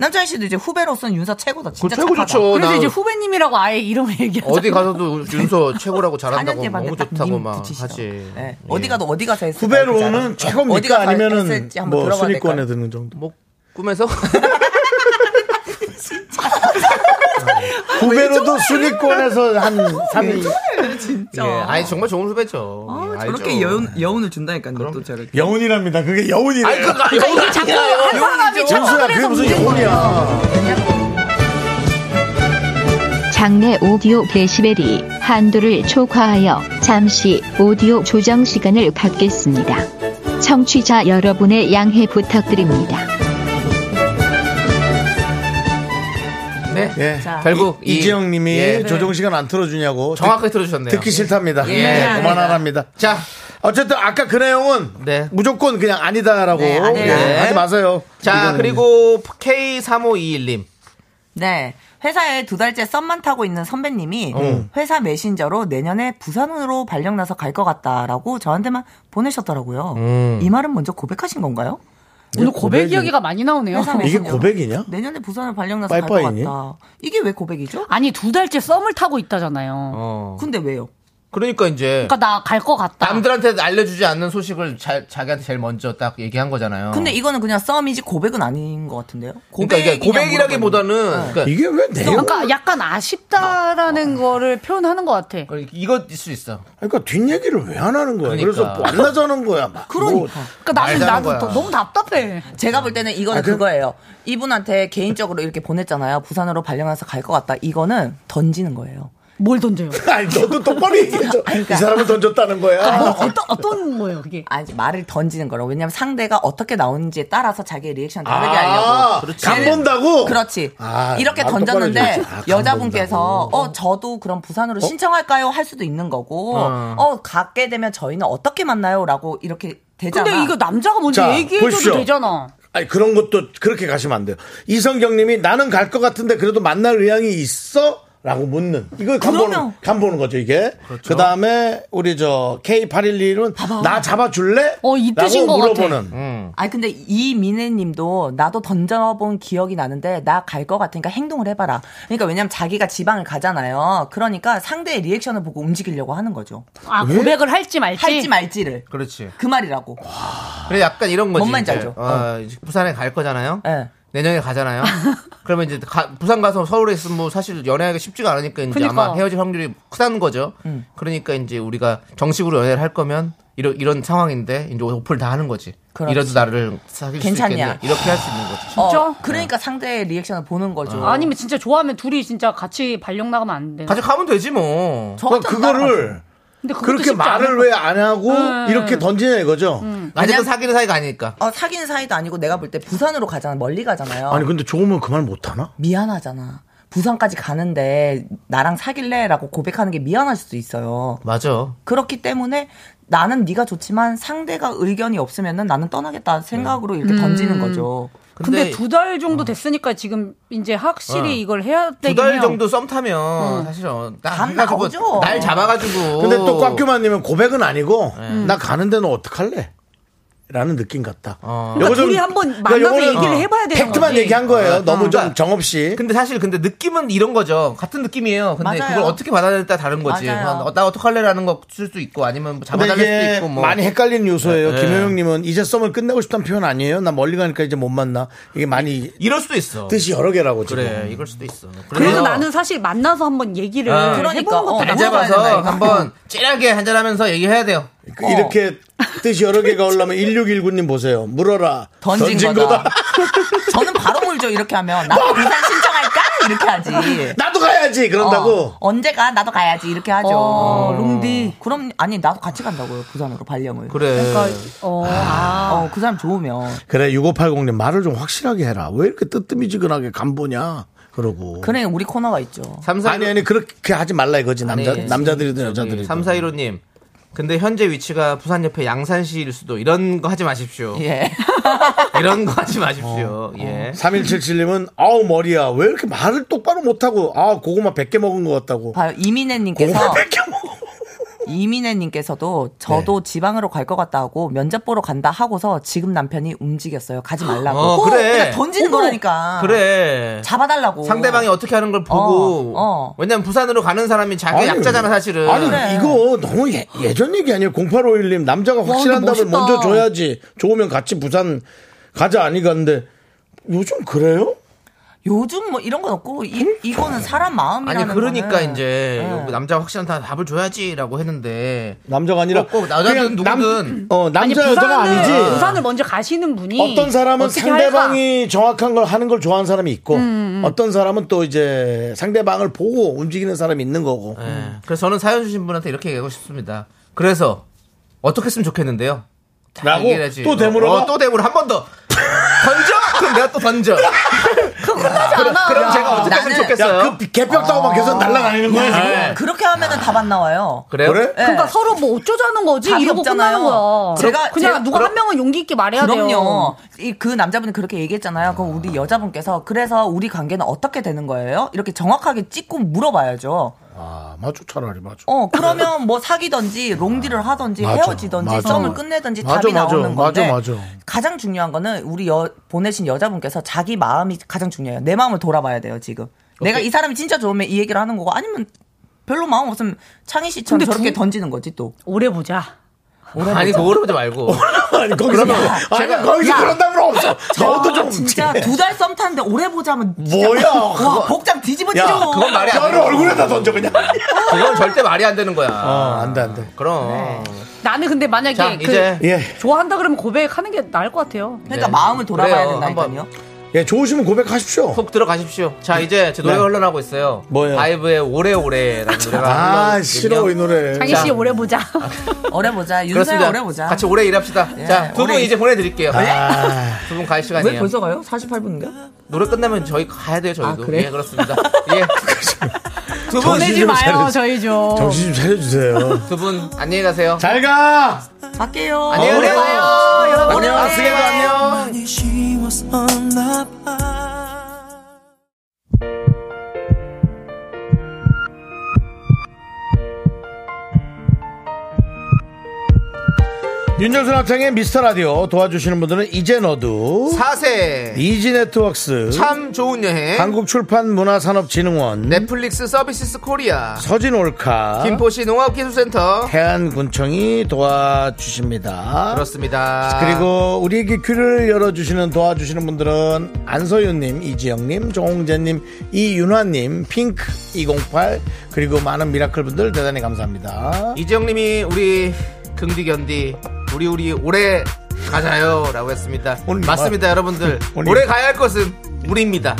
Speaker 11: 남자희 씨도 이제 후배로서는 윤서 최고다. 진짜
Speaker 2: 최고
Speaker 11: 착하다.
Speaker 2: 좋죠.
Speaker 10: 그래서
Speaker 2: 나-
Speaker 10: 이제 후배님이라고 뭐 아예 이름을 얘기하자.
Speaker 2: 어디 가서도 윤서 최고라고
Speaker 11: 사년
Speaker 2: 잘한다고
Speaker 11: 뒤에
Speaker 2: 너무
Speaker 11: 봤는데 딱
Speaker 2: 좋다고
Speaker 11: 님
Speaker 2: 막
Speaker 11: 붙이시더라고요.
Speaker 2: 하지. 예.
Speaker 11: 네. 어디 가도 어디 가서 그 했을 아,
Speaker 1: 후배로는 최고입니까 아니면은
Speaker 11: 했을지 한번
Speaker 1: 뭐
Speaker 11: 들어봐야
Speaker 1: 순위권에
Speaker 11: 될까요?
Speaker 1: 드는 정도
Speaker 2: 꿈에서
Speaker 1: 후배로도 순위권에서 한 3위
Speaker 11: 진짜.
Speaker 2: 예. 아니 정말 좋은 후배죠. 예, 알죠.
Speaker 11: 아, 저렇게 여운, 여운을 준다니까요. 또 저렇게.
Speaker 1: 여운이랍니다 그게 여운이래요
Speaker 2: 아니, 그거 아니, 여운이 자꾸 한 사람이
Speaker 1: 윤수야 그게 무슨 여운이야
Speaker 13: 장내 오디오 데시벨이 한도를 초과하여 잠시 오디오 조정 시간을 갖겠습니다. 청취자 여러분의 양해 부탁드립니다.
Speaker 2: 네.
Speaker 1: 예.
Speaker 11: 자.
Speaker 2: 결국 이-
Speaker 1: 이지영 님이
Speaker 2: 예.
Speaker 1: 조정시간 안 틀어주냐고
Speaker 2: 정확하게 틀어주셨네요.
Speaker 1: 듣기 싫답니다
Speaker 2: 예. 네.
Speaker 1: 그만하랍니다
Speaker 2: 자
Speaker 1: 어쨌든 아까 그 내용은
Speaker 2: 네.
Speaker 1: 무조건 그냥 아니다라고
Speaker 11: 네, 아니다.
Speaker 1: 예, 하지 마세요
Speaker 2: 자
Speaker 1: 이거는.
Speaker 2: 그리고 K3521님.
Speaker 11: 네. 회사에 두 달째 썸만 타고 있는 선배님이
Speaker 1: 음.
Speaker 2: 어.
Speaker 11: 회사 메신저로 내년에 부산으로 발령나서 갈 것 같다라고 저한테만 보내셨더라고요.
Speaker 2: 음.
Speaker 11: 이 말은 먼저 고백하신 건가요?
Speaker 10: 오늘 고백 이야기가 많이 나오네요.
Speaker 11: 회사
Speaker 1: 이게
Speaker 11: 메신저로.
Speaker 1: 고백이냐
Speaker 11: 내년에 부산을 발령나서 갈 것
Speaker 1: 빠이빠이니?
Speaker 11: 같다. 이게 왜 고백이죠?
Speaker 10: 아니 두 달째 썸을 타고 있다잖아요.
Speaker 2: 어.
Speaker 11: 근데 왜요?
Speaker 2: 그러니까 이제
Speaker 10: 그러니까 나 갈 것 같다.
Speaker 2: 남들한테 알려주지 않는 소식을 자, 자기한테 제일 먼저 딱 얘기한 거잖아요.
Speaker 11: 근데 이거는 그냥 썸이지 고백은 아닌 것 같은데요?
Speaker 2: 어. 그러니까 이게 고백이라기보다는 그러니까
Speaker 11: 네.
Speaker 1: 이게 왜 내용
Speaker 10: 약간, 약간
Speaker 2: 어.
Speaker 10: 아쉽다라는 거를 표현하는 것 같아.
Speaker 2: 그러니까 이것일 수 있어.
Speaker 1: 그러니까 뒷얘기를 왜 안 하는 거야?
Speaker 2: 그러니까.
Speaker 1: 그래서 만나자는 거야. 막. 뭐,
Speaker 11: 그러니까.
Speaker 10: 그러니까 나는
Speaker 2: 말도 안
Speaker 10: 나도
Speaker 2: 거야.
Speaker 10: 더- 너무 답답해.
Speaker 11: 제가 볼 때는 이거는
Speaker 1: 아, 그-
Speaker 11: 그거예요. 이분한테 개인적으로 이렇게 보냈잖아요. 부산으로 발령해서 갈 것 같다. 이거는 던지는 거예요.
Speaker 10: 뭘 던져요?
Speaker 1: 아니 너도 똑바로 얘기해줘.
Speaker 11: 그러니까.
Speaker 1: 이 사람을 던졌다는 거야.
Speaker 10: 뭐 어떤 어떤 거예요 그게?
Speaker 11: 아니 말을 던지는 거라고. 왜냐면 상대가 어떻게 나오는지에 따라서 자기의 리액션 다르게
Speaker 1: 아,
Speaker 11: 하려고.
Speaker 1: 그렇지. 간 본다고?
Speaker 11: 그렇지.
Speaker 1: 아,
Speaker 11: 이렇게
Speaker 1: 말 똑바로
Speaker 11: 던졌는데
Speaker 1: 해줘야지. 아, 간
Speaker 11: 여자분께서
Speaker 1: 본다고.
Speaker 11: 어 저도 그럼 부산으로 신청할까요? 할 수도 있는 거고.
Speaker 1: 어.
Speaker 11: 어, 갖게 되면 저희는 어떻게 만나요?라고 이렇게 되잖아.
Speaker 10: 근데 이거 남자가 먼저
Speaker 1: 자,
Speaker 10: 얘기해줘도
Speaker 1: 보십시오.
Speaker 10: 되잖아.
Speaker 1: 아니 그런 것도 그렇게 가시면 안 돼요. 이성경님이 나는 갈 것 같은데 그래도 만날 의향이 있어? 라고 묻는. 이거 간 보는,
Speaker 11: 그러면-
Speaker 1: 간 보는 거죠, 이게. 그 다음에 우리 저 K811은 나 잡아줄래?
Speaker 11: 어, 이 뜻인
Speaker 1: 라고
Speaker 11: 것 같아. 음.
Speaker 1: 물어보는.
Speaker 11: 아니 근데 이 미네님도 나도 던져본 기억이 나는데 나 갈 것 같으니까 행동을 해봐라. 그러니까 왜냐면 자기가 지방을 가잖아요. 그러니까 상대의 리액션을 보고 움직이려고 하는 거죠.
Speaker 10: 아, 왜? 고백을 할지 말지?
Speaker 11: 할지 말지를
Speaker 2: 그렇지.
Speaker 11: 그 말이라고.
Speaker 10: 어,
Speaker 2: 그래 약간 이런 거지.
Speaker 11: 뭔 말인지
Speaker 2: 이제.
Speaker 11: 알죠? 예.
Speaker 2: 어, 이제 부산에 갈 거잖아요. 내년에 가잖아요. 그러면 이제 가- 부산 가서 서울에 있으면 뭐 사실 연애하기 쉽지가 않으니까 이제
Speaker 11: 그러니까. 음.
Speaker 2: 아마 헤어질 확률이 크다는 거죠. 그러니까 이제 우리가 정식으로 연애를 할 거면 이런 이런 상황인데 이제 오픈을 다 하는 거지.
Speaker 11: 그렇지.
Speaker 2: 이래도 나를 사귈
Speaker 11: 괜찮냐.
Speaker 2: 수 있겠냐 이렇게 할 수 있는 거지.
Speaker 11: 어, 그러니까 상대의 리액션을 보는 거죠.
Speaker 10: 아니면 진짜 좋아하면 둘이 진짜 같이 발령 나가면 안 되나?
Speaker 2: 같이 가면 되지 뭐.
Speaker 1: 그러니까 그거를
Speaker 10: 근데 그것도
Speaker 1: 그렇게
Speaker 10: 쉽지
Speaker 1: 말을
Speaker 10: 않을
Speaker 1: 왜 안 하고
Speaker 11: 네.
Speaker 1: 이렇게 던지냐 이거죠.
Speaker 11: 음.
Speaker 2: 아직은 사귀는 사이가 아니니까.
Speaker 11: 어, 사귀는 사이도 아니고 내가 볼 때 부산으로 가잖아. 멀리 가잖아요.
Speaker 1: 아니 근데 좋으면 그 말 못하나?
Speaker 11: 미안하잖아. 부산까지 가는데 나랑 사귈래라고 고백하는 게 미안할 수도 있어요.
Speaker 2: 맞아.
Speaker 11: 그렇기 때문에 나는 네가 좋지만 상대가 의견이 없으면은 나는 떠나겠다 생각으로 이렇게
Speaker 10: 음.
Speaker 11: 던지는 거죠.
Speaker 10: 근데, 두 달 정도
Speaker 1: 어.
Speaker 10: 됐으니까 지금 이제 확실히
Speaker 2: 어.
Speaker 10: 이걸 해야 되긴
Speaker 2: 두 달
Speaker 10: 해요.
Speaker 2: 정도 썸 타면
Speaker 11: 음.
Speaker 10: 응.
Speaker 2: 사실은
Speaker 10: 감
Speaker 2: 나 그거
Speaker 10: 나오죠.
Speaker 2: 날 잡아가지고.
Speaker 1: 근데 또 꽉규만님은 고백은 아니고
Speaker 2: 네.
Speaker 1: 나 가는데 너 어떡할래? 라는 느낌 같다.
Speaker 10: 그러니까 둘이 한번 만나서 얘기를 해봐야 네. 되는
Speaker 1: 팩트만
Speaker 10: 거지.
Speaker 1: 얘기한 거예요.
Speaker 2: 어,
Speaker 1: 너무 좀
Speaker 2: 그러니까.
Speaker 1: 정없이.
Speaker 2: 근데 사실 근데 느낌은 이런 거죠. 같은 느낌이에요. 근데
Speaker 1: 맞아요.
Speaker 2: 그걸 어떻게 받아들일까 따라 다른 거지.
Speaker 1: 맞아요.
Speaker 2: 어, 나 어떡할래라는 거 쓸 수도 있고 아니면 뭐
Speaker 1: 근데
Speaker 2: 잡아달랄 수도
Speaker 1: 이게
Speaker 2: 있고 뭐.
Speaker 1: 많이 헷갈리는 요소예요.
Speaker 2: 네.
Speaker 1: 김효영님은 이제 썸을 끝내고 싶다는 표현 아니에요? 나 멀리 가니까 이제 못 만나. 이게 많이
Speaker 2: 이럴 수도 있어.
Speaker 1: 뜻이 여러 개라고 지금.
Speaker 2: 그래, 이럴 수도 있어.
Speaker 10: 그래서 나는 사실 만나서 한번 얘기를
Speaker 2: 아,
Speaker 11: 그러니까.
Speaker 10: 해보는
Speaker 11: 어.
Speaker 10: 것도
Speaker 2: 다
Speaker 10: 나쁘지
Speaker 2: 잡아서
Speaker 10: 않아요.
Speaker 2: 한번 찌하게 한잔하면서 얘기해야 돼요.
Speaker 1: 그 이렇게 뜻이 여러 개가 올라면 1619님 보세요. 물어라.
Speaker 11: 던진, 거다.
Speaker 1: 거다.
Speaker 11: 저는 바로 물죠 이렇게 하면 나도 부산 신청할까 이렇게 하지.
Speaker 1: 나도 가야지 그런다고.
Speaker 11: 어, 언제 가? 나도 가야지 이렇게 하죠.
Speaker 1: 어,
Speaker 11: 롱디. 그럼 아니 나도 같이 간다고요 부산으로 발령을.
Speaker 2: 그래.
Speaker 1: 그러니까,
Speaker 10: 어,
Speaker 11: 어, 그 사람 좋으면.
Speaker 1: 그래 6580님 말을 좀 확실하게 해라. 왜 이렇게 뜨뜨미지근하게 간보냐. 그러고.
Speaker 11: 그래 우리 코너가 있죠.
Speaker 1: 아니 아니 그렇게 하지 말라 이거지 남자
Speaker 2: 아니,
Speaker 1: 남자들이든 여자들이든.
Speaker 2: 3415님. 근데 현재 위치가 부산 옆에 양산시일 수도 이런 거 하지 마십시오.
Speaker 11: 예.
Speaker 2: 이런 거 하지 마십시오. 예.
Speaker 1: 3177님은 아우 머리야 왜 이렇게 말을 똑바로 못하고 아 고구마 100개 먹은 것 같다고.
Speaker 11: 봐요. 이민혜님께서
Speaker 1: 고구마 100개
Speaker 11: 이민혜님께서도 저도
Speaker 2: 네.
Speaker 11: 지방으로 갈 것 같다 하고 면접 보러 간다 하고서 지금 남편이 움직였어요. 가지 말라고.
Speaker 2: 어, 그래.
Speaker 11: 그러니까 던지는
Speaker 2: 어머.
Speaker 11: 거라니까.
Speaker 2: 그래.
Speaker 11: 잡아달라고.
Speaker 2: 상대방이 어떻게 하는 걸 보고
Speaker 11: 어, 어.
Speaker 2: 왜냐면 부산으로 가는 사람이 자기
Speaker 1: 아니,
Speaker 2: 약자잖아 사실은
Speaker 1: 아니 이거 너무 예, 예전 얘기 아니에요. 0851님 남자가
Speaker 2: 와,
Speaker 1: 확실한
Speaker 2: 근데
Speaker 1: 답을
Speaker 2: 멋있다.
Speaker 1: 먼저 줘야지. 좋으면 같이 부산 가자 아니 갔는데 요즘 그래요?
Speaker 11: 요즘 뭐 이런 건 없고 이, 이거는 사람 마음이라는
Speaker 2: 아니 그러니까
Speaker 11: 거는.
Speaker 2: 이제
Speaker 11: 네.
Speaker 2: 이거 남자 확실한 다 답을 줘야지라고 했는데
Speaker 1: 남자가 아니라
Speaker 2: 꼭 나자든
Speaker 1: 그냥 남-
Speaker 2: 누구든
Speaker 1: 어, 남자
Speaker 10: 아니,
Speaker 1: 여자가
Speaker 10: 부산을-
Speaker 1: 아니지.
Speaker 10: 부산을 먼저 가시는 분이
Speaker 1: 어떤 사람은
Speaker 10: 어떻게 예.
Speaker 1: 상대방이 정확한 걸 하는 걸 좋아하는 사람이 있고
Speaker 10: 음, 음.
Speaker 1: 어떤 사람은 또 이제 상대방을 보고 움직이는 사람이 있는 거고.
Speaker 2: 예. 그래서 저는 사연 주신 분한테 이렇게 얘기하고 싶습니다. 그래서 어떻게 했으면 좋겠는데요. 다
Speaker 1: 라고?
Speaker 2: 얘기를 해야지.
Speaker 1: 또 되물어봐?
Speaker 2: 어, 또 대물어 한 번 더. 던져? 그럼 내가 또 던져.
Speaker 11: 끝나지
Speaker 2: 그럼-
Speaker 11: 않아.
Speaker 2: 그럼
Speaker 11: 야,
Speaker 2: 제가 어떻게 했으면
Speaker 11: 나는-
Speaker 2: 좋겠어요? 네.
Speaker 1: 그 개벽다고만 계속 날아다니는 거야, 지금.
Speaker 11: 야, 그렇게 하면은 답 안 나와요. 네.
Speaker 2: 그래요?
Speaker 10: 그러니까 서로 뭐 어쩌자는 거지
Speaker 11: 예. 답이
Speaker 10: 이러고
Speaker 11: 없잖아요.
Speaker 10: 끝나는 거야.
Speaker 11: 제가-
Speaker 10: 그냥
Speaker 11: 제가-
Speaker 10: 누가
Speaker 11: 그럼-
Speaker 10: 한 명은 용기 있게 말해야
Speaker 11: 그럼요.
Speaker 10: 돼요.
Speaker 11: 이 그 남자분이 그렇게 얘기했잖아요. 그럼 우리 여자분께서 그래서 우리 관계는 어떻게 되는 거예요? 이렇게 정확하게 찍고 물어봐야죠.
Speaker 1: 아, 맞죠, 차라리 맞죠.
Speaker 11: 어 그러면 뭐 사귀던지 롱디를 하던지
Speaker 1: 맞아,
Speaker 11: 헤어지던지
Speaker 1: 맞아.
Speaker 11: 썸을 끝내던지
Speaker 1: 맞아,
Speaker 11: 답이
Speaker 1: 맞아,
Speaker 11: 나오는
Speaker 1: 맞아,
Speaker 11: 건데
Speaker 1: 맞아.
Speaker 11: 가장 중요한 거는 우리 여, 보내신 여자분께서 자기 마음이 가장 중요해요. 내 마음을 돌아봐야 돼요 지금. 내가 이 사람이 진짜 좋으면 이 얘기를 하는 거고 아니면 별로 마음 없으면 창희 씨처럼
Speaker 10: 근데
Speaker 11: 저렇게
Speaker 10: 두-
Speaker 11: 던지는 거지 또.
Speaker 10: 오래 보자.
Speaker 2: 아니, 그거 오래 보지 말고.
Speaker 1: 아니, 거기서 뭐,
Speaker 2: 그러면
Speaker 1: 아니,
Speaker 2: 제가-
Speaker 1: 거기서
Speaker 2: 야.
Speaker 1: 그런 답은 없어.
Speaker 11: 저
Speaker 1: 너도 좀
Speaker 11: 아, 진짜
Speaker 1: 돼.
Speaker 11: 두 달 썸 탔는데 오래 보자면
Speaker 1: 뭐야, 그거.
Speaker 11: 와 복장 뒤집어지죠.
Speaker 2: 야, 그건 말이 안
Speaker 1: 뼈를
Speaker 2: 되는
Speaker 1: 얼굴에다 던져, 그냥.
Speaker 2: 그건 절대 말이 안 되는 거야. 어, 안
Speaker 1: 돼, 예, 안 돼.
Speaker 2: 그럼.
Speaker 11: 네.
Speaker 10: 나는 근데 만약에
Speaker 2: 자,
Speaker 10: 그
Speaker 2: 이제.
Speaker 10: 좋아한다 그러면 고백하는 게 나을 것 같아요.
Speaker 2: 그러니까 네. 마음을 돌아봐야 그래요. 된다니까요. 한번
Speaker 1: 예, 좋으시면 고백하십시오.
Speaker 2: 훅 들어가십시오. 자, 이제 제 노래가
Speaker 1: 네.
Speaker 2: 흘러나오고 있어요.
Speaker 1: 뭐예요?
Speaker 2: 바이브의 오래오래라는 노래가.
Speaker 1: 아, 싫어, 이 노래.
Speaker 10: 장희 씨 오래 보자.
Speaker 11: 오래 보자.
Speaker 2: 그렇습니다.
Speaker 11: 윤서야 오래 보자. 네.
Speaker 2: 같이 오래 일합시다. 자, 두 분
Speaker 11: 오래
Speaker 2: 이제 보내드릴게요.
Speaker 1: 아.
Speaker 2: 두 분 갈 시간이에요.
Speaker 11: 왜 벌써 가요? 48분인가?
Speaker 2: 노래 끝나면 저희 가야 돼요, 저희도.
Speaker 11: 아, 그래요?
Speaker 2: 예, 그렇습니다. 예. 두 분.
Speaker 1: 정신 좀 차려-
Speaker 10: 저희 좀.
Speaker 1: 정신 좀 차려주세요.
Speaker 2: 두 분 안녕히 가세요.
Speaker 1: 잘 가!
Speaker 11: 갈게요.
Speaker 2: 안녕히
Speaker 11: 오래
Speaker 2: 가세요.
Speaker 11: 봐요.
Speaker 2: 안녕.
Speaker 11: 여러분 오래.
Speaker 2: 아스게도 안녕.
Speaker 14: 많이 쉬웠었나 봐
Speaker 1: 윤정수 남창의 미스터 라디오 도와주시는 분들은 이제 너도
Speaker 2: 사세
Speaker 1: 이지 네트웍스
Speaker 2: 참 좋은 여행
Speaker 1: 한국출판문화산업진흥원
Speaker 2: 넷플릭스 서비스 코리아
Speaker 1: 서진 올카
Speaker 2: 네. 김포시 농업기술센터
Speaker 1: 태안군청이 도와주십니다.
Speaker 2: 그렇습니다.
Speaker 1: 그리고 우리에게 귀를 열어주시는 도와주시는 분들은 안서윤님, 이지영님, 정홍재님, 이윤화님, 핑크208 그리고 많은 미라클 분들 대단히 감사합니다.
Speaker 2: 이지영님이 우리 긍디 견디 우리 우리 오래 가자요라고 했습니다. 맞습니다, 여러분들.
Speaker 1: 오늘
Speaker 2: 오래 가야 할 것은 우리입니다.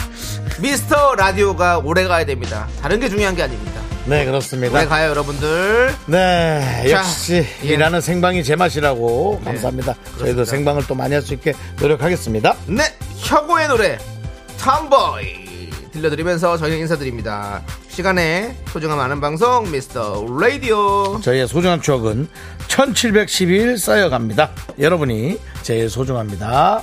Speaker 2: 미스터 라디오가 오래 가야 됩니다. 다른 게 중요한 게 아닙니다.
Speaker 1: 네 그렇습니다.
Speaker 2: 오래 가요, 여러분들.
Speaker 1: 네
Speaker 2: 자,
Speaker 1: 역시
Speaker 2: 예.
Speaker 1: 일하는 생방이 제 맛이라고 감사합니다. 저희도 생방을 또 많이 할 수 있게 노력하겠습니다.
Speaker 2: 네, 혁오의 노래 탐보이 들려드리면서 저희는 인사드립니다. 시간에 소중함 아는 방송 미스터 라디오.
Speaker 1: 저희의 소중한 추억은 1712일 쌓여갑니다. 여러분이 제일 소중합니다.